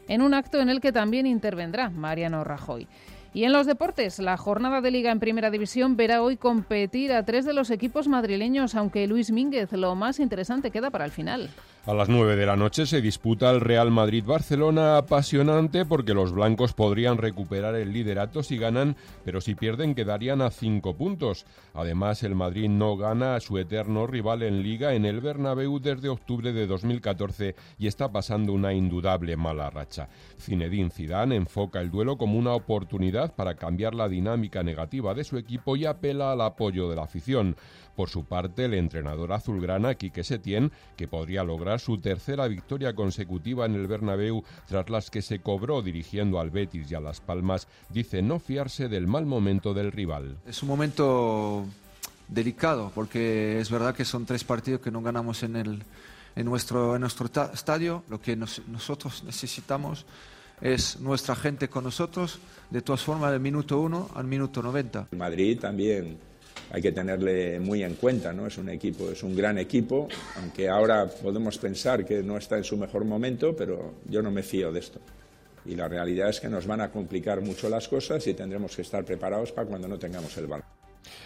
[SPEAKER 6] en un acto en el que también intervendrá Mariano Rajoy. Y en los deportes, la jornada de liga en primera división verá hoy competir a tres de los equipos madrileños, aunque Luis Mínguez lo más interesante queda para el final.
[SPEAKER 27] A las 9 de la noche se disputa el Real Madrid-Barcelona, apasionante porque los blancos podrían recuperar el liderato si ganan, pero si pierden quedarían a 5 puntos. Además, el Madrid no gana a su eterno rival en liga en el Bernabéu desde octubre de 2014 y está pasando una indudable mala racha. Zinedine Zidane enfoca el duelo como una oportunidad para cambiar la dinámica negativa de su equipo y apela al apoyo de la afición. Por su parte, el entrenador azulgrana Quique Setién, que podría lograr su tercera victoria consecutiva en el Bernabéu tras las que se cobró dirigiendo al Betis y a Las Palmas, dice no fiarse del mal momento del rival.
[SPEAKER 28] Es un momento delicado porque es verdad que son tres partidos que no ganamos en, el, en nuestro, en nuestro ta- estadio. Lo que nos- nosotros necesitamos es nuestra gente con nosotros, de todas formas, del minuto 1 al minuto 90.
[SPEAKER 29] Madrid también hay que tenerle muy en cuenta, ¿no? Es un equipo, es un gran equipo, aunque ahora podemos pensar que no está en su mejor momento, pero yo no me fío de esto. Y la realidad es que nos van a complicar mucho las cosas y tendremos que estar preparados para cuando no tengamos el balón.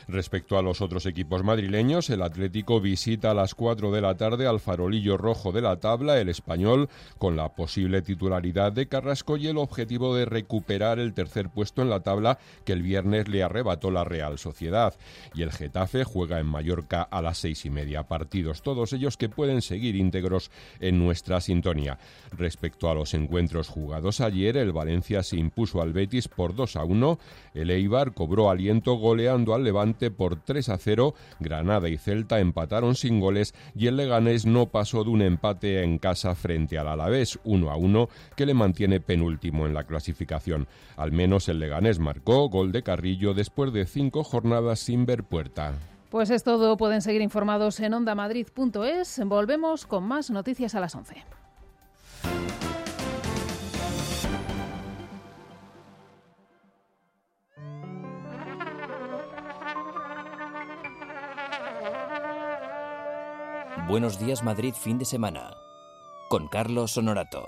[SPEAKER 27] Respecto a los otros equipos madrileños, el Atlético visita a las 4 de la tarde al farolillo rojo de la tabla, el español, con la posible titularidad de Carrasco y el objetivo de recuperar el tercer puesto en la tabla que el viernes le arrebató la Real Sociedad. Y el Getafe juega en Mallorca a las seis y media partidos, todos ellos que pueden seguir íntegros en nuestra sintonía. Respecto a los encuentros jugados ayer, el Valencia se impuso al Betis por 2 a 1, el Eibar cobró aliento goleando al Levante por 3 a 0, Granada y Celta empataron sin goles y el Leganés no pasó de un empate en casa frente al Alavés 1 a 1 que le mantiene penúltimo en la clasificación. Al menos el Leganés marcó gol de Carrillo después de cinco jornadas sin ver puerta.
[SPEAKER 6] Pues es todo, pueden seguir informados en ondamadrid.es. Volvemos con más noticias a las 11.
[SPEAKER 1] Buenos días Madrid fin de semana. Con Carlos Honorato.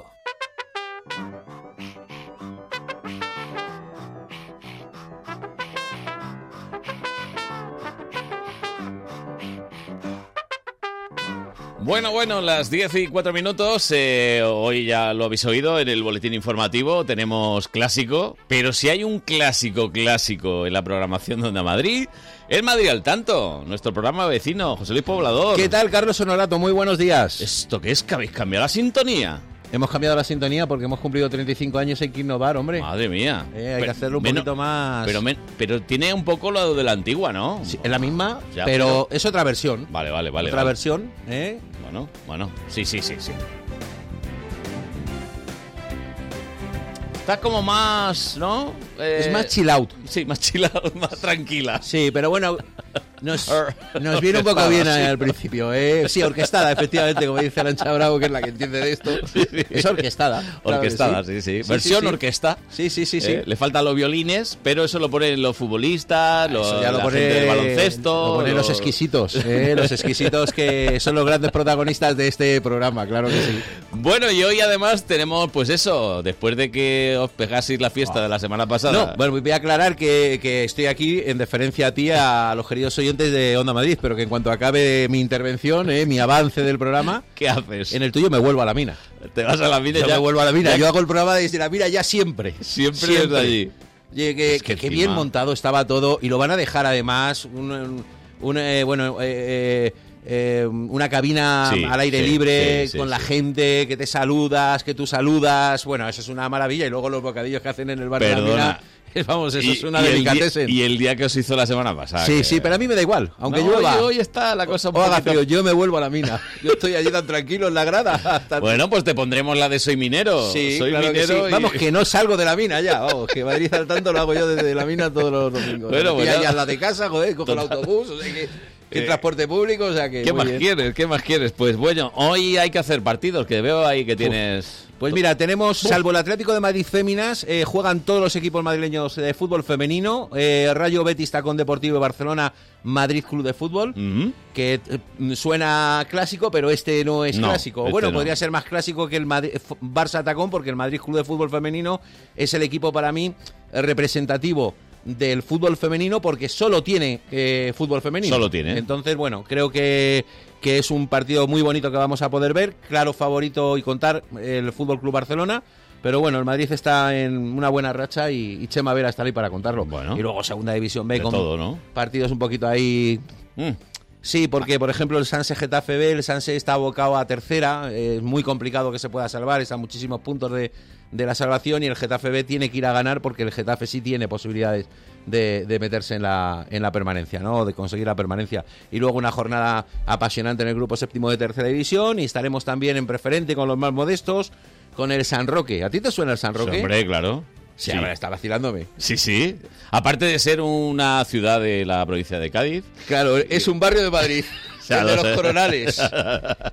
[SPEAKER 2] Bueno, bueno, las 10 y 4 minutos. eh, hoy ya lo habéis oído en el boletín informativo. Tenemos clásico. Pero si hay un clásico clásico en la programación de Onda Madrid, es Madrid al tanto. Nuestro programa vecino, José Luis Poblador.
[SPEAKER 30] ¿Qué tal, Carlos Honorato? Muy buenos días.
[SPEAKER 2] ¿Esto qué es? ¿Que habéis cambiado la sintonía?
[SPEAKER 31] Hemos cambiado la sintonía porque hemos cumplido 35 años hay que innovar, hombre.
[SPEAKER 2] Madre mía.
[SPEAKER 31] Eh, hay
[SPEAKER 2] Pero
[SPEAKER 31] que hacerlo un
[SPEAKER 2] menos-
[SPEAKER 31] poquito más.
[SPEAKER 2] Pero, men- pero tiene un poco lo de la antigua, ¿no? es la misma,
[SPEAKER 31] pero es otra versión.
[SPEAKER 2] Vale, vale, vale.
[SPEAKER 31] Otra
[SPEAKER 2] vale.
[SPEAKER 31] versión,
[SPEAKER 2] [laughs]
[SPEAKER 31] ¿eh?
[SPEAKER 2] Bueno, bueno. Sí, sí, sí, sí. Está como más, ¿no?
[SPEAKER 31] Es
[SPEAKER 2] Eh,
[SPEAKER 31] más chill out.
[SPEAKER 2] Sí, más chill out, [laughs] más tranquila.
[SPEAKER 31] Sí, pero bueno, nos, nos viene un poco
[SPEAKER 2] Orquestada,
[SPEAKER 31] bien ahí
[SPEAKER 2] Ah, sí.
[SPEAKER 31] al principio, ¿eh? Sí, orquestada, efectivamente, como dice Arancha Bravo, que es la que entiende de esto. Es orquestada. claro que
[SPEAKER 2] Orquestada, sí, sí. Versión orquesta.
[SPEAKER 31] Sí, sí, sí, sí.
[SPEAKER 2] Eh, le faltan los violines, pero eso lo ponen los futbolistas, los,
[SPEAKER 31] Eso ya lo
[SPEAKER 2] la
[SPEAKER 31] pone,
[SPEAKER 2] gente del baloncesto.
[SPEAKER 31] lo ponen los
[SPEAKER 2] los- [laughs]
[SPEAKER 31] exquisitos, ¿eh? los exquisitos que son los grandes protagonistas de este programa, claro que sí.
[SPEAKER 2] Bueno, y hoy además tenemos, pues eso, después de que os pegaseis la fiesta de la semana pasada.
[SPEAKER 31] Ah. No, bueno, pues voy a aclarar que, que estoy aquí en deferencia a ti, a los queridos oyentes de Onda Madrid, pero que en cuanto acabe mi intervención, eh, mi avance del programa,
[SPEAKER 2] ¿qué haces?
[SPEAKER 31] En el tuyo me vuelvo a la mina.
[SPEAKER 2] Te vas a la mina y
[SPEAKER 31] Yo
[SPEAKER 2] ya-
[SPEAKER 31] me vuelvo a la mina.
[SPEAKER 2] ya-
[SPEAKER 31] Yo hago el programa desde la mina ya siempre.
[SPEAKER 2] Siempre desde allí.
[SPEAKER 31] Oye, que, que qué bien
[SPEAKER 2] encima-
[SPEAKER 31] montado estaba todo y lo van a dejar además un, un- un, eh, bueno eh, eh, eh, una cabina
[SPEAKER 2] Sí,
[SPEAKER 31] al aire
[SPEAKER 2] sí,
[SPEAKER 31] libre
[SPEAKER 2] sí, sí,
[SPEAKER 31] con la
[SPEAKER 2] sí.
[SPEAKER 31] gente que te saludas, que tú saludas. Bueno, eso es una maravilla y luego los bocadillos que hacen en el bar de la
[SPEAKER 2] Perdona. [laughs]
[SPEAKER 31] mina. Vamos, eso
[SPEAKER 2] Y-
[SPEAKER 31] es una
[SPEAKER 2] y el día-
[SPEAKER 31] delicatessen.
[SPEAKER 2] Y el día que os hizo la semana pasada.
[SPEAKER 31] Sí,
[SPEAKER 2] que-
[SPEAKER 31] sí, pero a mí me da igual, aunque
[SPEAKER 2] No,
[SPEAKER 31] llueva.
[SPEAKER 2] hoy- hoy está la cosa un
[SPEAKER 31] o haga
[SPEAKER 2] poquito-
[SPEAKER 31] frío, yo me vuelvo a la mina. Yo estoy allí tan tranquilo en la grada.
[SPEAKER 2] [laughs]
[SPEAKER 31] hasta-
[SPEAKER 2] Bueno, pues te pondremos la de Soy Minero.
[SPEAKER 31] Sí,
[SPEAKER 2] soy
[SPEAKER 31] claro que
[SPEAKER 2] minero
[SPEAKER 31] sí.
[SPEAKER 2] y-
[SPEAKER 31] Vamos, que no salgo de la mina ya. Vamos, que Madrid al tanto lo hago yo desde la mina todos los domingos.
[SPEAKER 2] [laughs] Bueno,
[SPEAKER 31] Y
[SPEAKER 2] bueno.
[SPEAKER 31] ahí a la de casa, joder, cojo el
[SPEAKER 2] Total. [laughs]
[SPEAKER 31] autobús, o [laughs] sea que, que
[SPEAKER 2] Eh,
[SPEAKER 31] transporte público, o sea que.
[SPEAKER 2] ¿Qué
[SPEAKER 31] muy
[SPEAKER 2] más
[SPEAKER 31] bien.
[SPEAKER 2] quieres? ¿Qué más quieres? Pues bueno, hoy hay que hacer partidos, que veo ahí que tienes...
[SPEAKER 31] Pues mira, tenemos, salvo el Atlético de Madrid Féminas, eh, juegan todos los equipos madrileños de fútbol femenino. eh, Rayo Betis, Tacón Deportivo de Barcelona, Madrid Club de Fútbol. Que eh, suena clásico, pero este no es
[SPEAKER 2] No,
[SPEAKER 31] clásico.
[SPEAKER 2] este
[SPEAKER 31] bueno,
[SPEAKER 2] no.
[SPEAKER 31] podría ser más clásico que el Madri- F- Barça Tacón, porque el Madrid Club de Fútbol Femenino es el equipo para mí eh, representativo del fútbol femenino porque solo tiene eh, fútbol femenino.
[SPEAKER 2] Solo tiene.
[SPEAKER 31] Entonces, bueno, creo que, que es un partido muy bonito que vamos a poder ver. Claro, favorito y contar el Fútbol Club Barcelona. Pero bueno, el Madrid está en una buena racha y, y Chema Vera está ahí para contarlo. y luego Segunda División B
[SPEAKER 2] de
[SPEAKER 31] con
[SPEAKER 2] todo, ¿no? Mm.
[SPEAKER 31] partidos un poquito ahí. Sí, porque por ejemplo el Sanse Getafe B, el Sanse está abocado a tercera, eh, es muy complicado que se pueda salvar, está a muchísimos puntos de, de la salvación y el Getafe B tiene que ir a ganar porque el Getafe sí tiene posibilidades de, de meterse en la, en la permanencia, ¿no? De conseguir la permanencia. Y luego una jornada apasionante en el grupo séptimo de tercera división y estaremos también en preferente con los más modestos, con el San Roque. ¿A ti te suena el San Roque?
[SPEAKER 2] Hombre, claro.
[SPEAKER 31] Sí, ahora está vacilándome.
[SPEAKER 2] Sí, sí. Aparte de ser una ciudad de la provincia de Cádiz.
[SPEAKER 31] Claro, es un barrio de
[SPEAKER 2] [laughs]
[SPEAKER 31] Madrid.
[SPEAKER 2] Ya
[SPEAKER 31] el de
[SPEAKER 2] lo
[SPEAKER 31] los
[SPEAKER 2] sé. [laughs]
[SPEAKER 31] coronales. [laughs]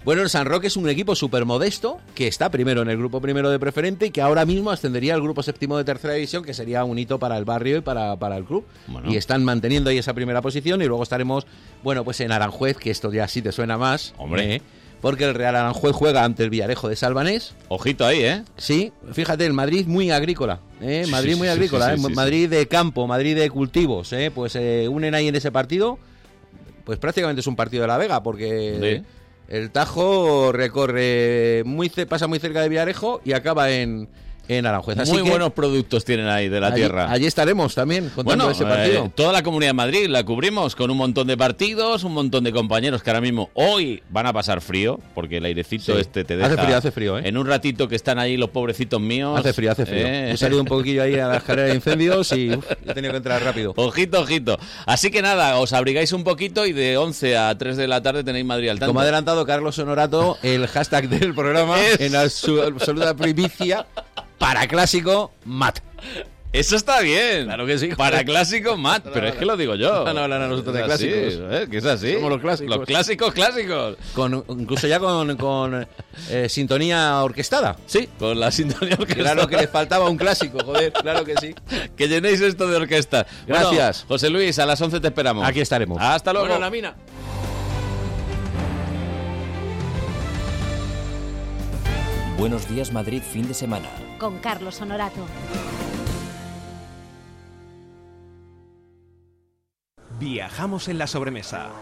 [SPEAKER 31] Bueno, el San Roque es un equipo súper modesto que está primero en el grupo primero de preferente y que ahora mismo ascendería al grupo séptimo de tercera división, que sería un hito para el barrio y para, para el club. Y están manteniendo ahí esa primera posición y luego estaremos, bueno, pues en Aranjuez, que esto ya sí te suena más.
[SPEAKER 2] Hombre.
[SPEAKER 31] ¿eh? Porque el Real Aranjuez juega ante el Villarejo de Salvanés.
[SPEAKER 2] Ojito ahí, ¿eh?
[SPEAKER 31] Sí, fíjate, el Madrid muy agrícola. ¿eh?
[SPEAKER 2] Sí,
[SPEAKER 31] Madrid
[SPEAKER 2] sí,
[SPEAKER 31] muy
[SPEAKER 2] sí,
[SPEAKER 31] agrícola.
[SPEAKER 2] sí,
[SPEAKER 31] ¿eh?
[SPEAKER 2] sí, sí,
[SPEAKER 31] Madrid de campo, Madrid de cultivos. ¿eh? Pues eh, unen ahí en ese partido. Pues prácticamente es un partido de la Vega, porque el Tajo recorre muy ce- pasa muy cerca de Villarejo y acaba en, en Aranjuez. Pues Así
[SPEAKER 2] Muy
[SPEAKER 31] que
[SPEAKER 2] buenos productos tienen ahí de la
[SPEAKER 31] allí-
[SPEAKER 2] tierra.
[SPEAKER 31] Allí estaremos también contando
[SPEAKER 2] Bueno,
[SPEAKER 31] ese partido.
[SPEAKER 2] eh, toda la Comunidad de Madrid la cubrimos con un montón de partidos, un montón de compañeros que ahora mismo hoy van a pasar frío, porque el airecito
[SPEAKER 31] Sí.
[SPEAKER 2] este te deja...
[SPEAKER 31] Hace frío, hace frío, ¿eh?
[SPEAKER 2] En un ratito que están ahí los pobrecitos míos.
[SPEAKER 31] Hace frío, hace frío.
[SPEAKER 2] ¿eh?
[SPEAKER 31] He
[SPEAKER 2] [laughs]
[SPEAKER 31] salido un poquillo ahí a la escalera de incendios y uf, he tenido que entrar rápido.
[SPEAKER 2] Ojito, ojito. Así que nada, os abrigáis un poquito y de 11 a 3 de la tarde tenéis Madrid al tanto.
[SPEAKER 31] Como ha adelantado Carlos Honorato, el hashtag del programa en su absoluta primicia para clásico Mat.
[SPEAKER 2] Eso está bien. Claro que sí. Para clásico, Matt,
[SPEAKER 31] No,
[SPEAKER 2] pero
[SPEAKER 31] no,
[SPEAKER 2] es
[SPEAKER 31] no.
[SPEAKER 2] que lo digo yo.
[SPEAKER 31] No, no, no, no, nosotros de
[SPEAKER 2] Es así,
[SPEAKER 31] clásicos.
[SPEAKER 2] ¿eh? Que es así.
[SPEAKER 31] Somos los clásicos.
[SPEAKER 2] Los clásicos, clásicos.
[SPEAKER 31] Con, incluso ya con, con, eh, sintonía orquestada.
[SPEAKER 2] Sí, con la sintonía orquestada.
[SPEAKER 31] Claro que le faltaba un clásico, joder, claro que sí.
[SPEAKER 2] Que llenéis esto de orquesta. Bueno,
[SPEAKER 31] Gracias.
[SPEAKER 2] José Luis, a las 11 te esperamos.
[SPEAKER 31] Aquí estaremos.
[SPEAKER 2] Hasta luego.
[SPEAKER 31] Bueno, la mina.
[SPEAKER 1] Buenos días Madrid fin de semana.
[SPEAKER 12] Con Carlos Honorato.
[SPEAKER 3] Viajamos en la sobremesa.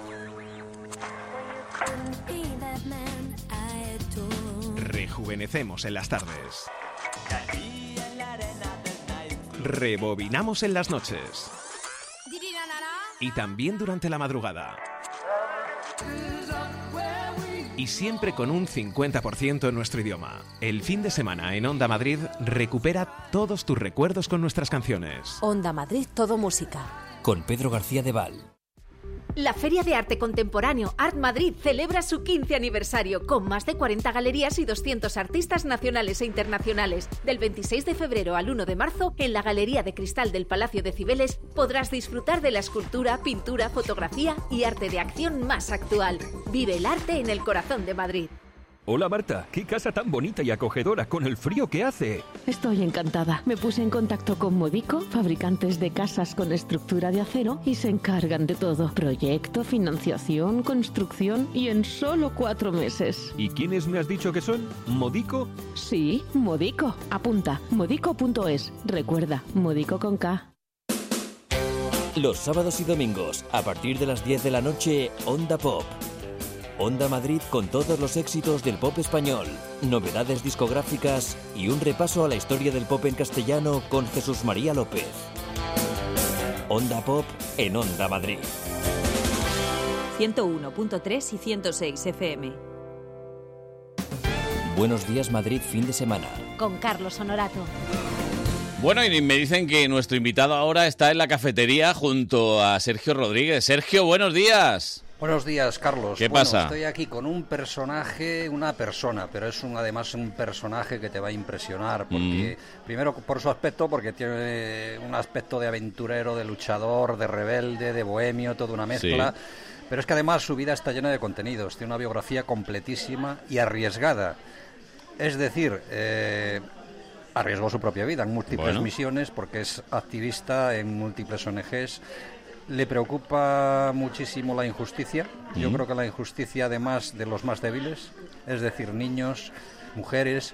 [SPEAKER 3] Rejuvenecemos en las tardes. Rebobinamos en las noches. Y también durante la madrugada.
[SPEAKER 12] y siempre con un 50% en nuestro idioma. El fin de semana en Onda Madrid recupera todos tus recuerdos con nuestras canciones.
[SPEAKER 15] Onda Madrid, todo música.
[SPEAKER 1] Con Pedro García de Val.
[SPEAKER 13] La Feria de Arte Contemporáneo Art Madrid celebra su 15 aniversario con más de 40 galerías y 200 artistas nacionales e internacionales. Del 26 de febrero al 1 de marzo, en la Galería de Cristal del Palacio de Cibeles podrás disfrutar de la escultura, pintura, fotografía y arte de acción más actual. Vive el arte en el corazón de Madrid.
[SPEAKER 14] Hola Marta, qué casa tan bonita y acogedora con el frío que hace.
[SPEAKER 9] Estoy encantada. Me puse en contacto con Modico, fabricantes de casas con estructura de acero, y se encargan de todo. Proyecto, financiación, construcción y en solo cuatro meses.
[SPEAKER 14] ¿Y quiénes me has dicho que son? ¿Modico?
[SPEAKER 9] Sí, Modico. Apunta, modico.es. Recuerda, Modico con K.
[SPEAKER 1] Los sábados y domingos, a partir de las 10 de la noche, Onda Pop. Onda Madrid con todos los éxitos del pop español, novedades discográficas y un repaso a la historia del pop en castellano con Jesús María López. Onda Pop en Onda Madrid.
[SPEAKER 13] 101.3 y 106 FM.
[SPEAKER 1] Buenos días Madrid fin de semana.
[SPEAKER 13] Con Carlos Honorato.
[SPEAKER 2] Bueno, y me dicen que nuestro invitado ahora está en la cafetería junto a Sergio Rodríguez. Sergio, buenos días.
[SPEAKER 18] Buenos días, Carlos.
[SPEAKER 2] ¿Qué
[SPEAKER 18] Bueno,
[SPEAKER 2] pasa?
[SPEAKER 18] Estoy aquí con un personaje, una persona, pero es un, además un personaje que te va a impresionar.
[SPEAKER 2] Mm.
[SPEAKER 18] Porque, Primero por su aspecto, porque tiene un aspecto de aventurero, de luchador, de rebelde, de bohemio, toda una mezcla.
[SPEAKER 2] Sí.
[SPEAKER 18] Pero es que además su vida está llena de contenidos, tiene una biografía completísima y arriesgada. Es decir, eh, arriesgó su propia vida en múltiples
[SPEAKER 2] Bueno.
[SPEAKER 18] misiones porque es activista en múltiples ONGs. Le preocupa muchísimo la injusticia. Yo
[SPEAKER 2] Mm.
[SPEAKER 18] creo que la injusticia, además de los más débiles, es decir, niños, mujeres.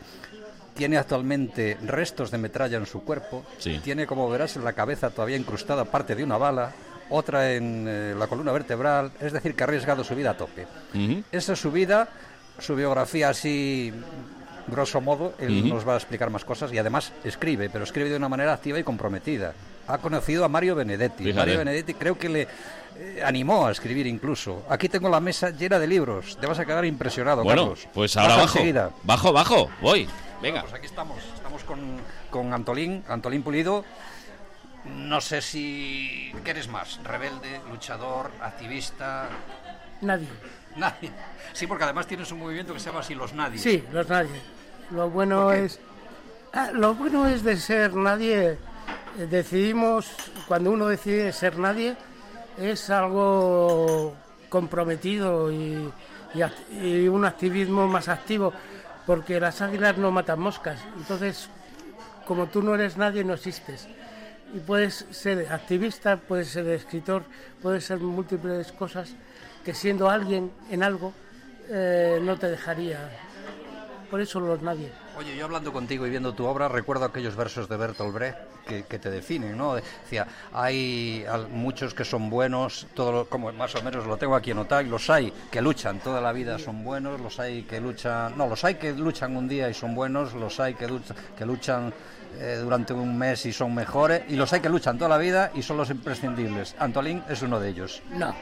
[SPEAKER 18] Tiene actualmente restos de metralla en su cuerpo.
[SPEAKER 2] Sí.
[SPEAKER 18] Tiene, como verás, en la cabeza todavía incrustada parte de una bala, otra en eh, la columna vertebral. Es decir, que ha arriesgado su vida a tope. Esa es su vida, su biografía así, grosso modo, él
[SPEAKER 19] Ujú.
[SPEAKER 18] nos va a explicar más cosas y además escribe, pero escribe de una manera activa y comprometida. Ha conocido a Mario Benedetti.
[SPEAKER 2] Fíjate.
[SPEAKER 18] Mario Benedetti creo que le eh, animó a escribir incluso. Aquí tengo la mesa llena de libros, te vas a quedar impresionado.
[SPEAKER 2] Bueno,
[SPEAKER 18] Carlos.
[SPEAKER 2] pues ahora
[SPEAKER 18] Baja
[SPEAKER 2] bajo.
[SPEAKER 18] enseguida.
[SPEAKER 2] Bajo, bajo. Voy.
[SPEAKER 18] Venga. pues aquí estamos, estamos con, con Antolín, Antolín Pulido. No sé si... ¿Qué eres más? ¿Rebelde, luchador, activista?
[SPEAKER 19] Nadie.
[SPEAKER 18] [laughs] Nadie. Sí, porque además tienes un movimiento que se llama así Los Nadie.
[SPEAKER 19] Sí, los nadie. Lo bueno es. Ah, Lo bueno es de ser nadie. eh, Decidimos, cuando uno decide ser nadie, es algo comprometido y, y act- y un activismo más activo, porque las águilas no matan moscas. Entonces, como tú no eres nadie, no existes. Y puedes ser activista, puedes ser escritor, puedes ser múltiples cosas que siendo alguien en algo eh, no te dejaría. Por eso los nadie.
[SPEAKER 18] Oye, yo hablando contigo y viendo tu obra, recuerdo aquellos versos de Bertolt Brecht que, que te definen, ¿no? Decía, hay al- muchos que son buenos, todo lo- como más o menos lo tengo aquí anotado, y los hay que luchan toda la vida, son buenos, los hay que luchan, no, los hay que luchan un día y son buenos, los hay que, lucha- que luchan eh, durante un mes y son mejores, y los hay que luchan toda la vida y son los imprescindibles. Antolín es uno de ellos.
[SPEAKER 19] No.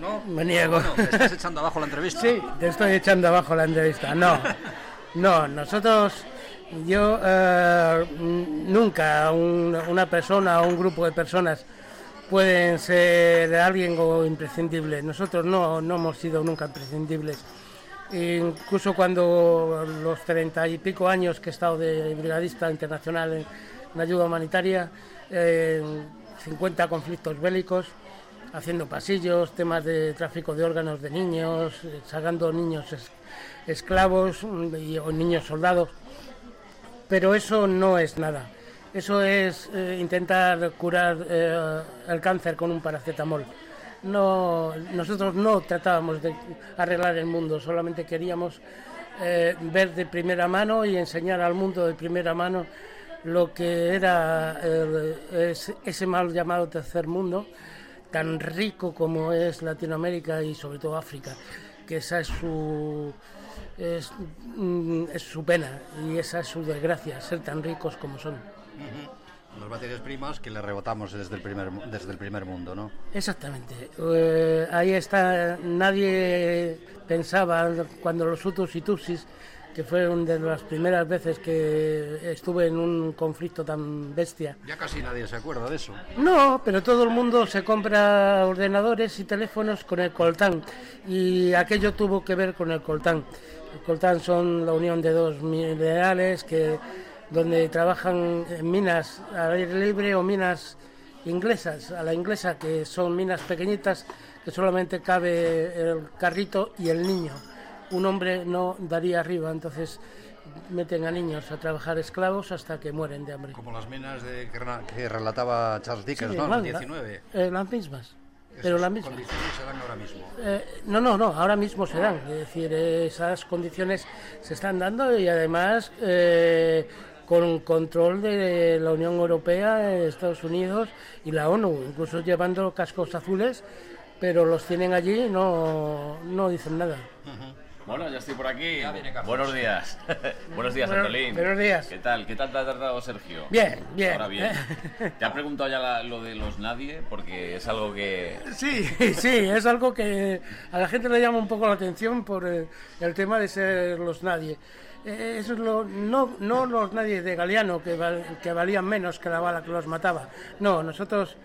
[SPEAKER 18] No,
[SPEAKER 19] me niego.
[SPEAKER 18] Bueno, ¿te estás echando abajo la entrevista?
[SPEAKER 19] [laughs] Sí, te estoy echando abajo la entrevista. No, no, nosotros, yo eh, mm, nunca un- una persona o un grupo de personas pueden ser alguien o imprescindible. Nosotros no, no hemos sido nunca imprescindibles. Incluso cuando los treinta y pico años que he estado de brigadista internacional en, en ayuda humanitaria, eh, 50 conflictos bélicos, haciendo pasillos, temas de tráfico de órganos de niños, eh, sacando niños es- esclavos mm, y- o niños soldados. Pero eso no es nada. Eso es eh, intentar curar eh, el cáncer con un paracetamol. No, nosotros no tratábamos de arreglar el mundo, solamente queríamos eh, ver de primera mano y enseñar al mundo de primera mano lo que era eh, es- ese mal llamado tercer mundo, tan rico como es Latinoamérica y sobre todo África, que esa es su es, mm, es su pena y esa es su desgracia, ser tan ricos como son.
[SPEAKER 18] Los materias primas que le rebotamos desde el primer, mu- desde el primer mundo, ¿no?
[SPEAKER 19] Exactamente. Eh, ahí está, nadie pensaba cuando los hutus y tutsis, que fueron de las primeras veces que estuve en un conflicto tan bestia.
[SPEAKER 18] Ya casi nadie se acuerda de eso.
[SPEAKER 19] No, pero todo el mundo se compra ordenadores y teléfonos con el coltán y aquello tuvo que ver con el coltán. El coltán son la unión de dos minerales que donde trabajan en minas al aire libre o minas inglesas, a la inglesa, que son minas pequeñitas que solamente cabe el carrito y el niño. Un hombre no daría arriba, entonces meten a niños a trabajar esclavos hasta que mueren de hambre.
[SPEAKER 18] Como las minas de que, rena- que relataba Charles Dickens,
[SPEAKER 19] Sí,
[SPEAKER 18] ¿no? En
[SPEAKER 19] la-
[SPEAKER 18] el 19.
[SPEAKER 19] eh, las mismas, pero
[SPEAKER 18] Esas
[SPEAKER 19] las mismas.
[SPEAKER 18] condiciones se dan ahora mismo.
[SPEAKER 19] [laughs] Eh, no, no, no, ahora mismo se dan. Es decir, eh, esas condiciones se están dando y además eh, con control de la Unión Europea, de Estados Unidos y la ONU, incluso llevando cascos azules, pero los tienen allí y no, no dicen nada.
[SPEAKER 2] Bueno, ya estoy por aquí. Buenos días. [laughs] buenos días,
[SPEAKER 19] Bueno,
[SPEAKER 2] Antolín.
[SPEAKER 19] buenos días.
[SPEAKER 2] ¿Qué tal? ¿Qué tal te ha tratado Sergio?
[SPEAKER 19] Bien, bien. [laughs]
[SPEAKER 2] Ahora bien. ¿Te ha preguntado ya la- lo de los nadie? Porque es algo que...
[SPEAKER 19] Sí, [laughs] sí, es algo que a la gente le llama un poco la atención por eh, el tema de ser los nadie. Eh, eso es lo, no, no los nadie de Galeano, que, val- que valían menos que la bala que los mataba. No, nosotros,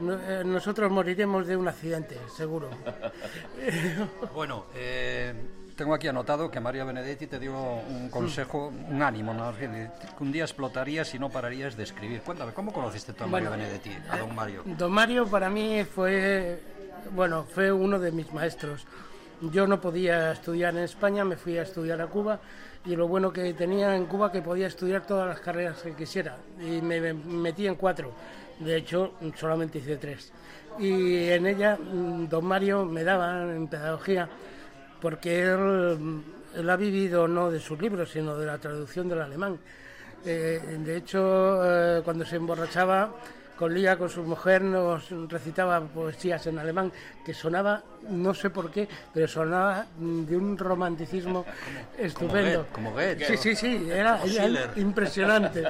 [SPEAKER 19] no- eh, nosotros moriremos de un accidente, seguro.
[SPEAKER 18] Bueno, eh, tengo aquí anotado que María Benedetti te dio un consejo, un ánimo, ¿no? que un día explotarías y no pararías de escribir. Cuéntame, ¿cómo conociste tú a María
[SPEAKER 19] Bueno, eh,
[SPEAKER 18] Benedetti, a don Mario?
[SPEAKER 19] Don Mario para mí fue, bueno, fue uno de mis maestros. Yo no podía estudiar en España, me fui a estudiar a Cuba y lo bueno que tenía en Cuba que podía estudiar todas las carreras que quisiera y me me metí en cuatro. De hecho, solamente hice tres. Y en ella mm, don Mario me daba en pedagogía porque él, mm, él ha vivido no de sus libros, sino de la traducción del alemán. Eh, de hecho, eh, cuando se emborrachaba con Lía, con su mujer, nos recitaba poesías en alemán que sonaba, no sé por qué, pero sonaba mm, de un romanticismo estupendo.
[SPEAKER 18] Goethe, [laughs] como Goethe.
[SPEAKER 19] Sí, sí, sí, era,
[SPEAKER 18] Como
[SPEAKER 19] era
[SPEAKER 18] Schiller. [laughs]
[SPEAKER 19] impresionante.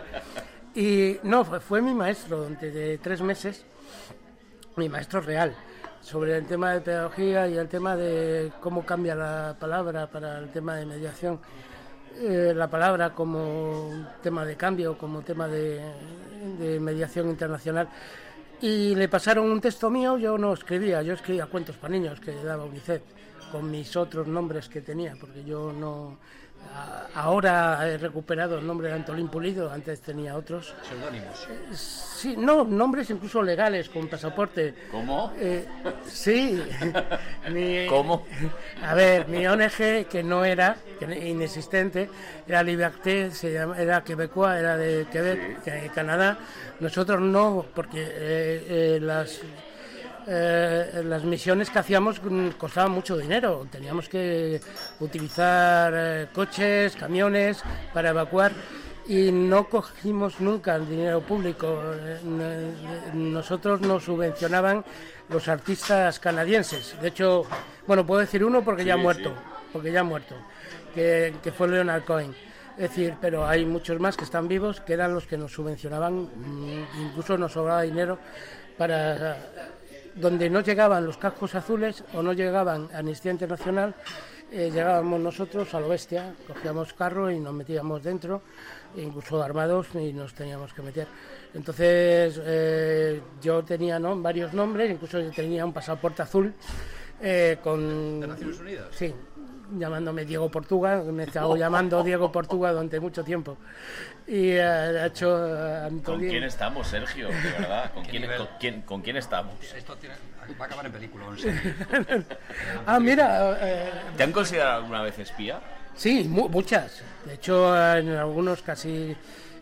[SPEAKER 19] Y no, fue, fue mi maestro durante de tres meses, mi maestro real, sobre el tema de pedagogía y el tema de cómo cambia la palabra para el tema de mediación, eh, la palabra como tema de cambio, como tema de, de mediación internacional. Y le pasaron un texto mío, yo no escribía, yo escribía cuentos para niños que daba UNICEF, con mis otros nombres que tenía, porque yo no... a- Ahora he recuperado el nombre de Antolín Pulido, antes tenía otros. Eh,
[SPEAKER 18] Seudónimos.
[SPEAKER 19] Sí, no, nombres incluso legales, con pasaporte.
[SPEAKER 2] ¿Cómo?
[SPEAKER 19] Eh,
[SPEAKER 2] [laughs]
[SPEAKER 19] sí. Mi-
[SPEAKER 2] ¿Cómo?
[SPEAKER 19] A ver, mi ONG, que no era, que era inexistente, era Liberté, se llama- era quebecoa, era de Quebec, de Canadá. Nosotros no, porque eh, eh, las... eh, las misiones que hacíamos mm, costaban mucho dinero. Teníamos que utilizar eh, coches, camiones para evacuar y no cogimos nunca el dinero público. Eh, n- Nosotros nos subvencionaban los artistas canadienses. De hecho, bueno, puedo decir uno porque ya ha
[SPEAKER 3] Sí,
[SPEAKER 19] muerto,
[SPEAKER 3] sí.
[SPEAKER 19] porque ya ha muerto, que, que fue Leonard Cohen. Es decir, pero hay muchos más que están vivos, que eran los que nos subvencionaban, mm, incluso nos sobraba dinero para donde no llegaban los cascos azules o no llegaban Amnistía Internacional, eh, llegábamos nosotros a lo bestia, cogíamos carro y nos metíamos dentro, incluso armados y nos teníamos que meter. Entonces eh, yo tenía ¿no? varios nombres, incluso yo tenía un pasaporte azul eh, con... ¿De
[SPEAKER 18] Naciones Unidas?
[SPEAKER 19] Sí, llamándome Diego Portuga, me estaba llamando Diego Portuga durante mucho tiempo. Y eh, de hecho, eh,
[SPEAKER 2] ¿Con
[SPEAKER 19] Antolín-
[SPEAKER 2] quién estamos, Sergio? De verdad. ¿Con,
[SPEAKER 18] ¿Qué
[SPEAKER 2] quién,
[SPEAKER 18] nivel?
[SPEAKER 2] con, quién, con quién estamos?
[SPEAKER 18] Esto tiene- va a acabar en película.
[SPEAKER 3] [laughs]
[SPEAKER 18] en serio.
[SPEAKER 19] ah, mira, eh,
[SPEAKER 2] ¿Te han considerado alguna vez espía?
[SPEAKER 19] Sí, mu- muchas. De hecho, en algunos casi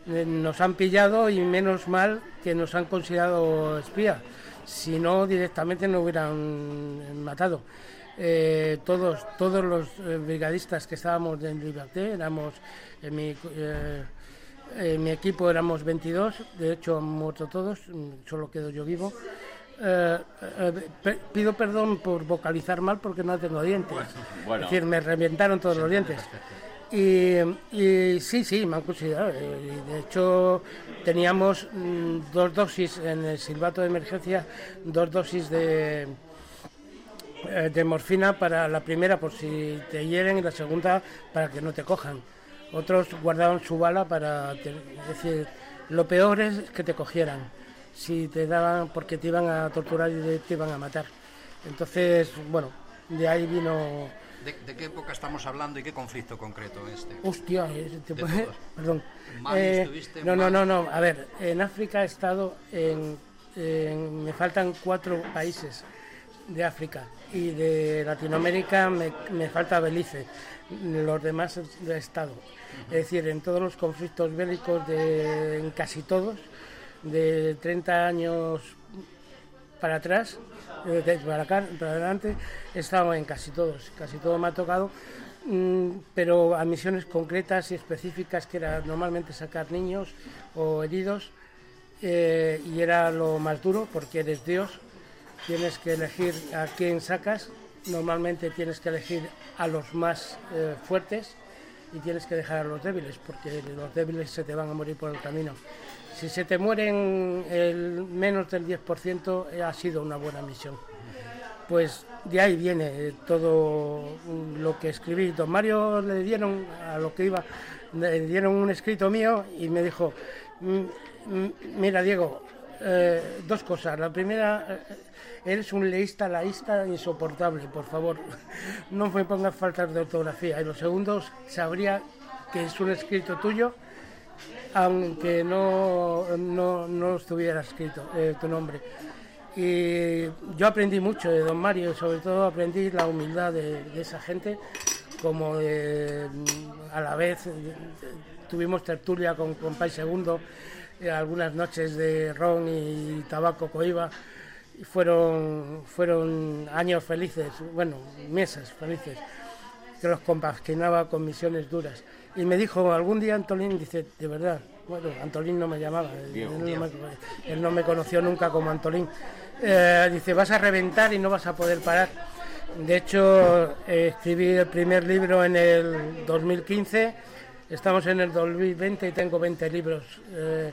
[SPEAKER 19] eh, nos han pillado y menos mal que nos han considerado espía. Si no, directamente nos hubieran matado. Eh, todos, todos los eh, brigadistas que estábamos en Liberté, éramos en mi, eh, en mi equipo éramos 22, de hecho han muerto todos, mm, solo quedo yo vivo. Eh, eh, pe- pido perdón por vocalizar mal porque no tengo dientes.
[SPEAKER 2] Bueno.
[SPEAKER 19] Es decir, me revientaron todos los dientes. Y, y sí, sí, me han considerado. Y de hecho, teníamos mm, dos dosis en el silbato de emergencia, dos dosis de, eh, de morfina para la primera por si te hieren y la segunda para que no te cojan. Otros guardaban su bala para... te- es decir, lo peor es que te cogieran, si te daban porque te iban a torturar y te- te iban a matar. Entonces, bueno, de ahí vino...
[SPEAKER 18] ¿De, de qué época estamos hablando y qué conflicto concreto este?
[SPEAKER 19] Hostia, eh, te-
[SPEAKER 18] De todos.
[SPEAKER 19] perdón.
[SPEAKER 18] Mali
[SPEAKER 19] Eh,
[SPEAKER 18] estuviste,
[SPEAKER 19] no, no,
[SPEAKER 18] Mali.
[SPEAKER 19] no, no. A ver, en África he estado en, en- me faltan cuatro países de África y de Latinoamérica me, me falta Belice. Los demás he estado. Es decir, en todos los conflictos bélicos de en casi todos de 30 años para atrás, eh, de- para, acá, para adelante, he estado en casi todos, casi todo me ha tocado, mm, pero a misiones concretas y específicas que era normalmente sacar niños o heridos, eh, y era lo más duro porque eres Dios, tienes que elegir a quién sacas, normalmente tienes que elegir a los más eh, fuertes y tienes que dejar a los débiles, porque los débiles se te van a morir por el camino. Si se te mueren el menos del 10%, eh, ha sido una buena misión. Pues de ahí viene eh, todo mm, lo que escribí. Don Mario le dieron a lo que iba, le dieron un escrito mío y me dijo, "Mm, mm, mira Diego, eh, dos cosas. La primera, eh, eres un leísta laísta insoportable, por favor. No me pongas faltas de ortografía. Y lo segundo, sabría que es un escrito tuyo, aunque no, no, no estuviera escrito eh, tu nombre. Y yo aprendí mucho de Don Mario, y sobre todo aprendí la humildad de, de esa gente, como de, mm, a la vez eh, tuvimos tertulia con, con Pai Segundo, eh, algunas noches de ron y tabaco coiba, y fueron, fueron años felices, bueno, meses felices, que los compaginaba con misiones duras. Y me dijo, algún día Antolín, dice, de verdad, bueno, Antolín no me llamaba, él
[SPEAKER 3] Diego.
[SPEAKER 19] no me- él no me conoció nunca como Antolín. Eh, dice, vas a reventar y no vas a poder parar. De hecho, eh, escribí el primer libro en el 2015, estamos en el 2020 y tengo 20 libros eh,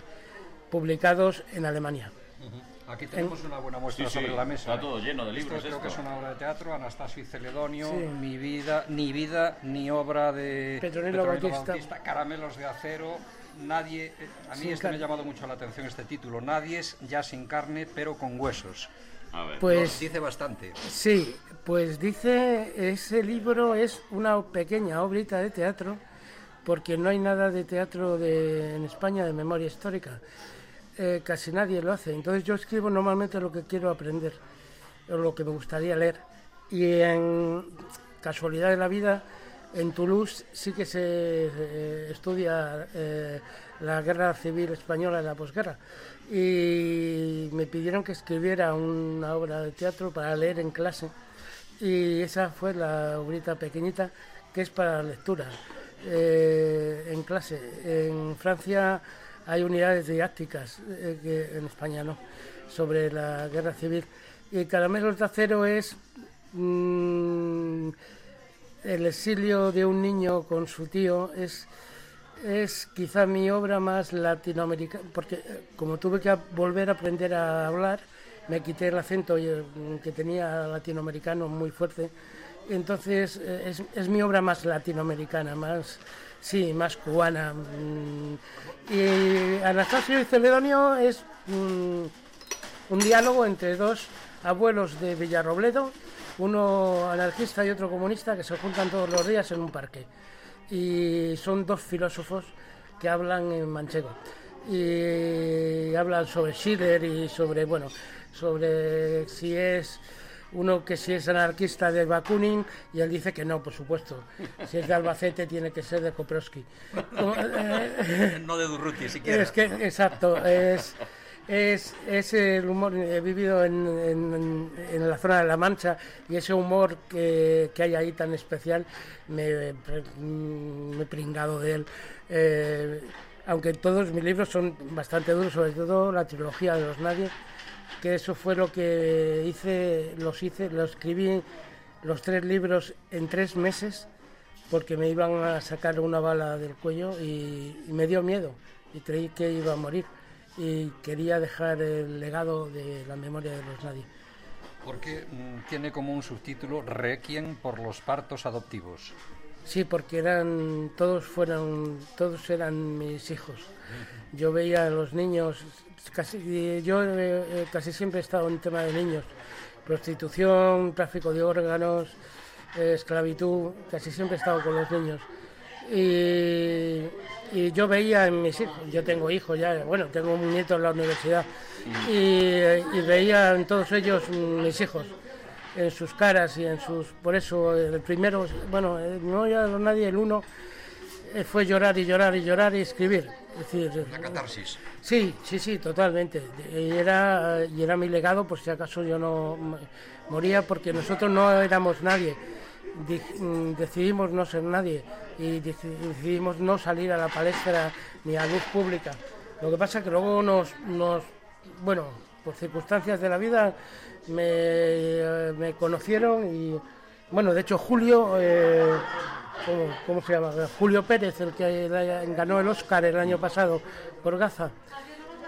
[SPEAKER 19] publicados en Alemania.
[SPEAKER 18] Ujú. Aquí tenemos una buena muestra
[SPEAKER 2] Sí, sí,
[SPEAKER 18] sobre la mesa. ¿eh?
[SPEAKER 2] está todo lleno de
[SPEAKER 18] Esto
[SPEAKER 2] libros,
[SPEAKER 18] Creo
[SPEAKER 2] esto.
[SPEAKER 18] que es una obra de teatro, Anastasio y Celedonio,
[SPEAKER 19] Sí.
[SPEAKER 18] Mi vida, ni vida, ni obra de
[SPEAKER 19] Petronilo Bautista.
[SPEAKER 18] Caramelos de acero. Nadie, eh, a mí
[SPEAKER 19] Sin
[SPEAKER 18] este me
[SPEAKER 19] carne.
[SPEAKER 18] ha llamado mucho la atención este título. Nadie es ya sin carne, pero con huesos.
[SPEAKER 2] A ver,
[SPEAKER 19] Pues-
[SPEAKER 18] dice bastante.
[SPEAKER 19] Sí, pues dice, ese libro es una pequeña obrita de teatro, porque no hay nada de teatro de- en España de memoria histórica. Eh, casi nadie lo hace. Entonces yo escribo normalmente lo que quiero aprender, o lo que me gustaría leer. Y en casualidad de la vida, en Toulouse sí que se eh, estudia eh, la guerra civil española y la posguerra. Y me pidieron que escribiera una obra de teatro para leer en clase. Y esa fue la obrita pequeñita que es para lectura eh, en clase. En Francia hay unidades didácticas, eh, que en España no, sobre la guerra civil. Y Caramelos de Acero es mm, el exilio de un niño con su tío es, es quizá mi obra más latinoamericana, porque eh, como tuve que a- volver a aprender a hablar, me quité el acento y, eh, que tenía latinoamericano muy fuerte. Entonces eh, es, es mi obra más latinoamericana, más, sí, más cubana. mm. Y Anastasio y Celedonio es mm, un diálogo entre dos abuelos de Villarrobledo, uno anarquista y otro comunista, que se juntan todos los días en un parque. Y son dos filósofos que hablan en manchego. Y hablan sobre Schiller y sobre, bueno, sobre si es uno que si es anarquista de Bakunin y él dice que no, por supuesto. Si es de Albacete tiene que ser de
[SPEAKER 18] [laughs]
[SPEAKER 19] Koprowski. Como, eh,
[SPEAKER 18] no de Durruti siquiera.
[SPEAKER 19] Es que, exacto, es, es, es el humor, eh, he vivido en, en- en la zona de La Mancha y ese humor que, que hay ahí tan especial, me, mm, me he pringado de él. Eh, aunque todos mis libros son bastante duros, sobre todo la trilogía de los Nadie, que eso fue lo que hice, los hice, los escribí los tres libros en tres meses porque me iban a sacar una bala del cuello y, y me dio miedo y creí que iba a morir y quería dejar el legado de la memoria de los nadie.
[SPEAKER 18] Porque mm, tiene como un subtítulo Requiem por los partos adoptivos.
[SPEAKER 19] Sí, porque eran todos fueron todos eran mis hijos. Yo veía a los niños casi yo eh, casi siempre he estado en tema de niños, prostitución, tráfico de órganos, eh, esclavitud, casi siempre he estado con los niños. Y, y yo veía en mis hijos, yo tengo hijos ya, bueno, tengo un nieto en la universidad, y, y veía en todos ellos mm, mis hijos en sus caras y en sus... Por eso el primero, bueno, eh, no ya nadie, el uno, eh, fue llorar y llorar y llorar y escribir. Es decir,
[SPEAKER 18] La catarsis.
[SPEAKER 19] Sí, sí, sí, totalmente. Y era, y era mi legado, por si acaso yo no m- moría, porque nosotros no éramos nadie. Di- mm, decidimos no ser nadie y deci- decidimos no salir a la palestra ni a luz pública. Lo que pasa que luego nos, nos bueno, por circunstancias de la vida me, eh, me conocieron y, bueno, de hecho Julio, eh, ¿cómo, cómo se llama? Julio Pérez, el que la- ganó el Oscar el año pasado por Gaza,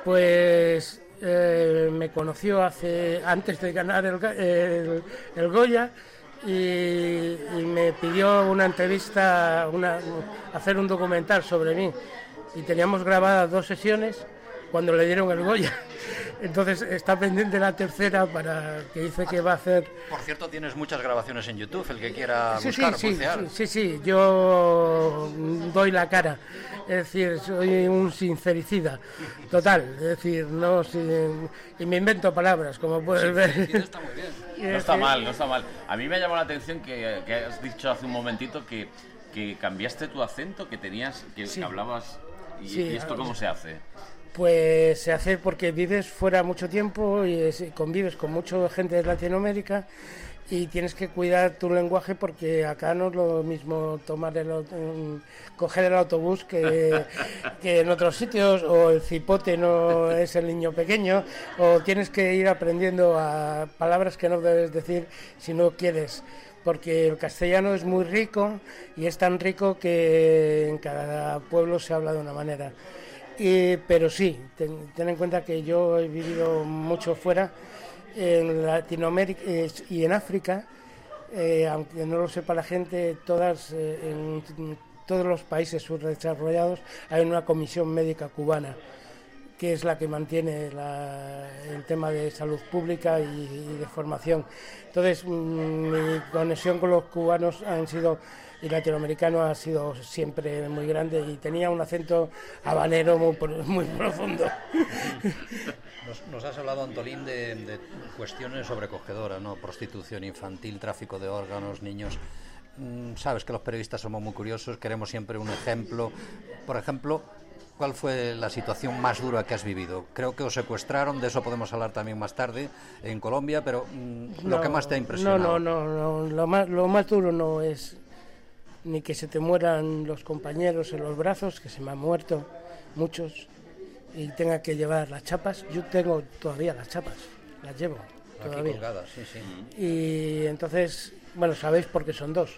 [SPEAKER 19] pues eh, me conoció hace antes de ganar el, Ga- el- el Goya. Y, y me pidió una entrevista, una, hacer un documental sobre mí. Y teníamos grabadas dos sesiones cuando le dieron el Goya. [laughs] Entonces está pendiente la tercera para que dice que va a hacer.
[SPEAKER 18] Por cierto, tienes muchas grabaciones en YouTube, el que quiera
[SPEAKER 19] Sí, sí,
[SPEAKER 18] buscar,
[SPEAKER 19] sí,
[SPEAKER 18] bucear.
[SPEAKER 19] sí, sí, sí, yo doy la cara. Es decir, soy un sincericida total. Es decir, no. sin- y me invento palabras, como puedes ver.
[SPEAKER 3] No está mal, no está mal. A mí me ha llamado la atención que, que has dicho hace un momentito que, que cambiaste tu acento, que tenías, que, que hablabas. Y,
[SPEAKER 19] Sí,
[SPEAKER 3] y esto
[SPEAKER 19] ah,
[SPEAKER 3] cómo se hace?
[SPEAKER 19] Pues se hace porque vives fuera mucho tiempo y es- convives con mucha gente de Latinoamérica y tienes que cuidar tu lenguaje porque acá no es lo mismo tomar el, au- mm, coger el autobús que, que en otros sitios o el cipote no es el niño pequeño o tienes que ir aprendiendo a palabras que no debes decir si no quieres porque el castellano es muy rico y es tan rico que en cada pueblo se habla de una manera. Y- pero sí, ten, ten en cuenta que yo he vivido mucho fuera, en Latinoamérica eh, y en África, eh, aunque no lo sepa la gente, todas, eh, en t- todos los países subdesarrollados hay una comisión médica cubana, que es la que mantiene la- el tema de salud pública y, y de formación. Entonces, mm, mi conexión con los cubanos han sido y latinoamericano ha sido siempre muy grande y tenía un acento habanero muy, pro- muy profundo.
[SPEAKER 18] Nos, nos has hablado, Antolín, de, de cuestiones sobrecogedoras, ¿no? Prostitución infantil, tráfico de órganos, niños. Mm, sabes que los periodistas somos muy curiosos, queremos siempre un ejemplo. Por ejemplo, ¿cuál fue la situación más dura que has vivido? Creo que os secuestraron, de eso podemos hablar también más tarde en Colombia, pero mm, lo que más te ha impresionado.
[SPEAKER 19] No, no, no, no, Lo, más, lo más duro no es ni que se te mueran los compañeros en los brazos, que se me han muerto muchos, y tenga que llevar las chapas. Yo tengo todavía las chapas, las llevo
[SPEAKER 18] Aquí
[SPEAKER 19] todavía.
[SPEAKER 18] colgadas, sí, sí.
[SPEAKER 19] Y entonces, bueno, sabéis porque son dos.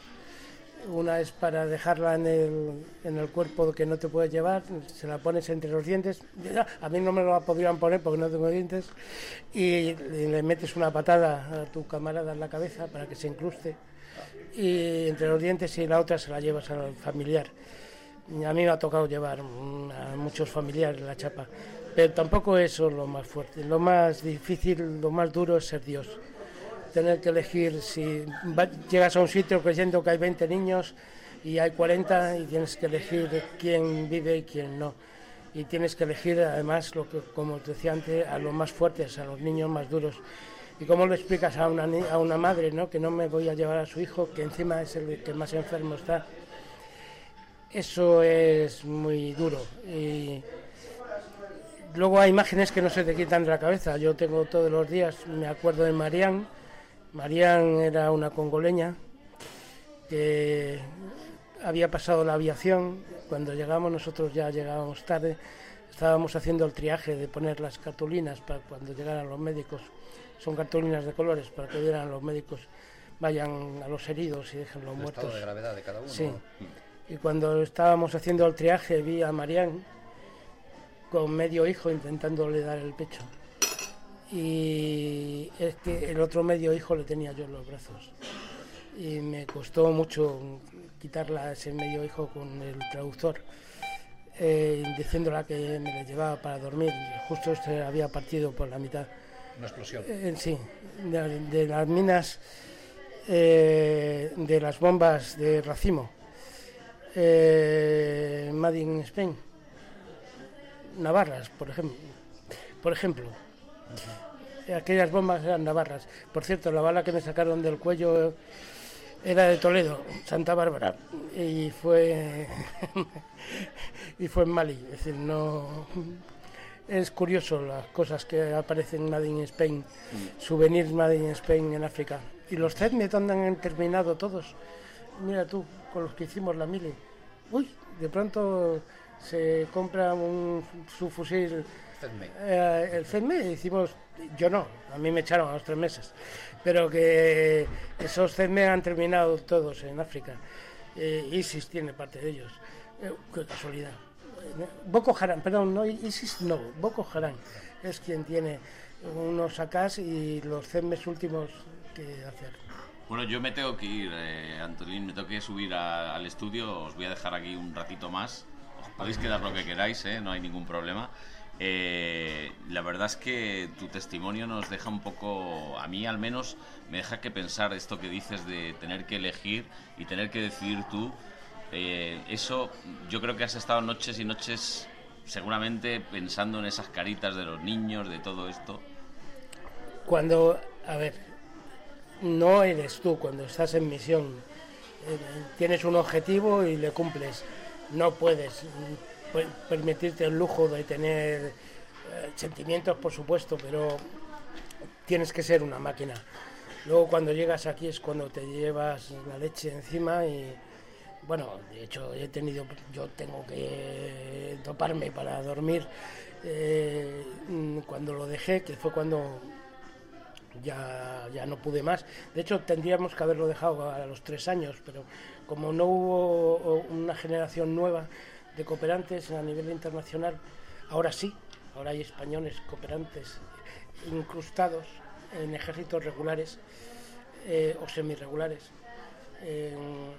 [SPEAKER 19] Una es para dejarla en el, en el cuerpo que no te puedes llevar, se la pones entre los dientes. Ya, A mí no me la podrían poner porque no tengo dientes. Y le metes una patada a tu camarada en la cabeza para que se incruste. Y entre los dientes y la otra se la llevas al familiar. Y A mí me ha tocado llevar mm, a muchos familiares la chapa. Pero tampoco eso es lo más fuerte. Lo más difícil, lo más duro es ser Dios tener que elegir si va- llegas a un sitio creyendo que hay 20 niños y hay 40 y tienes que elegir quién vive y quién no. Y tienes que elegir además, lo que, como os decía antes, a los más fuertes, a los niños más duros. ¿Y cómo le explicas a una, ni- a una madre ¿no? que no me voy a llevar a su hijo, que encima es el que más enfermo está? Eso es muy duro. Y luego hay imágenes que no se te quitan de la cabeza. Yo tengo todos los días, me acuerdo de Marianne. Marianne era una congoleña que había pasado la aviación. Cuando llegamos, nosotros ya llegábamos tarde. Estábamos haciendo el triaje de poner las cartulinas para cuando llegaran los médicos. Son cartulinas de colores para que vieran los médicos, vayan a los heridos y dejen los
[SPEAKER 18] El
[SPEAKER 19] muertos.
[SPEAKER 18] estado de gravedad de cada uno.
[SPEAKER 19] Sí. Y cuando estábamos haciendo el triaje vi a Marián con medio hijo intentándole dar el pecho. y es que el otro medio hijo le tenía yo en los brazos. Y me costó mucho quitarla a ese medio hijo con el traductor, eh, diciéndola que me la llevaba para dormir. Justo se había partido por la mitad.
[SPEAKER 18] Una explosión.
[SPEAKER 19] Eh, sí, de, de las minas, eh, de las bombas de racimo. Eh, Made in Spain. Navarras, por ejemplo. Por ejemplo. Aquellas bombas eran navarras. Por cierto, la bala que me sacaron del cuello era de Toledo, Santa Bárbara, y fue [laughs] y fue en Mali. Es decir, no es curioso las cosas que aparecen en Made in Spain, souvenirs Made in Spain en África. Y los Zetmet han terminado todos. Mira tú, con los que hicimos la mili. Uy, de pronto se compra un, su fusil.
[SPEAKER 18] Zetmet.
[SPEAKER 19] Eh, el CEDME hicimos, yo no, a mí me echaron a los tres meses, pero que esos CEDME han terminado todos en África. Eh, ISIS tiene parte de ellos. Eh, qué casualidad. Eh, Boko Haram, perdón, no ISIS, no, Boko Haram es quien tiene unos AKs y los CEDMEs últimos que hacer.
[SPEAKER 3] Bueno, yo me tengo que ir, eh, Antolín, me tengo que subir a- al estudio, os voy a dejar aquí un ratito más, os podéis quedar lo que queráis, eh, no hay ningún problema. Eh, la verdad es que tu testimonio nos deja un poco, a mí al menos, me deja que pensar esto que dices de tener que elegir y tener que decidir tú. Eh, eso, yo creo que has estado noches y noches seguramente pensando en esas caritas de los niños, de todo esto.
[SPEAKER 19] Cuando, a ver, no eres tú cuando estás en misión. Eh, Tienes un objetivo y le cumples. No puedes mm, per- permitirte el lujo de tener eh, sentimientos, por supuesto, pero tienes que ser una máquina. Luego cuando llegas aquí es cuando te llevas la leche encima y bueno, de hecho he tenido, yo tengo que toparme para dormir. Eh, mm, cuando lo dejé, que fue cuando ya, ya no pude más. De hecho, tendríamos que haberlo dejado a los tres años, pero como no hubo o, una generación nueva de cooperantes a nivel internacional, ahora sí, ahora hay españoles cooperantes incrustados en ejércitos regulares eh, o semirregulares, en,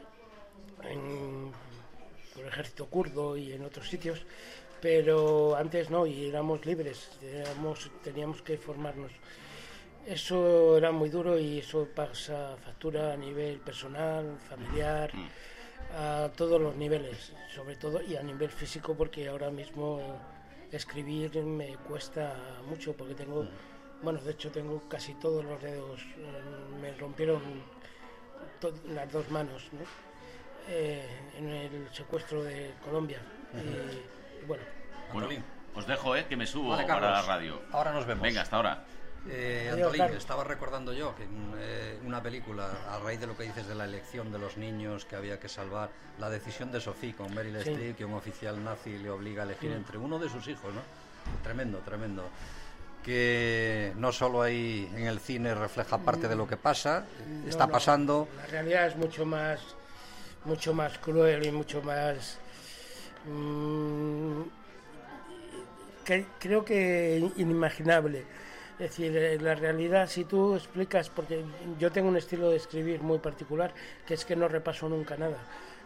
[SPEAKER 19] en el ejército kurdo y en otros sitios, pero antes no, y éramos libres, éramos- teníamos que formarnos. Eso era muy duro y eso pasa factura a nivel personal, familiar, a todos los niveles, sobre todo y a nivel físico porque ahora mismo escribir me cuesta mucho porque tengo, bueno, de hecho tengo casi todos los dedos, eh, me rompieron to- las dos manos ¿no? Eh, en el secuestro de Colombia. Y, bueno,
[SPEAKER 3] Bueno, os dejo, eh, que me subo
[SPEAKER 18] Vale,
[SPEAKER 3] para la
[SPEAKER 18] Carlos,
[SPEAKER 3] radio.
[SPEAKER 18] ahora nos vemos.
[SPEAKER 3] Venga, hasta ahora.
[SPEAKER 18] Eh,
[SPEAKER 19] Adiós,
[SPEAKER 18] Antolín,
[SPEAKER 19] Carlos.
[SPEAKER 18] estaba recordando yo que mm, eh, una película, a raíz de lo que dices de la elección de los niños que había que salvar, la decisión de Sophie con Meryl
[SPEAKER 19] Sí.
[SPEAKER 18] Streep, que un oficial nazi le obliga a elegir
[SPEAKER 19] Mm.
[SPEAKER 18] entre uno de sus hijos, ¿no? Tremendo, tremendo. Que no solo ahí en el cine refleja parte de lo que pasa,
[SPEAKER 19] No,
[SPEAKER 18] está
[SPEAKER 19] Mm. no,
[SPEAKER 18] pasando.
[SPEAKER 19] La realidad es mucho más, mucho más cruel y mucho más. mm, que- creo que inimaginable. Es decir, eh, la realidad, si tú explicas, porque yo tengo un estilo de escribir muy particular, que es que no repaso nunca nada.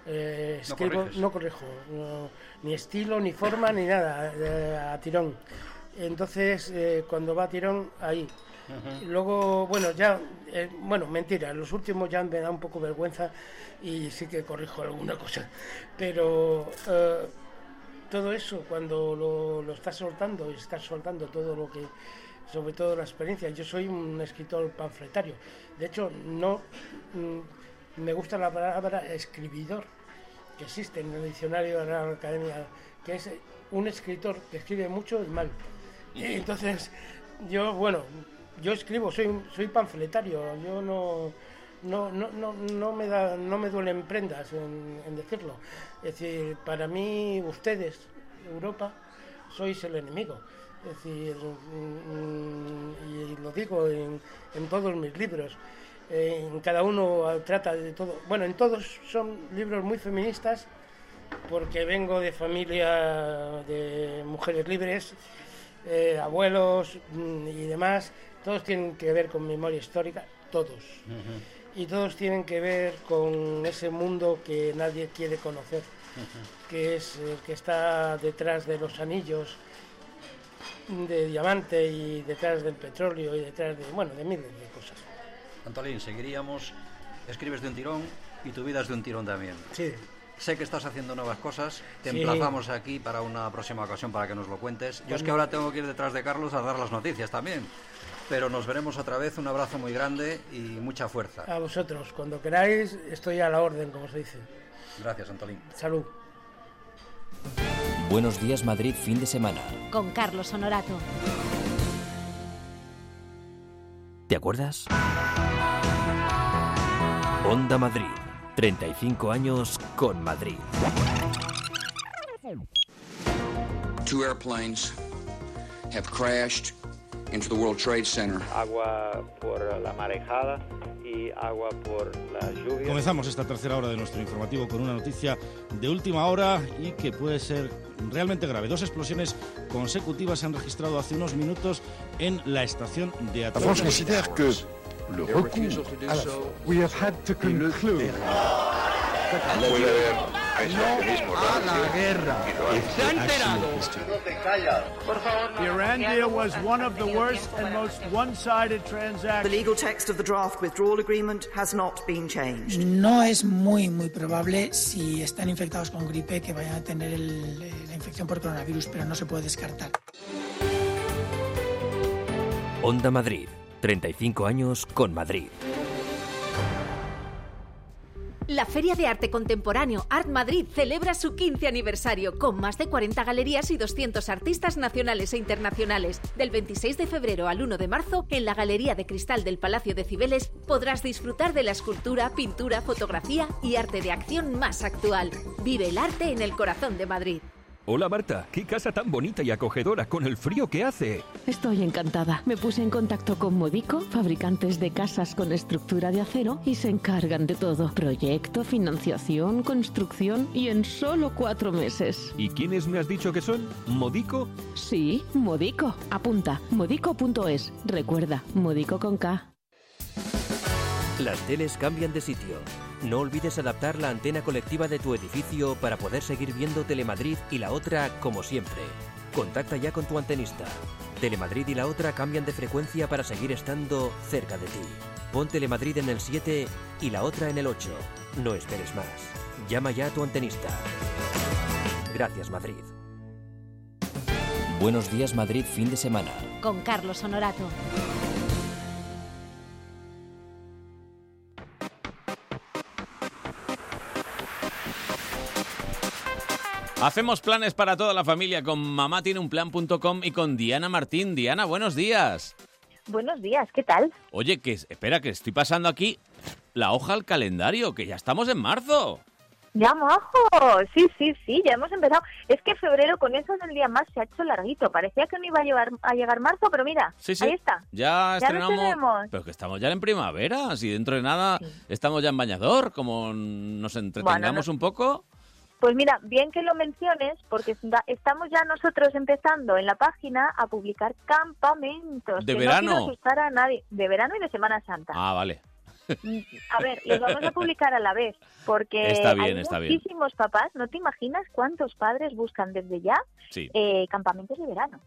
[SPEAKER 19] Eh,
[SPEAKER 18] No
[SPEAKER 19] escribo,
[SPEAKER 18] corriges.
[SPEAKER 19] no corrijo, no- ni estilo, ni forma, ni nada, eh, a tirón. Entonces, eh, cuando va a tirón, ahí, y Luego, bueno, ya, eh, bueno, mentira, los últimos ya me da un poco vergüenza y sí que corrijo alguna cosa. Pero eh, todo eso, cuando lo, lo estás soltando, y estás soltando todo lo que, sobre todo la experiencia, yo soy un escritor panfletario. De hecho, no mm, me gusta la palabra escribidor, que existe en el diccionario de la academia, que es un escritor que escribe mucho y mal. Y entonces, yo, bueno, yo escribo, soy, soy panfletario, yo no, no, no, no, no me da, no me duelen prendas en, en decirlo. Es decir, para mí, ustedes, Europa, sois el enemigo. Es decir, mm, y lo digo en, en todos mis libros. eh, En cada uno ah, trata de todo. Bueno, en todos son libros muy feministas, porque vengo de familia de mujeres libres eh, abuelos mm, y demás, todos tienen que ver con memoria histórica, todos. Y todos tienen que ver con ese mundo que nadie quiere conocer, que es el que está detrás de los anillos de diamante y detrás del petróleo y detrás de, bueno, de miles de cosas.
[SPEAKER 18] Antolín, seguiríamos. Escribes de un tirón y tu vida es de un tirón también.
[SPEAKER 19] Sí.
[SPEAKER 18] Sé que estás haciendo nuevas cosas. Te
[SPEAKER 19] Sí.
[SPEAKER 18] emplazamos aquí para una próxima ocasión para que nos lo cuentes. Yo es que ahora tengo que ir detrás de Carlos a dar las noticias también. Pero nos veremos otra vez. Un abrazo muy grande y mucha fuerza.
[SPEAKER 19] A vosotros, cuando queráis, estoy a la orden, como se dice.
[SPEAKER 18] Gracias, Antolín.
[SPEAKER 19] Salud.
[SPEAKER 1] Buenos días Madrid fin de semana.
[SPEAKER 15] Con Carlos Honorato.
[SPEAKER 1] ¿Te acuerdas? Onda Madrid. 35 años con Madrid.
[SPEAKER 32] Two airplanes have crashed into the World Trade Center.
[SPEAKER 17] agua por la marejada y agua por la lluvia.
[SPEAKER 26] Comenzamos esta tercera hora de nuestro informativo con una noticia de última hora y que puede ser realmente grave. Dos explosiones consecutivas se han registrado hace unos minutos en la estación de
[SPEAKER 33] La
[SPEAKER 26] Atlanta.
[SPEAKER 33] France considère que le recours à la fois
[SPEAKER 26] We have had to conclude.
[SPEAKER 17] a la guerra. Se ha enterado. Por favor,
[SPEAKER 34] The Iran deal was one of the worst and most one-sided
[SPEAKER 5] The
[SPEAKER 34] transactions.
[SPEAKER 5] legal text of the draft withdrawal agreement has not been changed.
[SPEAKER 30] No es muy, muy probable si están infectados con gripe que vayan a tener el- eh, la infección por coronavirus, pero no se puede descartar.
[SPEAKER 1] Onda Madrid. 35 años con Madrid.
[SPEAKER 12] La Feria de Arte Contemporáneo Art Madrid celebra su 15 aniversario con más de 40 galerías y 200 artistas nacionales e internacionales. Del 26 de febrero al 1 de marzo, en la Galería de Cristal del Palacio de Cibeles podrás disfrutar de la escultura, pintura, fotografía y arte de acción más actual. Vive el arte en el corazón de Madrid.
[SPEAKER 13] Hola Marta, qué casa tan bonita y acogedora con el frío que hace.
[SPEAKER 14] Estoy encantada. Me puse en contacto con Modico, fabricantes de casas con estructura de acero, y se encargan de todo. Proyecto, financiación, construcción y en solo cuatro meses.
[SPEAKER 13] ¿Y quiénes me has dicho que son? ¿Modico?
[SPEAKER 14] Sí, Modico. Apunta, modico.es. Recuerda, Modico con K.
[SPEAKER 1] Las teles cambian de sitio. No olvides adaptar la antena colectiva de tu edificio para poder seguir viendo Telemadrid y la otra como siempre. Contacta ya con tu antenista. Telemadrid y la otra cambian de frecuencia para seguir estando cerca de ti. Pon Telemadrid en el 7 y la otra en el 8. No esperes más. Llama ya a tu antenista. Gracias Madrid. Buenos días Madrid fin de semana.
[SPEAKER 15] Con Carlos Honorato.
[SPEAKER 2] Hacemos planes para toda la familia con mamatieneunplan.com y con Diana Martín. Diana, buenos días.
[SPEAKER 10] [laughs] Buenos días, ¿qué tal?
[SPEAKER 2] Oye, que espera, que estoy pasando aquí la hoja al calendario, que ya estamos en marzo.
[SPEAKER 10] Ya, majo. Sí, sí, sí, ya hemos empezado. Es que febrero con eso del día más se ha hecho larguito. Parecía que no iba a, llevar, a llegar marzo, pero mira,
[SPEAKER 2] Sí, sí.
[SPEAKER 10] ahí está.
[SPEAKER 2] Ya
[SPEAKER 10] Ya lo
[SPEAKER 2] estrenamos.
[SPEAKER 10] tenemos.
[SPEAKER 2] pero que estamos ya en primavera, si dentro de nada estamos ya en bañador, como nos entretengamos
[SPEAKER 10] no-
[SPEAKER 2] un poco.
[SPEAKER 10] Pues mira, bien que lo menciones, porque da- estamos ya nosotros empezando en la página a publicar campamentos.
[SPEAKER 2] De
[SPEAKER 10] que
[SPEAKER 2] verano.
[SPEAKER 10] No quiero asustar a nadie. De verano y de Semana Santa.
[SPEAKER 2] Ah, vale.
[SPEAKER 10] A ver, los vamos a publicar a la vez, porque
[SPEAKER 2] Está bien,
[SPEAKER 10] hay
[SPEAKER 2] está bien.
[SPEAKER 10] muchísimos papás. No te imaginas cuántos padres buscan desde ya
[SPEAKER 2] Sí.
[SPEAKER 10] eh, campamentos de verano.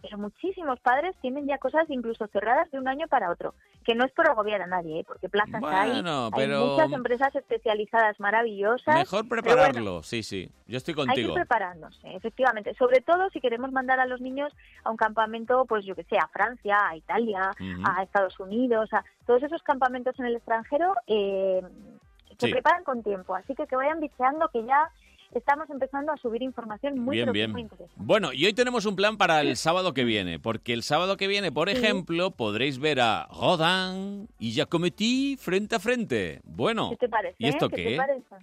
[SPEAKER 10] Pero muchísimos padres tienen ya cosas incluso cerradas de un año para otro, que no es por agobiar a nadie, ¿eh? porque plazas hay,
[SPEAKER 2] Bueno,
[SPEAKER 10] hay
[SPEAKER 2] pero-
[SPEAKER 10] muchas empresas especializadas maravillosas.
[SPEAKER 2] [laughs] Mejor
[SPEAKER 10] pero
[SPEAKER 2] prepararlo,
[SPEAKER 10] bueno,
[SPEAKER 2] sí, sí. Yo estoy
[SPEAKER 10] hay que
[SPEAKER 2] contigo.
[SPEAKER 10] ir preparándose, efectivamente. Sobre todo si queremos mandar a los niños a un campamento, pues yo que sé, a Francia, a Italia,
[SPEAKER 2] Ujú.
[SPEAKER 10] a Estados Unidos, a todos esos campamentos en el extranjero, eh, se
[SPEAKER 2] Sí.
[SPEAKER 10] preparan con tiempo. Así que que vayan bicheando que ya estamos empezando a subir información muy,
[SPEAKER 2] bien,
[SPEAKER 10] pero que
[SPEAKER 2] bien.
[SPEAKER 10] muy interesante.
[SPEAKER 2] Bueno, y hoy tenemos un plan para el sábado que viene, porque el sábado que viene, por
[SPEAKER 10] Sí.
[SPEAKER 2] ejemplo, podréis ver a Rodin y Giacometti frente a frente. Bueno,
[SPEAKER 10] ¿Qué te parece?
[SPEAKER 2] ¿y esto
[SPEAKER 10] eh?
[SPEAKER 2] qué?
[SPEAKER 10] te parece?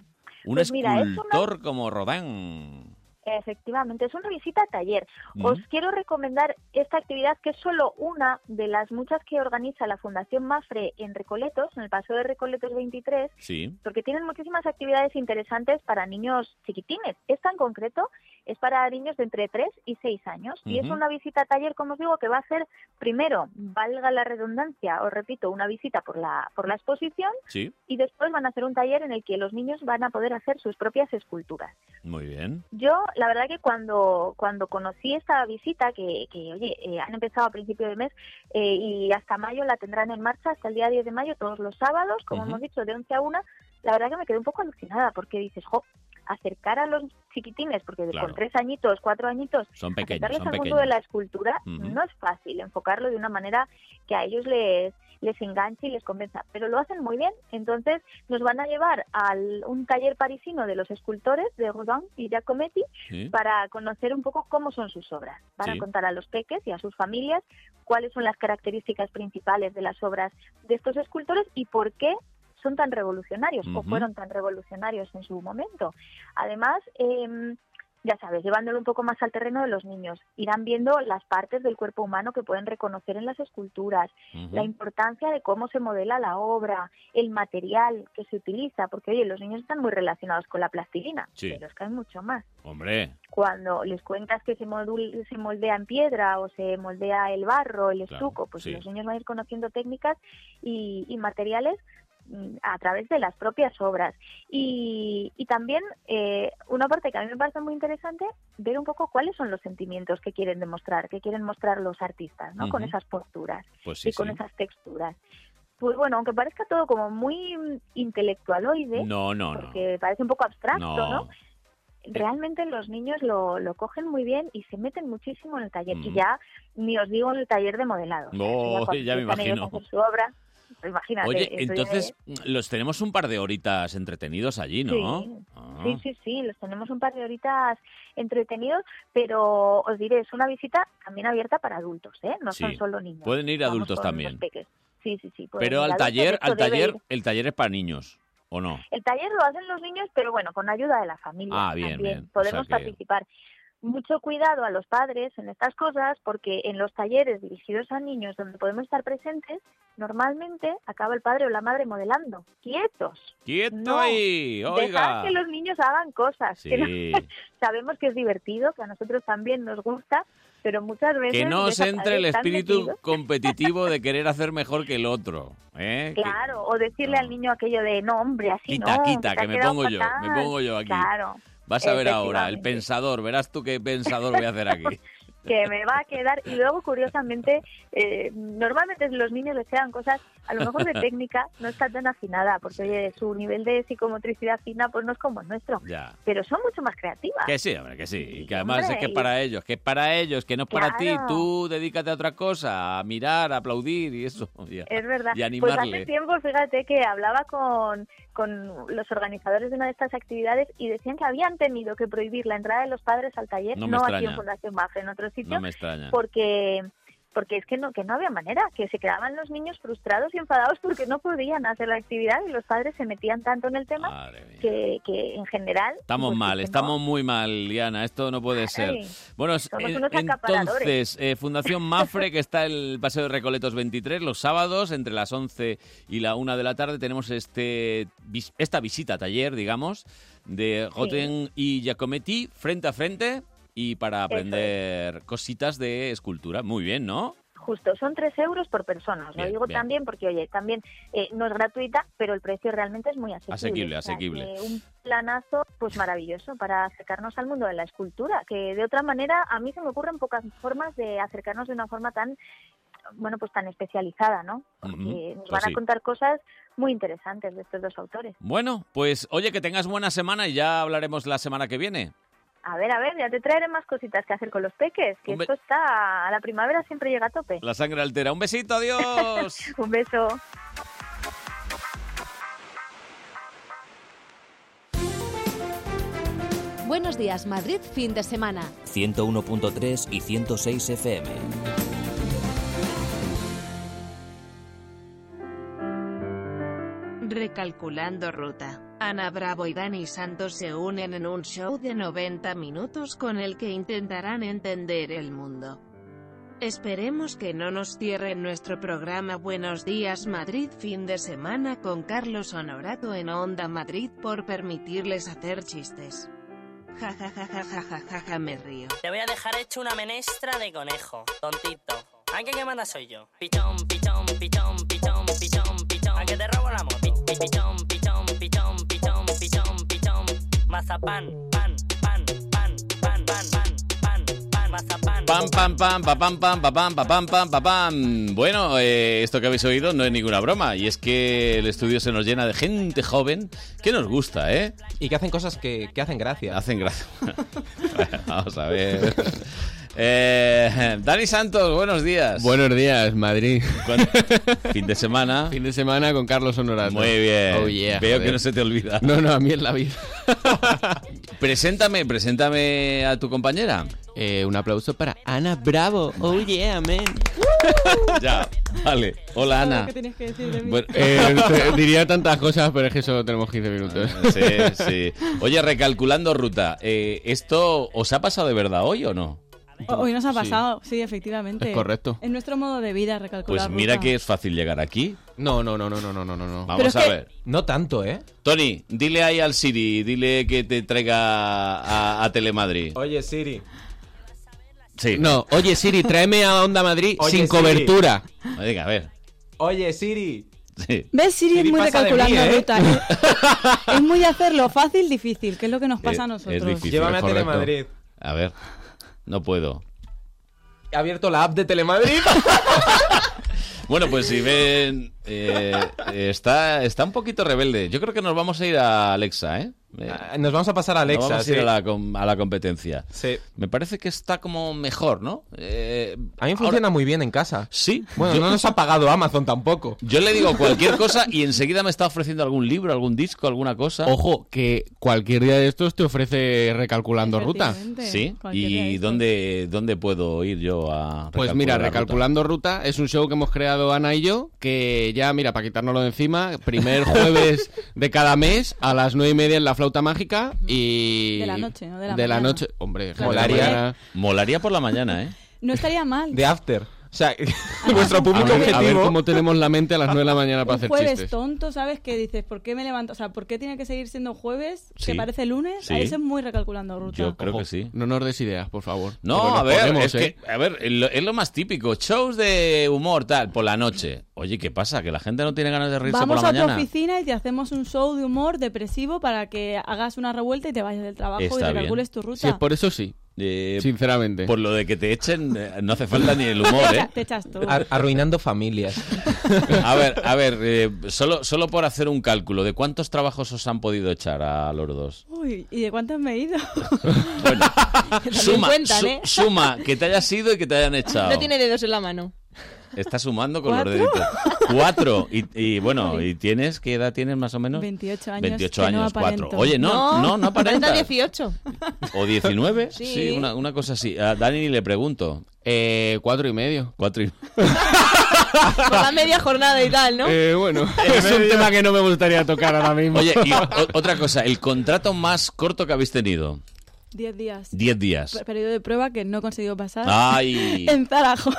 [SPEAKER 2] un
[SPEAKER 10] Pues mira, es una-
[SPEAKER 2] escultor como Rodin.
[SPEAKER 10] Efectivamente, es una visita a taller. Os
[SPEAKER 2] Ujú.
[SPEAKER 10] quiero recomendar esta actividad que es solo una de las muchas que organiza la Fundación Mafre en Recoletos, en el Paseo de Recoletos 23,
[SPEAKER 2] Sí.
[SPEAKER 10] porque tienen muchísimas actividades interesantes para niños chiquitines. Esta en concreto es para niños de entre 3 y 6 años. Y es
[SPEAKER 6] Ujú.
[SPEAKER 10] una visita a taller, como os digo, que va a ser primero, valga la redundancia, os repito, una visita por la, por la exposición
[SPEAKER 2] Sí,
[SPEAKER 10] y después van a hacer un taller en el que los niños van a poder hacer sus propias esculturas.
[SPEAKER 2] muy bien.
[SPEAKER 10] Yo, la verdad que cuando, cuando conocí esta visita, que, que, oye, eh, han empezado a principio de mes eh, y hasta mayo la tendrán en marcha, hasta el día 10 de mayo, todos los sábados, como
[SPEAKER 7] Ujú.
[SPEAKER 10] hemos dicho, de 11 a 1, la verdad que me quedé un poco alucinada porque dices, jo, acercar a los chiquitines, porque de-
[SPEAKER 2] Claro.
[SPEAKER 10] con tres añitos, cuatro añitos,
[SPEAKER 2] Son pequeños,
[SPEAKER 10] acercarles
[SPEAKER 2] son
[SPEAKER 10] al mundo de
[SPEAKER 2] pequeños.
[SPEAKER 10] la escultura
[SPEAKER 2] Ujú.
[SPEAKER 10] no es fácil, enfocarlo de una manera que a ellos les les enganche y les convenza, pero lo hacen muy bien, entonces nos van a llevar a un taller parisino de los escultores de Rodin y Giacometti
[SPEAKER 16] Sí.
[SPEAKER 10] para conocer un poco cómo son sus obras. Van a
[SPEAKER 16] Sí.
[SPEAKER 10] contar a los peques y a sus familias cuáles son las características principales de las obras de estos escultores y por qué son tan revolucionarios o
[SPEAKER 21] Ujú.
[SPEAKER 10] fueron tan revolucionarios en su momento. Además, em, ya sabes, llevándolo un poco más al terreno de los niños, irán viendo las partes del cuerpo humano que pueden reconocer en las esculturas,
[SPEAKER 16] Ujú.
[SPEAKER 10] la importancia de cómo se modela la obra, el material que se utiliza, porque oye, los niños están muy relacionados con la plastilina,
[SPEAKER 2] Sí.
[SPEAKER 10] pero es que hay mucho más
[SPEAKER 2] Hombre,
[SPEAKER 10] cuando les cuentas que se, modul- se moldea en piedra o se moldea el barro, el
[SPEAKER 2] Claro,
[SPEAKER 10] estuco, pues
[SPEAKER 2] sí.
[SPEAKER 10] los niños van a ir conociendo técnicas y, y materiales mm, a través de las propias obras. Y, y también eh, una parte que a mí me parece muy interesante, ver un poco cuáles son los sentimientos que quieren demostrar, que quieren mostrar los artistas, ¿no? Con
[SPEAKER 2] Ujú.
[SPEAKER 10] esas posturas
[SPEAKER 2] Pues sí,
[SPEAKER 10] y con
[SPEAKER 2] sí.
[SPEAKER 10] esas texturas. Pues bueno, aunque parezca todo como muy mm, intelectualoide,
[SPEAKER 2] No, no, no.
[SPEAKER 10] porque parece un poco abstracto, ¿no?
[SPEAKER 2] no.
[SPEAKER 10] realmente los niños lo, lo cogen muy bien y se meten muchísimo en el taller. Y
[SPEAKER 2] Mm.
[SPEAKER 10] ya ni os digo en el taller de modelado.
[SPEAKER 2] No,
[SPEAKER 10] cuando
[SPEAKER 2] ya
[SPEAKER 10] empiezan
[SPEAKER 2] me
[SPEAKER 10] ellos a
[SPEAKER 2] imagino.
[SPEAKER 10] hacer su obra, pues imagínate.
[SPEAKER 2] Oye,
[SPEAKER 10] eso ya
[SPEAKER 2] entonces
[SPEAKER 10] es-
[SPEAKER 2] los tenemos un par de horitas entretenidos allí, ¿no?
[SPEAKER 10] Sí.
[SPEAKER 2] Ah,
[SPEAKER 10] Sí, sí, sí, los tenemos un par de horitas entretenidos, pero os diré, es una visita también abierta para adultos, ¿eh? No son
[SPEAKER 2] Sí.
[SPEAKER 10] solo niños.
[SPEAKER 2] Pueden ir
[SPEAKER 10] vamos
[SPEAKER 2] adultos
[SPEAKER 10] con
[SPEAKER 2] también.
[SPEAKER 10] los peques. Sí, sí, sí. pueden ir
[SPEAKER 2] Pero al
[SPEAKER 10] adultos, Pues de
[SPEAKER 2] taller,
[SPEAKER 10] hecho,
[SPEAKER 2] al
[SPEAKER 10] debe
[SPEAKER 2] taller,
[SPEAKER 10] ir-
[SPEAKER 2] el taller es para niños, ¿o no?
[SPEAKER 10] El taller lo hacen los niños, pero bueno, con ayuda de la familia.
[SPEAKER 2] Ah, bien,
[SPEAKER 10] también.
[SPEAKER 2] bien. O
[SPEAKER 10] Podemos
[SPEAKER 2] sea que-
[SPEAKER 10] participar. Mucho cuidado a los padres en estas cosas, porque en los talleres dirigidos a niños donde podemos estar presentes, normalmente acaba el padre o la madre modelando, quietos.
[SPEAKER 2] ¡Quieto
[SPEAKER 10] No,
[SPEAKER 2] ahí!
[SPEAKER 10] Dejad
[SPEAKER 2] Oiga.
[SPEAKER 10] que los niños hagan cosas. que no-
[SPEAKER 2] Sí.
[SPEAKER 10] [laughs] Sabemos que es divertido, que a nosotros también nos gusta, pero muchas veces...
[SPEAKER 2] Que no
[SPEAKER 10] ves
[SPEAKER 2] os
[SPEAKER 10] a
[SPEAKER 2] entre el
[SPEAKER 10] padres tan
[SPEAKER 2] espíritu
[SPEAKER 10] metidos. [laughs]
[SPEAKER 2] competitivo de querer hacer mejor que el otro. ¿eh? Que-
[SPEAKER 10] Claro, o decirle al niño aquello de, no, hombre, así
[SPEAKER 2] Quita,
[SPEAKER 10] no.
[SPEAKER 2] quita,
[SPEAKER 10] te ha
[SPEAKER 2] que me
[SPEAKER 10] quedado
[SPEAKER 2] pongo yo, me
[SPEAKER 10] fatal".
[SPEAKER 2] pongo yo aquí.
[SPEAKER 10] Claro.
[SPEAKER 2] Vas a ver ahora, el
[SPEAKER 10] efectivamente.
[SPEAKER 2] pensador, verás tú qué pensador voy a hacer aquí. [laughs]
[SPEAKER 10] que me va a quedar. Y luego, curiosamente, eh, normalmente los niños les quedan cosas, a lo mejor de
[SPEAKER 2] [laughs]
[SPEAKER 10] técnica, no está tan afinada, porque oye, su nivel de psicomotricidad fina pues no es como el nuestro.
[SPEAKER 2] Ya.
[SPEAKER 10] Pero son mucho más creativas.
[SPEAKER 2] Que sí, hombre, que sí. Y que además
[SPEAKER 10] hombre,
[SPEAKER 2] es que es
[SPEAKER 10] y-
[SPEAKER 2] para ellos, que es para ellos, que no es para ti.
[SPEAKER 10] Claro.
[SPEAKER 2] Tú dedícate a otra cosa, a mirar, a aplaudir y eso. [laughs] y a-
[SPEAKER 10] Es verdad.
[SPEAKER 2] Y
[SPEAKER 10] pues
[SPEAKER 2] animarle.
[SPEAKER 10] hace tiempo, fíjate que hablaba con, con los organizadores de una de estas actividades y decían que habían tenido que prohibir la entrada de los padres al taller,
[SPEAKER 2] No
[SPEAKER 10] no,
[SPEAKER 2] me
[SPEAKER 10] aquí en
[SPEAKER 2] extraña.
[SPEAKER 10] Fundación Baja, en otro sitio,
[SPEAKER 2] No me extraña.
[SPEAKER 10] porque porque es que no que no había manera, que se quedaban los niños frustrados y enfadados porque no podían hacer la actividad y los padres se metían tanto en el tema que, que en general
[SPEAKER 2] Estamos mal, estamos muy mal, Liana. Esto no puede ser.
[SPEAKER 10] Ay,
[SPEAKER 2] Bueno,
[SPEAKER 10] somos
[SPEAKER 2] en-
[SPEAKER 10] unos acaparadores.
[SPEAKER 2] entonces,
[SPEAKER 10] [laughs]
[SPEAKER 2] eh, Fundación Mafre, que está en el Paseo de Recoletos 23, los sábados, entre las 11 y la 1 de la tarde, tenemos este vis- esta visita, taller, digamos, de Roten y Giacometti, frente a frente, y para
[SPEAKER 10] Eso es.
[SPEAKER 2] aprender cositas de escultura. Muy bien, ¿no?
[SPEAKER 10] Justo, son 3 euros por persona. Os lo
[SPEAKER 2] Bien,
[SPEAKER 10] digo
[SPEAKER 2] bien.
[SPEAKER 10] también porque, oye, también eh, no es gratuita, pero el precio realmente es muy asequible.
[SPEAKER 2] Asequible,
[SPEAKER 10] O sea,
[SPEAKER 2] asequible.
[SPEAKER 10] que un planazo, pues maravilloso, para acercarnos al mundo de la escultura, que de otra manera a mí se me ocurren pocas formas de acercarnos de una forma tan, bueno, pues tan especializada, ¿no?
[SPEAKER 2] Ujú,
[SPEAKER 10] Que eh, nos
[SPEAKER 2] pues
[SPEAKER 10] van
[SPEAKER 2] sí.
[SPEAKER 10] a contar cosas muy interesantes de estos dos autores.
[SPEAKER 2] Bueno, pues oye, que tengas buena semana y ya hablaremos la semana que viene.
[SPEAKER 10] A ver, a ver, ya te traeré más cositas que hacer con los peques, que
[SPEAKER 2] Hombre.
[SPEAKER 10] esto está, a la primavera siempre llega a tope.
[SPEAKER 2] La sangre altera. Un besito, adiós.
[SPEAKER 10] [laughs] Un beso.
[SPEAKER 15] Buenos días, Madrid, fin de semana.
[SPEAKER 1] 101.3 y 106 FM.
[SPEAKER 26] Recalculando ruta. Ana Bravo y Dani Santos se unen en un show de 90 minutos con el que intentarán entender el mundo. Esperemos que no nos cierren nuestro programa Buenos Días Madrid fin de semana con Carlos Honorato en Onda Madrid por permitirles hacer chistes. Ja ja ja ja ja ja ja, ja, me río.
[SPEAKER 4] Te voy a dejar hecho una menestra de conejo, tontito. ¿A qué manda soy yo? Pichón, pichón, pichón, pichón, pichón, pichón. ¿A que te robo la moto? Pi- pi- Pichón, pichón, pichón, pichón, pichón, pichón. Mazapán, pan, pan, pan, pan, pan, pan, pan, pan, mazapán.
[SPEAKER 2] Pam, pam, pam, pa, pam, pam, pa, pam, pa, pam, pam, pa, pam. Bueno, eh, esto que habéis oído no es ninguna broma. Y es que el estudio se nos llena de gente joven que nos gusta, ¿eh?
[SPEAKER 6] Y que hacen cosas que, que hacen gracia.
[SPEAKER 2] Hacen gracia. [laughs] Vamos a ver. Eh, Dani Santos, buenos días.
[SPEAKER 7] Buenos días, Madrid. [laughs]
[SPEAKER 2] fin de semana.
[SPEAKER 7] Fin de semana con Carlos Honorato.
[SPEAKER 2] Muy bien.
[SPEAKER 7] Oh, yeah,
[SPEAKER 2] Veo
[SPEAKER 7] joder.
[SPEAKER 2] que no se te olvida.
[SPEAKER 7] No, no, a mí es la
[SPEAKER 2] [laughs]
[SPEAKER 7] vida.
[SPEAKER 2] Preséntame, Eh, preséntame a tu compañera.
[SPEAKER 7] Eh, un aplauso para Ana Bravo. Oh yeah, man.
[SPEAKER 2] [laughs] ya, vale. Hola, Ana.
[SPEAKER 16] tienes que decir de mí?
[SPEAKER 2] Bueno, [laughs]
[SPEAKER 7] Eh, te- diría tantas cosas, pero es que solo tenemos 15 minutos.
[SPEAKER 2] Sí, Ah, sí. Oye, recalculando ruta, eh, ¿esto os ha pasado de verdad hoy o no?
[SPEAKER 16] O- Hoy nos ha
[SPEAKER 2] Sí.
[SPEAKER 16] pasado, sí, efectivamente.
[SPEAKER 2] Es correcto.
[SPEAKER 16] Es nuestro modo de vida recalcular.
[SPEAKER 2] Pues mira
[SPEAKER 16] ruta.
[SPEAKER 2] que es fácil llegar aquí.
[SPEAKER 7] No, no, no, no, no, no, no, no.
[SPEAKER 2] Vamos
[SPEAKER 16] es
[SPEAKER 2] a
[SPEAKER 16] que-
[SPEAKER 2] ver.
[SPEAKER 6] No tanto, ¿eh?
[SPEAKER 2] Tony, dile ahí al Siri, dile que te traiga a, a Telemadrid.
[SPEAKER 6] Oye, Siri.
[SPEAKER 2] Sí.
[SPEAKER 7] No, oye Siri, tráeme a Onda Madrid
[SPEAKER 6] Oye,
[SPEAKER 7] sin
[SPEAKER 6] Siri.
[SPEAKER 7] cobertura.
[SPEAKER 2] Venga, a ver.
[SPEAKER 6] Oye, Siri.
[SPEAKER 2] Sí.
[SPEAKER 16] ¿Ves? Siri,
[SPEAKER 6] Siri
[SPEAKER 16] es muy de
[SPEAKER 6] pasa de
[SPEAKER 16] calcular
[SPEAKER 6] mí,
[SPEAKER 16] la
[SPEAKER 6] ¿eh?
[SPEAKER 16] ruta.
[SPEAKER 2] [laughs]
[SPEAKER 16] Es- es muy de hacerlo fácil, difícil, que es lo que nos pasa a
[SPEAKER 2] Eh,
[SPEAKER 16] nosotros.
[SPEAKER 2] Es difícil,
[SPEAKER 6] Llévame a
[SPEAKER 2] correcto.
[SPEAKER 6] Telemadrid.
[SPEAKER 2] A ver, no puedo.
[SPEAKER 6] He abierto la app
[SPEAKER 7] [laughs]
[SPEAKER 6] de Telemadrid.
[SPEAKER 2] Bueno, pues si ven, eh, está, está un poquito rebelde. Yo creo que nos vamos a ir a Alexa, ¿eh? Eh,
[SPEAKER 6] Ah, Nos vamos a pasar a
[SPEAKER 2] nos
[SPEAKER 6] Alexa.
[SPEAKER 2] vamos a ir
[SPEAKER 6] sí.
[SPEAKER 2] a la, com- a la competencia.
[SPEAKER 6] Sí.
[SPEAKER 2] Me parece que está como mejor, ¿no? Eh,
[SPEAKER 6] A mí me funciona muy bien en casa.
[SPEAKER 2] Sí.
[SPEAKER 6] Bueno,
[SPEAKER 2] Yo-
[SPEAKER 6] no nos ha pagado Amazon tampoco.
[SPEAKER 2] yo le digo cualquier cosa y enseguida me está ofreciendo algún libro, algún disco, alguna cosa.
[SPEAKER 7] Ojo, que cualquier día de estos te ofrece recalculando ruta.
[SPEAKER 2] Sí. ¿Y dónde, dónde puedo ir yo a
[SPEAKER 7] Pues
[SPEAKER 2] recalcular
[SPEAKER 7] mira,
[SPEAKER 2] la ruta?
[SPEAKER 7] Recalculando ruta. es un show que hemos creado Ana y yo, que ya, mira, para quitárnoslo de encima,
[SPEAKER 2] [laughs]
[SPEAKER 7] primer jueves de cada mes a las nueve y media en la flauta mágica y...
[SPEAKER 16] De la noche, ¿no? De la mañana.
[SPEAKER 7] noche, hombre,
[SPEAKER 16] Claro.
[SPEAKER 2] Molaría.
[SPEAKER 7] mañana-
[SPEAKER 2] Molaría por la mañana, ¿eh?
[SPEAKER 16] No
[SPEAKER 2] [laughs]
[SPEAKER 16] estaría mal.
[SPEAKER 6] De After. O sea, [laughs] vuestro
[SPEAKER 7] A
[SPEAKER 6] público
[SPEAKER 7] ver, a ver
[SPEAKER 6] objetivo.
[SPEAKER 7] cómo tenemos la mente a las nueve de la mañana para
[SPEAKER 16] un
[SPEAKER 7] hacer
[SPEAKER 16] jueves
[SPEAKER 7] chistes.
[SPEAKER 16] tonto, ¿sabes? Que dices, ¿por qué me levanto? O sea, ¿por qué tiene que seguir siendo jueves?
[SPEAKER 7] Sí.
[SPEAKER 16] Que parece lunes.
[SPEAKER 7] Sí.
[SPEAKER 16] A veces muy recalculando ruta.
[SPEAKER 2] Yo creo que sí.
[SPEAKER 7] No nos des ideas, por favor. Porque
[SPEAKER 2] No,
[SPEAKER 7] nos
[SPEAKER 2] a ver,
[SPEAKER 7] ponemos,
[SPEAKER 2] es
[SPEAKER 7] ¿eh?
[SPEAKER 2] que, a ver, es lo, es lo más típico. Shows de humor, tal, por la noche. Oye, ¿qué pasa? ¿Que la gente no tiene ganas de reírse
[SPEAKER 16] Vamos
[SPEAKER 2] por la
[SPEAKER 16] a tu
[SPEAKER 2] mañana?
[SPEAKER 16] oficina y te hacemos un show de humor depresivo para que hagas una revuelta y te vayas del trabajo y
[SPEAKER 2] Está bien.
[SPEAKER 16] recalcules tu ruta.
[SPEAKER 7] Si es por eso, sí.
[SPEAKER 2] Eh,
[SPEAKER 7] Sinceramente.
[SPEAKER 2] por lo de que te echen, eh, no hace falta ni el humor,
[SPEAKER 21] [laughs]
[SPEAKER 2] ¿eh?
[SPEAKER 16] Te echas tú.
[SPEAKER 6] Ar- arruinando familias.
[SPEAKER 2] [laughs] A ver, a ver, eh, solo, solo por hacer un cálculo, ¿de cuántos trabajos os han podido echar a los
[SPEAKER 21] [laughs]
[SPEAKER 2] dos?
[SPEAKER 16] Uy, ¿y de cuántos me he ido? [laughs]
[SPEAKER 21] Que también
[SPEAKER 2] Suma,
[SPEAKER 21] cuentan,
[SPEAKER 2] su-
[SPEAKER 21] ¿eh? [laughs]
[SPEAKER 2] suma, que te hayas ido y que te hayan echado.
[SPEAKER 21] No tiene dedos en la mano.
[SPEAKER 2] Está sumando con
[SPEAKER 21] ¿Cuatro?
[SPEAKER 2] los
[SPEAKER 21] [laughs]
[SPEAKER 2] deditos. Cuatro. Y, y bueno, ¿y tienes? ¿Qué edad tienes más o menos?
[SPEAKER 16] 28 años.
[SPEAKER 2] 28
[SPEAKER 16] que no
[SPEAKER 2] años,
[SPEAKER 16] aparento.
[SPEAKER 2] cuatro. Oye, no, no, no aparenta.
[SPEAKER 21] 18.
[SPEAKER 2] ¿O 19?
[SPEAKER 21] [laughs] Sí.
[SPEAKER 2] Sí, una, una cosa así. A Dani le pregunto.
[SPEAKER 7] Eh, cuatro y medio.
[SPEAKER 2] Cuatro y...
[SPEAKER 21] Por la media jornada y tal, ¿no?
[SPEAKER 7] Eh,
[SPEAKER 2] [laughs]
[SPEAKER 7] bueno, [laughs] es un tema que no me gustaría tocar ahora mismo.
[SPEAKER 2] Oye,
[SPEAKER 7] [laughs]
[SPEAKER 2] y o- otra cosa, el contrato más corto que habéis tenido.
[SPEAKER 16] 10 días.
[SPEAKER 2] 10 días.
[SPEAKER 16] Pe- Periodo de prueba que no he conseguido pasar.
[SPEAKER 2] Ay.
[SPEAKER 16] [laughs] En Zarajo.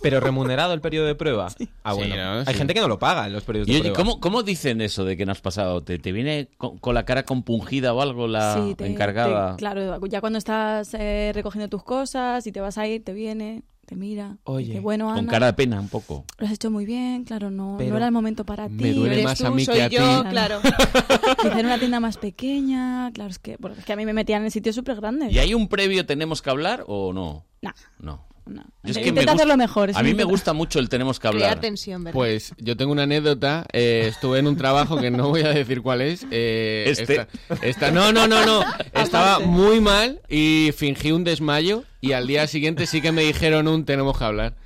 [SPEAKER 6] Pero remunerado el periodo de prueba. Ah,
[SPEAKER 2] Sí,
[SPEAKER 6] bueno.
[SPEAKER 2] ¿no? Sí.
[SPEAKER 6] Hay gente que no lo paga en los periodos
[SPEAKER 2] Y
[SPEAKER 6] de
[SPEAKER 2] oye,
[SPEAKER 6] prueba.
[SPEAKER 2] ¿cómo, cómo dicen eso de que no has pasado? ¿Te, te viene con, con la cara compungida o algo la
[SPEAKER 16] Sí, te-
[SPEAKER 2] encargada?
[SPEAKER 16] te- claro, ya cuando estás eh, recogiendo tus cosas y te vas a ir, te viene, te mira.
[SPEAKER 2] Oye,
[SPEAKER 16] dice, bueno,
[SPEAKER 2] con
[SPEAKER 16] Ana,
[SPEAKER 2] cara de pena un poco.
[SPEAKER 16] Lo has hecho muy bien, claro, no,
[SPEAKER 2] Pero
[SPEAKER 16] no era el momento para ti.
[SPEAKER 7] me duele
[SPEAKER 16] eres
[SPEAKER 7] más
[SPEAKER 16] tú,
[SPEAKER 7] a mí
[SPEAKER 16] soy
[SPEAKER 7] que a
[SPEAKER 16] yo,
[SPEAKER 7] ti. [laughs]
[SPEAKER 16] claro. Quizá en una tienda más pequeña, claro, es que, bueno, es que a mí me metían en sitios súper grandes.
[SPEAKER 2] ¿Y hay un previo tenemos que hablar o no?
[SPEAKER 16] Nah.
[SPEAKER 2] No.
[SPEAKER 16] No.
[SPEAKER 2] Yo es
[SPEAKER 16] Intenta
[SPEAKER 2] que me gusta-
[SPEAKER 16] hacerlo mejor, eso
[SPEAKER 2] A mí me
[SPEAKER 16] intenta.
[SPEAKER 2] gusta mucho el tenemos que hablar.
[SPEAKER 16] tensión, ¿verdad?
[SPEAKER 7] Pues yo tengo una anécdota. eh, estuve en un trabajo que no voy a decir cuál es. eh,
[SPEAKER 2] Este.
[SPEAKER 7] esta- esta- no, no, no,
[SPEAKER 16] [laughs]
[SPEAKER 7] no. Estaba muy mal y fingí un desmayo. Y al día siguiente sí que me dijeron un tenemos que hablar.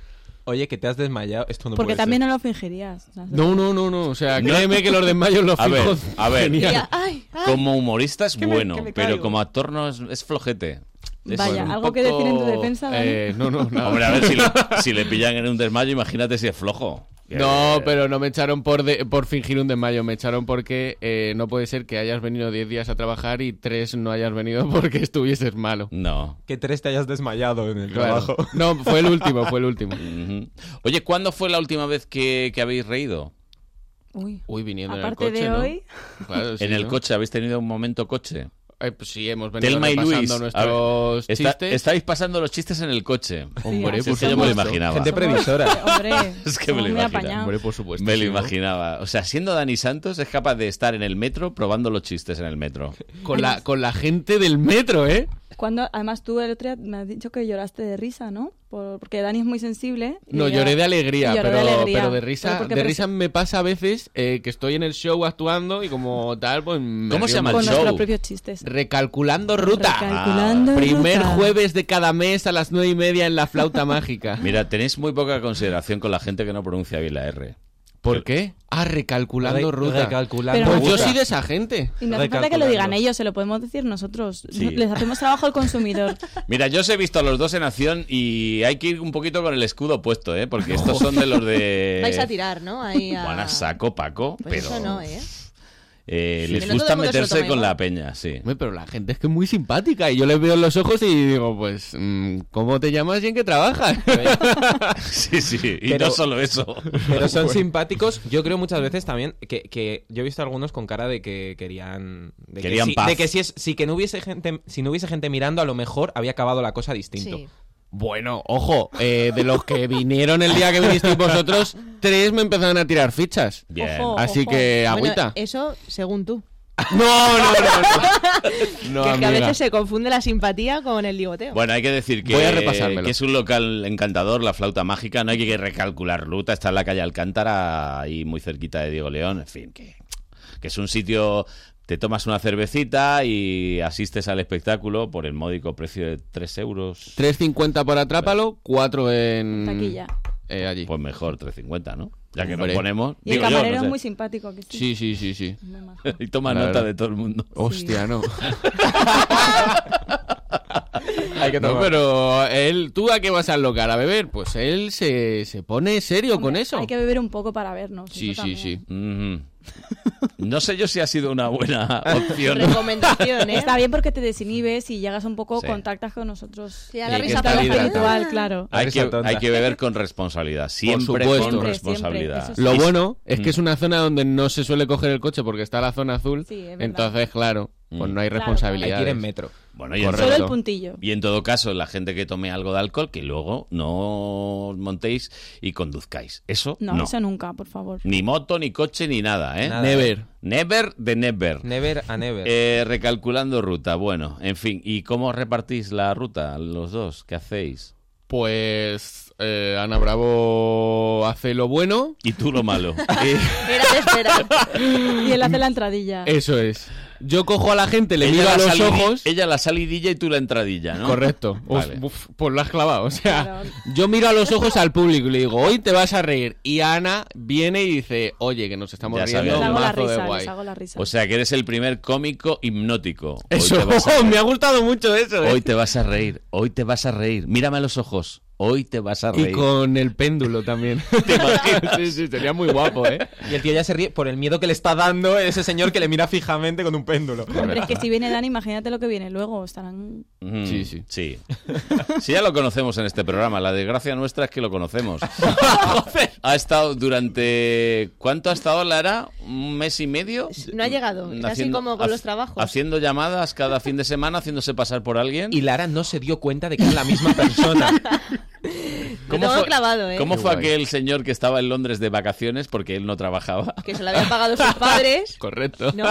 [SPEAKER 6] Oye, que te has desmayado. Esto no
[SPEAKER 16] Porque
[SPEAKER 6] puede
[SPEAKER 16] también no lo fingirías. o sea, [laughs]
[SPEAKER 7] No, no, no, no. O sea, créeme que los desmayos los
[SPEAKER 2] A ver,
[SPEAKER 7] fijo.
[SPEAKER 2] a ver.
[SPEAKER 7] genial.
[SPEAKER 16] Ya, ay, ay.
[SPEAKER 2] Como humorista es
[SPEAKER 16] Que me-
[SPEAKER 2] bueno,
[SPEAKER 16] que me caigo.
[SPEAKER 2] pero como actor no es, es flojete. Es
[SPEAKER 16] Vaya,
[SPEAKER 2] un
[SPEAKER 16] ¿algo que decir en tu defensa, Dani?
[SPEAKER 7] eh, no, no, nada.
[SPEAKER 2] Hombre, a ver, si le, si le pillan en un desmayo, imagínate si es flojo. Que- eh,
[SPEAKER 7] No, pero no me echaron por, de- por fingir un desmayo, me echaron porque eh, no puede ser que hayas venido 10 días a trabajar y 3 no hayas venido [laughs] porque estuvieses malo.
[SPEAKER 2] No.
[SPEAKER 6] ser. Que tres te hayas desmayado en el
[SPEAKER 7] Claro.
[SPEAKER 6] trabajo.
[SPEAKER 7] No, fue el último, fue el
[SPEAKER 6] [laughs]
[SPEAKER 7] último.
[SPEAKER 2] Ujú. Oye, ¿cuándo fue la última vez que, que habéis reído?
[SPEAKER 16] Uy.
[SPEAKER 7] Uy, viniendo
[SPEAKER 16] Aparte
[SPEAKER 7] en el coche,
[SPEAKER 16] de
[SPEAKER 7] ¿no?
[SPEAKER 16] hoy,
[SPEAKER 7] Claro, sí,
[SPEAKER 2] en el
[SPEAKER 7] ¿no?
[SPEAKER 2] coche, ¿habéis tenido un momento coche?
[SPEAKER 7] eh, pues sí, hemos venido
[SPEAKER 2] Telma y
[SPEAKER 7] repasando
[SPEAKER 2] Luis. a ver,
[SPEAKER 7] nuestros
[SPEAKER 2] está-
[SPEAKER 7] chistes.
[SPEAKER 2] estáis pasando los chistes en el coche.
[SPEAKER 7] Hombre, pues
[SPEAKER 2] es
[SPEAKER 7] por
[SPEAKER 2] que yo me lo
[SPEAKER 7] supuesto.
[SPEAKER 2] imaginaba.
[SPEAKER 7] Gente previsora.
[SPEAKER 16] [laughs] Hombre,
[SPEAKER 2] Es que me lo
[SPEAKER 16] somos muy
[SPEAKER 2] imaginaba.
[SPEAKER 16] apañados.
[SPEAKER 7] por supuesto.
[SPEAKER 2] Me lo imaginaba. O sea, siendo Dani Santos, es capaz de estar en el metro probando los chistes en el metro.
[SPEAKER 7] Con la, con la gente del metro, ¿eh?
[SPEAKER 16] Cuando, además tú el otro día me has dicho que lloraste de risa, ¿no? Por- porque Dani es muy sensible. Eh, y
[SPEAKER 7] No,
[SPEAKER 16] ella-
[SPEAKER 7] lloré de alegría,
[SPEAKER 16] Lloró de
[SPEAKER 7] pero,
[SPEAKER 16] alegría.
[SPEAKER 7] pero de
[SPEAKER 16] Pero
[SPEAKER 7] risa,
[SPEAKER 16] porque
[SPEAKER 7] de
[SPEAKER 16] presi-
[SPEAKER 7] risa me pasa a veces eh, que estoy en el show actuando y como tal, pues me
[SPEAKER 2] ¿Cómo
[SPEAKER 7] río
[SPEAKER 2] se llama
[SPEAKER 7] mucho.
[SPEAKER 16] con nuestros propios chistes.
[SPEAKER 7] Recalculando ruta.
[SPEAKER 2] Ah.
[SPEAKER 16] Recalculando
[SPEAKER 7] Primer
[SPEAKER 16] ruta.
[SPEAKER 7] jueves de cada mes a las nueve y media en la flauta mágica.
[SPEAKER 2] [laughs] Mira, tenéis muy poca consideración con la gente que no pronuncia bien la R.
[SPEAKER 7] ¿Por qué? Ah, recalculando
[SPEAKER 2] Re-
[SPEAKER 7] ruta.
[SPEAKER 2] recalculando
[SPEAKER 7] pues yo
[SPEAKER 2] ruta.
[SPEAKER 7] soy de esa gente.
[SPEAKER 16] Y no hace falta que lo digan ellos, se lo podemos decir nosotros.
[SPEAKER 2] Sí.
[SPEAKER 16] Les hacemos trabajo al consumidor.
[SPEAKER 2] Mira, yo os he visto a los dos en acción y hay que ir un poquito con el escudo puesto, ¿eh? Porque estos son de los de...
[SPEAKER 4] [laughs] Vais a tirar, ¿no? Ahí a...
[SPEAKER 2] Van a saco, Paco,
[SPEAKER 4] Pues
[SPEAKER 2] pero
[SPEAKER 4] eso no, ¿eh?
[SPEAKER 2] eh,
[SPEAKER 7] Sí.
[SPEAKER 2] les
[SPEAKER 4] Que no todo
[SPEAKER 2] gusta
[SPEAKER 4] el mundo se lo
[SPEAKER 2] meterse
[SPEAKER 4] tome
[SPEAKER 2] con
[SPEAKER 4] igual.
[SPEAKER 2] la peña, sí.
[SPEAKER 7] Hombre, pero la gente es que es muy simpática y yo les veo en los ojos y digo, pues, mm, ¿cómo te llamas y en qué [laughs] trabajas?
[SPEAKER 2] [laughs] sí, [laughs] sí, y
[SPEAKER 3] Pero-
[SPEAKER 2] no solo eso.
[SPEAKER 3] Pero son simpáticos. Yo creo muchas veces también que, que yo he visto algunos con cara de que querían. De
[SPEAKER 2] Querían
[SPEAKER 3] que, si-
[SPEAKER 2] paz.
[SPEAKER 3] de que si, es, si que no hubiese gente, si no hubiese gente mirando, a lo mejor había acabado la cosa distinto.
[SPEAKER 4] Sí.
[SPEAKER 2] [laughs]
[SPEAKER 7] Bueno, ojo, eh, de los que vinieron el día que vinisteis vosotros, tres me empezaron a tirar fichas.
[SPEAKER 2] Bien.
[SPEAKER 4] Ojo,
[SPEAKER 7] Así
[SPEAKER 4] ojo.
[SPEAKER 7] que
[SPEAKER 4] Bueno,
[SPEAKER 7] agüita.
[SPEAKER 4] eso según tú.
[SPEAKER 7] No, no, no. no. No,
[SPEAKER 4] que, es que
[SPEAKER 7] amiga.
[SPEAKER 4] a veces se confunde la simpatía con el [laughs] ligoteo.
[SPEAKER 2] Bueno, hay que decir que,
[SPEAKER 7] Voy a repasármelo.
[SPEAKER 2] que es un local encantador, la flauta mágica, no hay que recalcular ruta, está en la calle Alcántara, ahí muy cerquita de Diego León, en fin, que, que es un sitio, te tomas una cervecita y asistes al espectáculo por el módico precio de 3 euros.
[SPEAKER 7] 3.50 por Atrápalo, 4 en...
[SPEAKER 16] Taquilla.
[SPEAKER 7] eh, allí.
[SPEAKER 2] Pues mejor 3.50, ¿no? Ya que
[SPEAKER 7] Hombre.
[SPEAKER 2] nos ponemos...
[SPEAKER 16] Y el
[SPEAKER 2] digo yo,
[SPEAKER 16] camarero
[SPEAKER 2] no
[SPEAKER 16] es
[SPEAKER 2] sé.
[SPEAKER 16] muy simpático. que sí.
[SPEAKER 7] Sí, sí, sí, sí.
[SPEAKER 16] Muy majo.
[SPEAKER 2] [laughs] y toma
[SPEAKER 7] La
[SPEAKER 2] nota
[SPEAKER 7] verdad.
[SPEAKER 2] de todo el mundo.
[SPEAKER 7] [laughs] Hostia,
[SPEAKER 2] [laughs]
[SPEAKER 7] no.
[SPEAKER 3] Hay que
[SPEAKER 7] No,
[SPEAKER 3] tomar.
[SPEAKER 7] pero él, ¿tú a qué vas al local a beber? Pues él se, se pone serio con eso.
[SPEAKER 16] Hay que beber un poco para vernos.
[SPEAKER 7] Sí,
[SPEAKER 16] eso
[SPEAKER 7] sí,
[SPEAKER 16] también.
[SPEAKER 7] sí.
[SPEAKER 2] Mm. No sé yo si ha sido una buena opción.
[SPEAKER 4] Recomendación, ¿eh?
[SPEAKER 16] Está bien porque te desinhibes y llegas un poco,
[SPEAKER 2] Sí.
[SPEAKER 16] contactas con nosotros.
[SPEAKER 4] Sí, a
[SPEAKER 2] la Y
[SPEAKER 4] la
[SPEAKER 2] hay que risa
[SPEAKER 4] risa
[SPEAKER 2] estar para la hidratado.
[SPEAKER 16] habitual, claro.
[SPEAKER 2] Hay
[SPEAKER 3] Risa
[SPEAKER 2] que,
[SPEAKER 3] tonta.
[SPEAKER 2] hay que beber con responsabilidad, siempre
[SPEAKER 7] supuesto.
[SPEAKER 2] con
[SPEAKER 7] Siempre,
[SPEAKER 2] responsabilidad. Mm.
[SPEAKER 16] siempre, eso
[SPEAKER 7] Lo bueno es que es una zona donde no se suele coger el coche porque está la zona azul.
[SPEAKER 16] Sí, es verdad.
[SPEAKER 7] entonces, claro, pues
[SPEAKER 2] Mm.
[SPEAKER 7] no hay
[SPEAKER 16] Claro,
[SPEAKER 3] Hay
[SPEAKER 7] responsabilidad.
[SPEAKER 3] que ir en metro.
[SPEAKER 2] Bueno, y en,
[SPEAKER 7] Correcto.
[SPEAKER 16] Solo el puntillo.
[SPEAKER 2] y en todo caso, la gente que tome algo de alcohol, que luego no os montéis y conduzcáis. Eso
[SPEAKER 16] No,
[SPEAKER 2] no.
[SPEAKER 16] eso nunca, por
[SPEAKER 4] [laughs]
[SPEAKER 16] favor.
[SPEAKER 2] Ni moto, ni coche, ni nada, ¿eh?
[SPEAKER 3] Nada.
[SPEAKER 7] Never.
[SPEAKER 2] Never de never.
[SPEAKER 3] Never a never.
[SPEAKER 2] Eh, recalculando ruta, bueno, en fin. ¿Y cómo repartís la ruta los dos? ¿Qué hacéis?
[SPEAKER 7] Pues eh, Ana Bravo hace lo bueno.
[SPEAKER 2] Y tú
[SPEAKER 7] [laughs]
[SPEAKER 2] lo malo.
[SPEAKER 4] Era de esperar.
[SPEAKER 16] Y él hace la entradilla.
[SPEAKER 7] Eso es. Yo cojo a la gente, le miro a
[SPEAKER 2] la
[SPEAKER 7] los
[SPEAKER 2] salidi-
[SPEAKER 7] ojos.
[SPEAKER 2] ella la salidilla y tú la entradilla, ¿no? [laughs]
[SPEAKER 7] Correcto. Uf,
[SPEAKER 2] Vale.
[SPEAKER 7] uf, pues lo has clavado. O sea,
[SPEAKER 16] Claro.
[SPEAKER 7] yo miro a los ojos al público y le digo, hoy te vas a reír. Y Ana viene y dice, oye, que nos estamos
[SPEAKER 2] Ya Pues sabía
[SPEAKER 7] riendo un
[SPEAKER 2] yo.
[SPEAKER 16] les hago la
[SPEAKER 7] mazo de
[SPEAKER 16] risa, les
[SPEAKER 7] guay.
[SPEAKER 16] hago la risa.
[SPEAKER 2] O sea que eres el primer cómico hipnótico. Hoy te
[SPEAKER 7] Eso, [laughs]
[SPEAKER 2] vas a
[SPEAKER 7] me ha gustado mucho eso. ¿eh?
[SPEAKER 2] Hoy te vas a reír, hoy te vas a reír. Mírame a los ojos, hoy te vas a
[SPEAKER 7] Y
[SPEAKER 2] reír.
[SPEAKER 7] con el péndulo también.
[SPEAKER 2] ¿Te imaginas?
[SPEAKER 7] sí, sí, sería muy guapo, ¿eh?
[SPEAKER 3] Y el tío ya se ríe por el miedo que le está dando ese señor que le mira fijamente con un péndulo.
[SPEAKER 16] Hombre, es que si viene Dani, imagínate lo que viene luego. Estarán...
[SPEAKER 2] Mm,
[SPEAKER 7] Sí, sí.
[SPEAKER 2] Sí. Sí, ya lo conocemos en este programa. La desgracia nuestra es que
[SPEAKER 7] [laughs]
[SPEAKER 2] lo conocemos. Ha estado durante. ¿Cuánto ha estado Lara? ¿Un mes y medio?
[SPEAKER 4] No ha llegado,
[SPEAKER 2] Mm,
[SPEAKER 4] es así como con los trabajos.
[SPEAKER 2] Haciendo llamadas cada fin de semana, haciéndose pasar por alguien.
[SPEAKER 3] Y Lara no se dio cuenta de que era la misma persona.
[SPEAKER 4] [laughs] Lo tengo clavado, ¿eh?
[SPEAKER 2] cómo
[SPEAKER 7] Qué
[SPEAKER 2] fue
[SPEAKER 7] guay.
[SPEAKER 2] aquel señor que estaba en Londres de vacaciones porque él no
[SPEAKER 3] [laughs]
[SPEAKER 2] trabajaba?
[SPEAKER 4] Que se lo habían
[SPEAKER 2] [laughs]
[SPEAKER 4] pagado sus padres,
[SPEAKER 7] Correcto.
[SPEAKER 4] ¿no?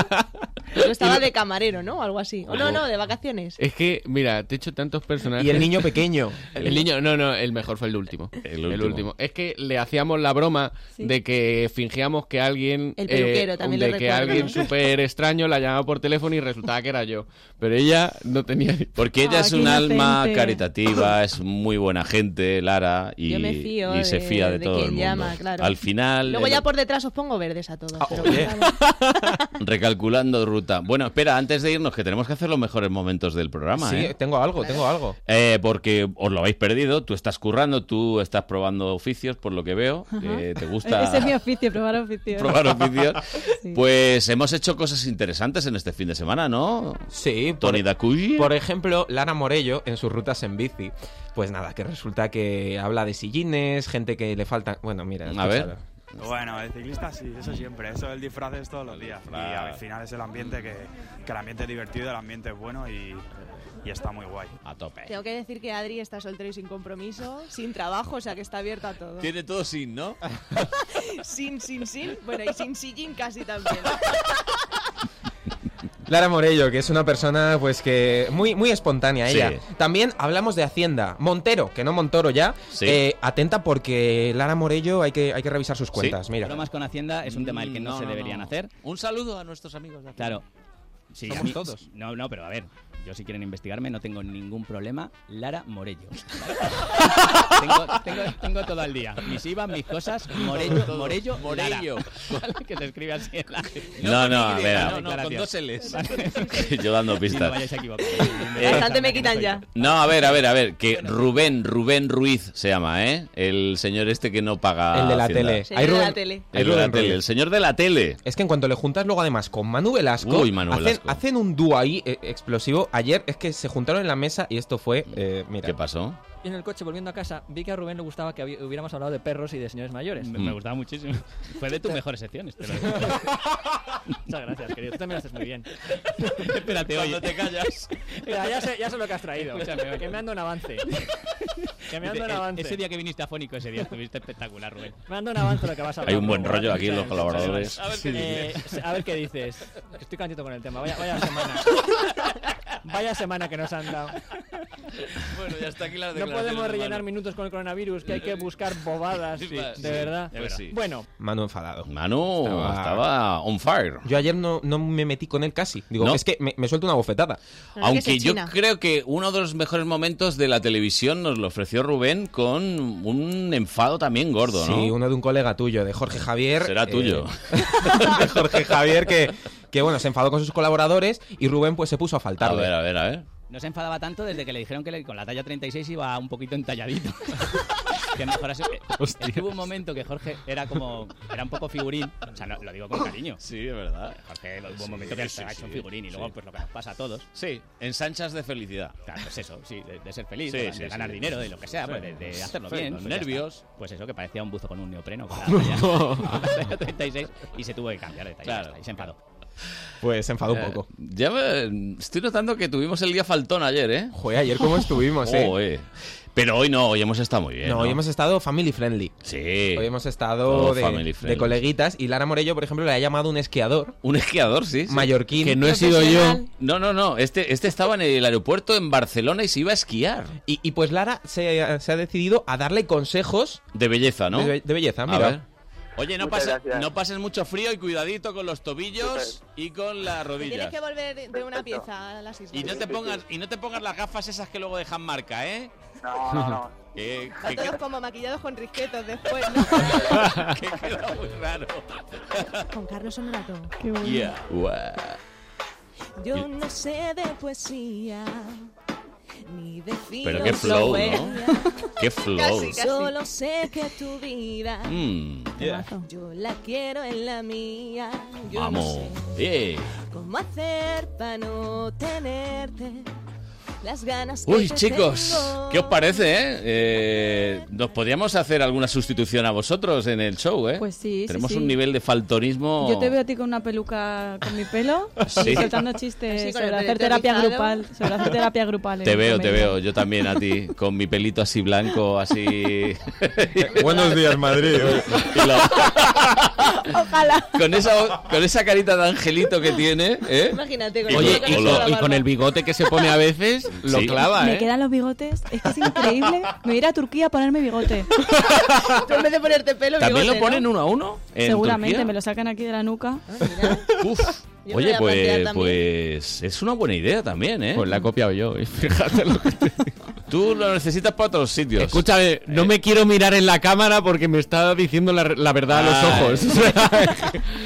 [SPEAKER 4] Yo estaba de camarero, ¿no? Algo así. O no, no, de vacaciones.
[SPEAKER 7] Es que, mira, te he hecho tantos personajes.
[SPEAKER 3] Y el niño pequeño.
[SPEAKER 7] [laughs] El niño, no, no, el mejor fue el último.
[SPEAKER 2] El último.
[SPEAKER 7] Es que le hacíamos la broma
[SPEAKER 16] Sí.
[SPEAKER 7] de que fingíamos que alguien. eh,
[SPEAKER 4] El peluquero, también
[SPEAKER 7] De
[SPEAKER 4] lo
[SPEAKER 7] que
[SPEAKER 4] recuerdo,
[SPEAKER 7] alguien
[SPEAKER 4] ¿no?
[SPEAKER 7] súper extraño la llamaba por teléfono y resultaba que era
[SPEAKER 2] [laughs]
[SPEAKER 7] yo. [laughs] Pero ella no tenía. ni-
[SPEAKER 2] Porque ella
[SPEAKER 16] Ah,
[SPEAKER 2] es
[SPEAKER 16] qué
[SPEAKER 2] un alma
[SPEAKER 16] inocente.
[SPEAKER 2] caritativa, es muy buena gente, Lara, y,
[SPEAKER 4] Yo me fío
[SPEAKER 2] y se
[SPEAKER 4] de-
[SPEAKER 2] fía de,
[SPEAKER 4] de
[SPEAKER 2] todo
[SPEAKER 4] quien
[SPEAKER 2] el mundo.
[SPEAKER 4] llama, claro.
[SPEAKER 2] Al final,
[SPEAKER 4] Luego
[SPEAKER 2] eh,
[SPEAKER 4] ya por detrás os pongo verdes a
[SPEAKER 2] Ah,
[SPEAKER 4] todos. pero
[SPEAKER 3] oye.
[SPEAKER 4] bueno, vale.
[SPEAKER 2] recalculando ruta. Bueno, espera, antes de irnos, que tenemos que hacer los mejores momentos del programa,
[SPEAKER 3] Sí,
[SPEAKER 2] ¿eh?
[SPEAKER 3] tengo algo, tengo algo.
[SPEAKER 2] Eh, porque os lo habéis perdido, tú estás currando, tú estás probando oficios, por lo que veo, eh,
[SPEAKER 1] [laughs]
[SPEAKER 2] te gusta
[SPEAKER 16] E-, Ese
[SPEAKER 2] [laughs]
[SPEAKER 16] es mi oficio, probar oficio.
[SPEAKER 2] probar oficios.
[SPEAKER 16] Sí.
[SPEAKER 2] Pues hemos hecho cosas interesantes en este fin de semana, ¿no?
[SPEAKER 3] Sí, por- e-
[SPEAKER 2] Tony Dacuy.
[SPEAKER 3] Por ejemplo, Lara Morello en sus rutas en bici. Pues nada, que resulta que habla de sillines, gente que le falta. Bueno, mira,
[SPEAKER 2] A ver.
[SPEAKER 3] escúchala.
[SPEAKER 35] Bueno, el ciclista sí, eso siempre, eso el disfraz es todos los días. Y al final es el ambiente que, que el ambiente es divertido, el ambiente es bueno y, y está muy guay.
[SPEAKER 2] A tope.
[SPEAKER 4] Tengo que decir que Adri está soltero y sin compromiso, sin trabajo, o sea que está abierta a todo.
[SPEAKER 2] Tiene todo sin, ¿no?
[SPEAKER 4] [laughs] Sin, sin, sin. Bueno, y sin sillín casi también.
[SPEAKER 3] Lara Morello, que es una persona pues que muy, muy espontánea
[SPEAKER 2] Sí.
[SPEAKER 3] ella. También hablamos de Hacienda. Montero, que no Montoro ya. Eh, atenta porque Lara Morello hay que, hay que revisar sus cuentas. Mira.
[SPEAKER 1] Bromas con Hacienda es un tema del que no,
[SPEAKER 2] Mm, no,
[SPEAKER 1] se
[SPEAKER 2] no,
[SPEAKER 1] deberían
[SPEAKER 2] no.
[SPEAKER 1] hacer.
[SPEAKER 2] Un saludo a nuestros amigos de aquí.
[SPEAKER 1] Claro. Sí,
[SPEAKER 2] Somos
[SPEAKER 1] a mí-
[SPEAKER 2] todos.
[SPEAKER 1] No, no, pero a ver, yo si quieren investigarme no tengo ningún problema. Lara
[SPEAKER 2] [laughs]
[SPEAKER 1] Morello. tengo, tengo- tengo todo al día. Mis IVA,
[SPEAKER 2] [laughs]
[SPEAKER 1] mis cosas, Morello,
[SPEAKER 2] Todo, todo.
[SPEAKER 1] Morello,
[SPEAKER 2] Morello.
[SPEAKER 1] Lara. [laughs] Vale, que se escribe así en la...
[SPEAKER 2] No, no,
[SPEAKER 1] con
[SPEAKER 2] a
[SPEAKER 1] Y,
[SPEAKER 2] ver, a-
[SPEAKER 1] no, no, con
[SPEAKER 2] declaración.
[SPEAKER 1] dos [laughs] Ls.
[SPEAKER 2] [laughs] Yo dando
[SPEAKER 1] Y no
[SPEAKER 2] pistas.
[SPEAKER 1] vayáis
[SPEAKER 2] [laughs]
[SPEAKER 1] a equivocar.
[SPEAKER 2] Eh,
[SPEAKER 4] Bastante me quitan ya.
[SPEAKER 2] No, a ver, a ver, a ver, que Rubén, Rubén Ruiz se llama, ¿eh? El señor este que no paga.
[SPEAKER 3] El de la
[SPEAKER 2] Hacienda.
[SPEAKER 3] tele. Señor Hay Rubén- de la tele. hay
[SPEAKER 2] El de la
[SPEAKER 3] Rubén
[SPEAKER 2] tele,
[SPEAKER 3] Ruiz.
[SPEAKER 2] el señor de la tele.
[SPEAKER 3] Es que en cuanto le juntas luego además con Manu Velasco,
[SPEAKER 2] Uy, Manu
[SPEAKER 3] hacen,
[SPEAKER 2] Velasco.
[SPEAKER 3] hacen un dúo ahí eh, explosivo. Ayer es que se juntaron en la mesa y esto fue... eh, mira.
[SPEAKER 2] ¿Qué pasó?
[SPEAKER 22] Y en el coche volviendo a casa vi que a Rubén le gustaba que habi- hubiéramos hablado de perros y de señores
[SPEAKER 2] Mm.
[SPEAKER 22] mayores.
[SPEAKER 1] Me, me gustaba
[SPEAKER 2] [laughs]
[SPEAKER 1] muchísimo. Fue de tus mejores secciones. te lo [laughs] digo.
[SPEAKER 22] Muchas gracias, querido. Tú también lo haces muy [laughs] bien.
[SPEAKER 1] Espérate,
[SPEAKER 2] Cuando
[SPEAKER 1] oye.
[SPEAKER 2] te callas.
[SPEAKER 22] Mira, ya, sé, ya sé lo que has traído.
[SPEAKER 1] Escúchame, oye.
[SPEAKER 22] que me ando un avance. que me
[SPEAKER 1] Dice,
[SPEAKER 22] ando un
[SPEAKER 1] "E-
[SPEAKER 22] avance.
[SPEAKER 1] Ese día que viniste afónico, ese día estuviste espectacular, Rubén.
[SPEAKER 22] Me ando un avance lo que vas a hablar.
[SPEAKER 2] Hay un buen
[SPEAKER 22] luego,
[SPEAKER 2] rollo
[SPEAKER 22] ¿vale?
[SPEAKER 2] aquí en los colaboradores.
[SPEAKER 22] A ver qué dices. a ver qué dices. Estoy cantito con el tema. Vaya, vaya semana. vaya semana que nos han dado.
[SPEAKER 2] Bueno, ya está aquí las
[SPEAKER 22] No podemos rellenar minutos con el coronavirus, que hay que buscar bobadas,
[SPEAKER 2] Sí,
[SPEAKER 22] sí,
[SPEAKER 2] sí,
[SPEAKER 22] de verdad.
[SPEAKER 2] pues sí.
[SPEAKER 22] Bueno,
[SPEAKER 3] Manu enfadado.
[SPEAKER 2] Manu estaba, on fire.
[SPEAKER 3] Yo ayer no, no me metí con él casi. Digo,
[SPEAKER 2] ¿No?
[SPEAKER 3] es que me, me suelta una bofetada.
[SPEAKER 2] Aunque yo creo que uno de los mejores momentos de la televisión nos lo ofreció Rubén con un enfado también gordo, ¿no?
[SPEAKER 3] Sí, uno de un colega tuyo, de Jorge Javier.
[SPEAKER 2] Será
[SPEAKER 3] eh,
[SPEAKER 2] tuyo.
[SPEAKER 3] [laughs] de Jorge Javier que, que, bueno, se enfadó con sus colaboradores y Rubén pues se puso a
[SPEAKER 2] A
[SPEAKER 3] faltarle.
[SPEAKER 2] ver, a ver, a ver.
[SPEAKER 1] No se enfadaba tanto desde que le dijeron que le- con la talla 36 iba un poquito entalladito. [laughs] que mejorase. eh, Estuvo un momento que Jorge era como. Era un poco figurín. O sea, no, lo digo con cariño.
[SPEAKER 2] Sí, es verdad.
[SPEAKER 1] Jorge hubo
[SPEAKER 2] Sí,
[SPEAKER 1] un momento que
[SPEAKER 2] sí,
[SPEAKER 1] se ha hecho un
[SPEAKER 2] sí,
[SPEAKER 1] figurín y
[SPEAKER 2] sí.
[SPEAKER 1] luego, pues lo que nos pasa a todos.
[SPEAKER 2] Sí, ensanchas de felicidad.
[SPEAKER 1] Claro, pues eso, sí, de, de ser feliz,
[SPEAKER 2] Sí,
[SPEAKER 1] de,
[SPEAKER 2] sí,
[SPEAKER 1] de
[SPEAKER 2] sí.
[SPEAKER 1] ganar dinero, de lo que sea,
[SPEAKER 2] Sí.
[SPEAKER 1] pues de, de hacerlo
[SPEAKER 2] Sí,
[SPEAKER 1] bien.
[SPEAKER 2] los
[SPEAKER 1] pues ya
[SPEAKER 2] nervios.
[SPEAKER 1] está. Pues eso, que parecía un buzo con
[SPEAKER 2] [laughs]
[SPEAKER 1] un neopreno. con la [laughs] talla 36 y se tuvo que cambiar de talla. ya está, Y se enfadó.
[SPEAKER 3] Pues se enfadó un
[SPEAKER 2] Eh,
[SPEAKER 3] poco.
[SPEAKER 2] Ya me- estoy notando que tuvimos el día faltón ayer, ¿eh?
[SPEAKER 3] Joder, ayer cómo estuvimos, ¿eh?
[SPEAKER 2] Joder. Pero hoy no, hoy hemos estado muy bien.
[SPEAKER 3] no,
[SPEAKER 2] No,
[SPEAKER 3] hoy hemos estado family friendly.
[SPEAKER 2] Sí.
[SPEAKER 3] Hoy hemos
[SPEAKER 2] Todo
[SPEAKER 3] estado de,
[SPEAKER 2] family
[SPEAKER 3] de
[SPEAKER 2] friendly.
[SPEAKER 3] coleguitas y Lara Morello, por ejemplo, le ha llamado un esquiador.
[SPEAKER 2] Un esquiador, sí. sí.
[SPEAKER 3] Mallorquín.
[SPEAKER 2] Que no he sido yo. No, no, no. Este, este estaba en el aeropuerto en Barcelona y se iba a esquiar.
[SPEAKER 3] Y, y pues Lara se, se ha decidido a darle consejos
[SPEAKER 2] De belleza, ¿no?
[SPEAKER 3] de, be- de belleza,
[SPEAKER 2] A
[SPEAKER 3] mira.
[SPEAKER 2] ver. Oye, no,
[SPEAKER 3] Muchas
[SPEAKER 2] pasa-
[SPEAKER 3] gracias.
[SPEAKER 2] no pases mucho frío y cuidadito con los
[SPEAKER 4] pues.
[SPEAKER 2] tobillos y con las [laughs]
[SPEAKER 4] Tienes
[SPEAKER 2] rodillas.
[SPEAKER 4] que volver de una pieza a las islas.
[SPEAKER 2] Y no, te pongas, y no te pongas las gafas esas que luego dejan marca, ¿eh?
[SPEAKER 4] No, no, no.
[SPEAKER 2] [laughs] Que-
[SPEAKER 4] Están
[SPEAKER 2] que-
[SPEAKER 4] todos como maquillados con risquetos después, ¿no?
[SPEAKER 2] que queda muy raro.
[SPEAKER 4] [laughs] Con Carlos Honorato.
[SPEAKER 2] Yeah.
[SPEAKER 4] Yo no sé de poesía, ni de
[SPEAKER 2] Pero qué flow, ¿no? [laughs] Qué flow.
[SPEAKER 4] Solo sé que tu vida,
[SPEAKER 2] Mm.
[SPEAKER 4] yo la quiero en la mía. Yo no
[SPEAKER 2] Vamos.
[SPEAKER 4] sé
[SPEAKER 2] Yeah.
[SPEAKER 4] cómo hacer para no tenerte. Las ganas que
[SPEAKER 2] Uy,
[SPEAKER 4] te
[SPEAKER 2] chicos,
[SPEAKER 4] tengo.
[SPEAKER 2] ¿qué os parece, eh? Eh, ¿Nos podríamos hacer alguna sustitución a vosotros en el show, eh?
[SPEAKER 16] Pues sí, sí,
[SPEAKER 2] Tenemos
[SPEAKER 16] sí.
[SPEAKER 2] un nivel de faltonismo.
[SPEAKER 16] Yo te veo a ti con una peluca con mi pelo,
[SPEAKER 2] Sí.
[SPEAKER 16] y soltando chistes
[SPEAKER 4] Así, con el
[SPEAKER 16] sobre hacer
[SPEAKER 4] pelito
[SPEAKER 16] terapia
[SPEAKER 4] rizado.
[SPEAKER 16] grupal, sobre hacer terapia grupal. en
[SPEAKER 2] Te veo, te
[SPEAKER 16] comedia.
[SPEAKER 2] veo. Yo también a
[SPEAKER 16] [laughs]
[SPEAKER 2] ti, con mi pelito así blanco, así.
[SPEAKER 3] [laughs] Buenos días, Madrid.
[SPEAKER 2] Y lo- Con esa, con esa carita de angelito que tiene, ¿eh?
[SPEAKER 4] Imagínate con
[SPEAKER 2] Oye,
[SPEAKER 4] el pelo que
[SPEAKER 2] y
[SPEAKER 4] le
[SPEAKER 2] lo-
[SPEAKER 4] hizo la
[SPEAKER 2] y
[SPEAKER 4] barba.
[SPEAKER 7] Con el bigote que se pone a veces, lo
[SPEAKER 2] Sí.
[SPEAKER 7] clava,
[SPEAKER 16] Me
[SPEAKER 7] ¿eh?
[SPEAKER 16] quedan los bigotes, es que es increíble. Me voy a ir a Turquía a ponerme bigote.
[SPEAKER 4] Tú en vez de ponerte pelo,
[SPEAKER 2] ¿También lo
[SPEAKER 4] bigote, Ah,
[SPEAKER 2] ponen uno a uno? en
[SPEAKER 16] Seguramente
[SPEAKER 2] Turquía?
[SPEAKER 16] me lo sacan aquí de la nuca.
[SPEAKER 4] Yo me
[SPEAKER 2] Oye,
[SPEAKER 4] la plantea
[SPEAKER 2] pues,
[SPEAKER 4] también.
[SPEAKER 2] pues es una buena idea también, ¿eh? Pues la he copiado yo, fíjate lo que [laughs] Tú lo necesitas para otros sitios.
[SPEAKER 7] Escúchame, no me quiero mirar en la cámara porque me está diciendo la, la verdad
[SPEAKER 2] Ah.
[SPEAKER 7] a los ojos.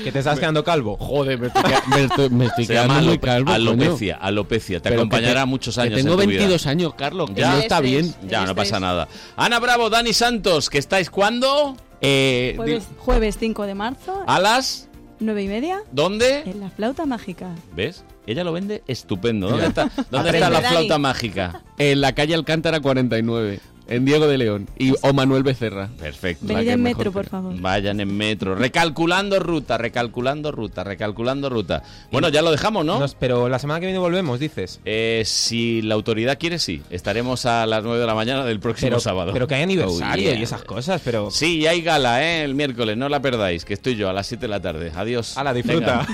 [SPEAKER 3] que te estás quedando calvo.
[SPEAKER 7] Joder, me [laughs] estoy, queda- me estoy- me estoy
[SPEAKER 2] [laughs] Se
[SPEAKER 7] quedando
[SPEAKER 2] llama
[SPEAKER 7] muy
[SPEAKER 2] alope-
[SPEAKER 7] calvo. coño.
[SPEAKER 2] alopecia, alopecia. Te
[SPEAKER 7] Pero
[SPEAKER 2] acompañará
[SPEAKER 7] que te-
[SPEAKER 2] muchos
[SPEAKER 7] que
[SPEAKER 2] años.
[SPEAKER 7] tengo
[SPEAKER 2] en tu vida. Este
[SPEAKER 7] 22 años, Carlos, que no está bien.
[SPEAKER 2] Ya, no pasa nada. Ana Bravo, Dani Santos, ¿que estáis cuándo?
[SPEAKER 7] Eh,
[SPEAKER 16] Jueves, jueves 5 de marzo,
[SPEAKER 2] ¿A las?
[SPEAKER 16] 9 y media,
[SPEAKER 2] ¿Dónde?
[SPEAKER 16] en la flauta mágica.
[SPEAKER 2] ¿Ves? Ella lo vende estupendo. ¿Dónde está, dónde
[SPEAKER 16] Aprende,
[SPEAKER 2] está la
[SPEAKER 16] Dani.
[SPEAKER 2] flauta mágica?
[SPEAKER 7] En la calle Alcántara 49. en Diego de León y o Manuel Becerra.
[SPEAKER 2] Pues- Perfecto.
[SPEAKER 16] Venid
[SPEAKER 7] La que
[SPEAKER 16] en
[SPEAKER 7] mejor
[SPEAKER 16] metro,
[SPEAKER 7] queda.
[SPEAKER 16] por favor.
[SPEAKER 2] Vayan en metro. Recalculando ruta, recalculando ruta, recalculando ruta. Bueno, ya lo dejamos, ¿no? Eh,
[SPEAKER 6] pero la semana que viene volvemos, dices.
[SPEAKER 2] si la autoridad quiere, sí. Estaremos a las 9 de la mañana del próximo
[SPEAKER 6] Pero-
[SPEAKER 2] sábado.
[SPEAKER 6] pero que hay aniversario y esas
[SPEAKER 2] cosas, pero... ¿eh? Sí, y hay gala, ¿eh? El miércoles, no la perdáis, que estoy yo a las 7 de la tarde. Adiós. A la
[SPEAKER 6] [laughs] disfruta.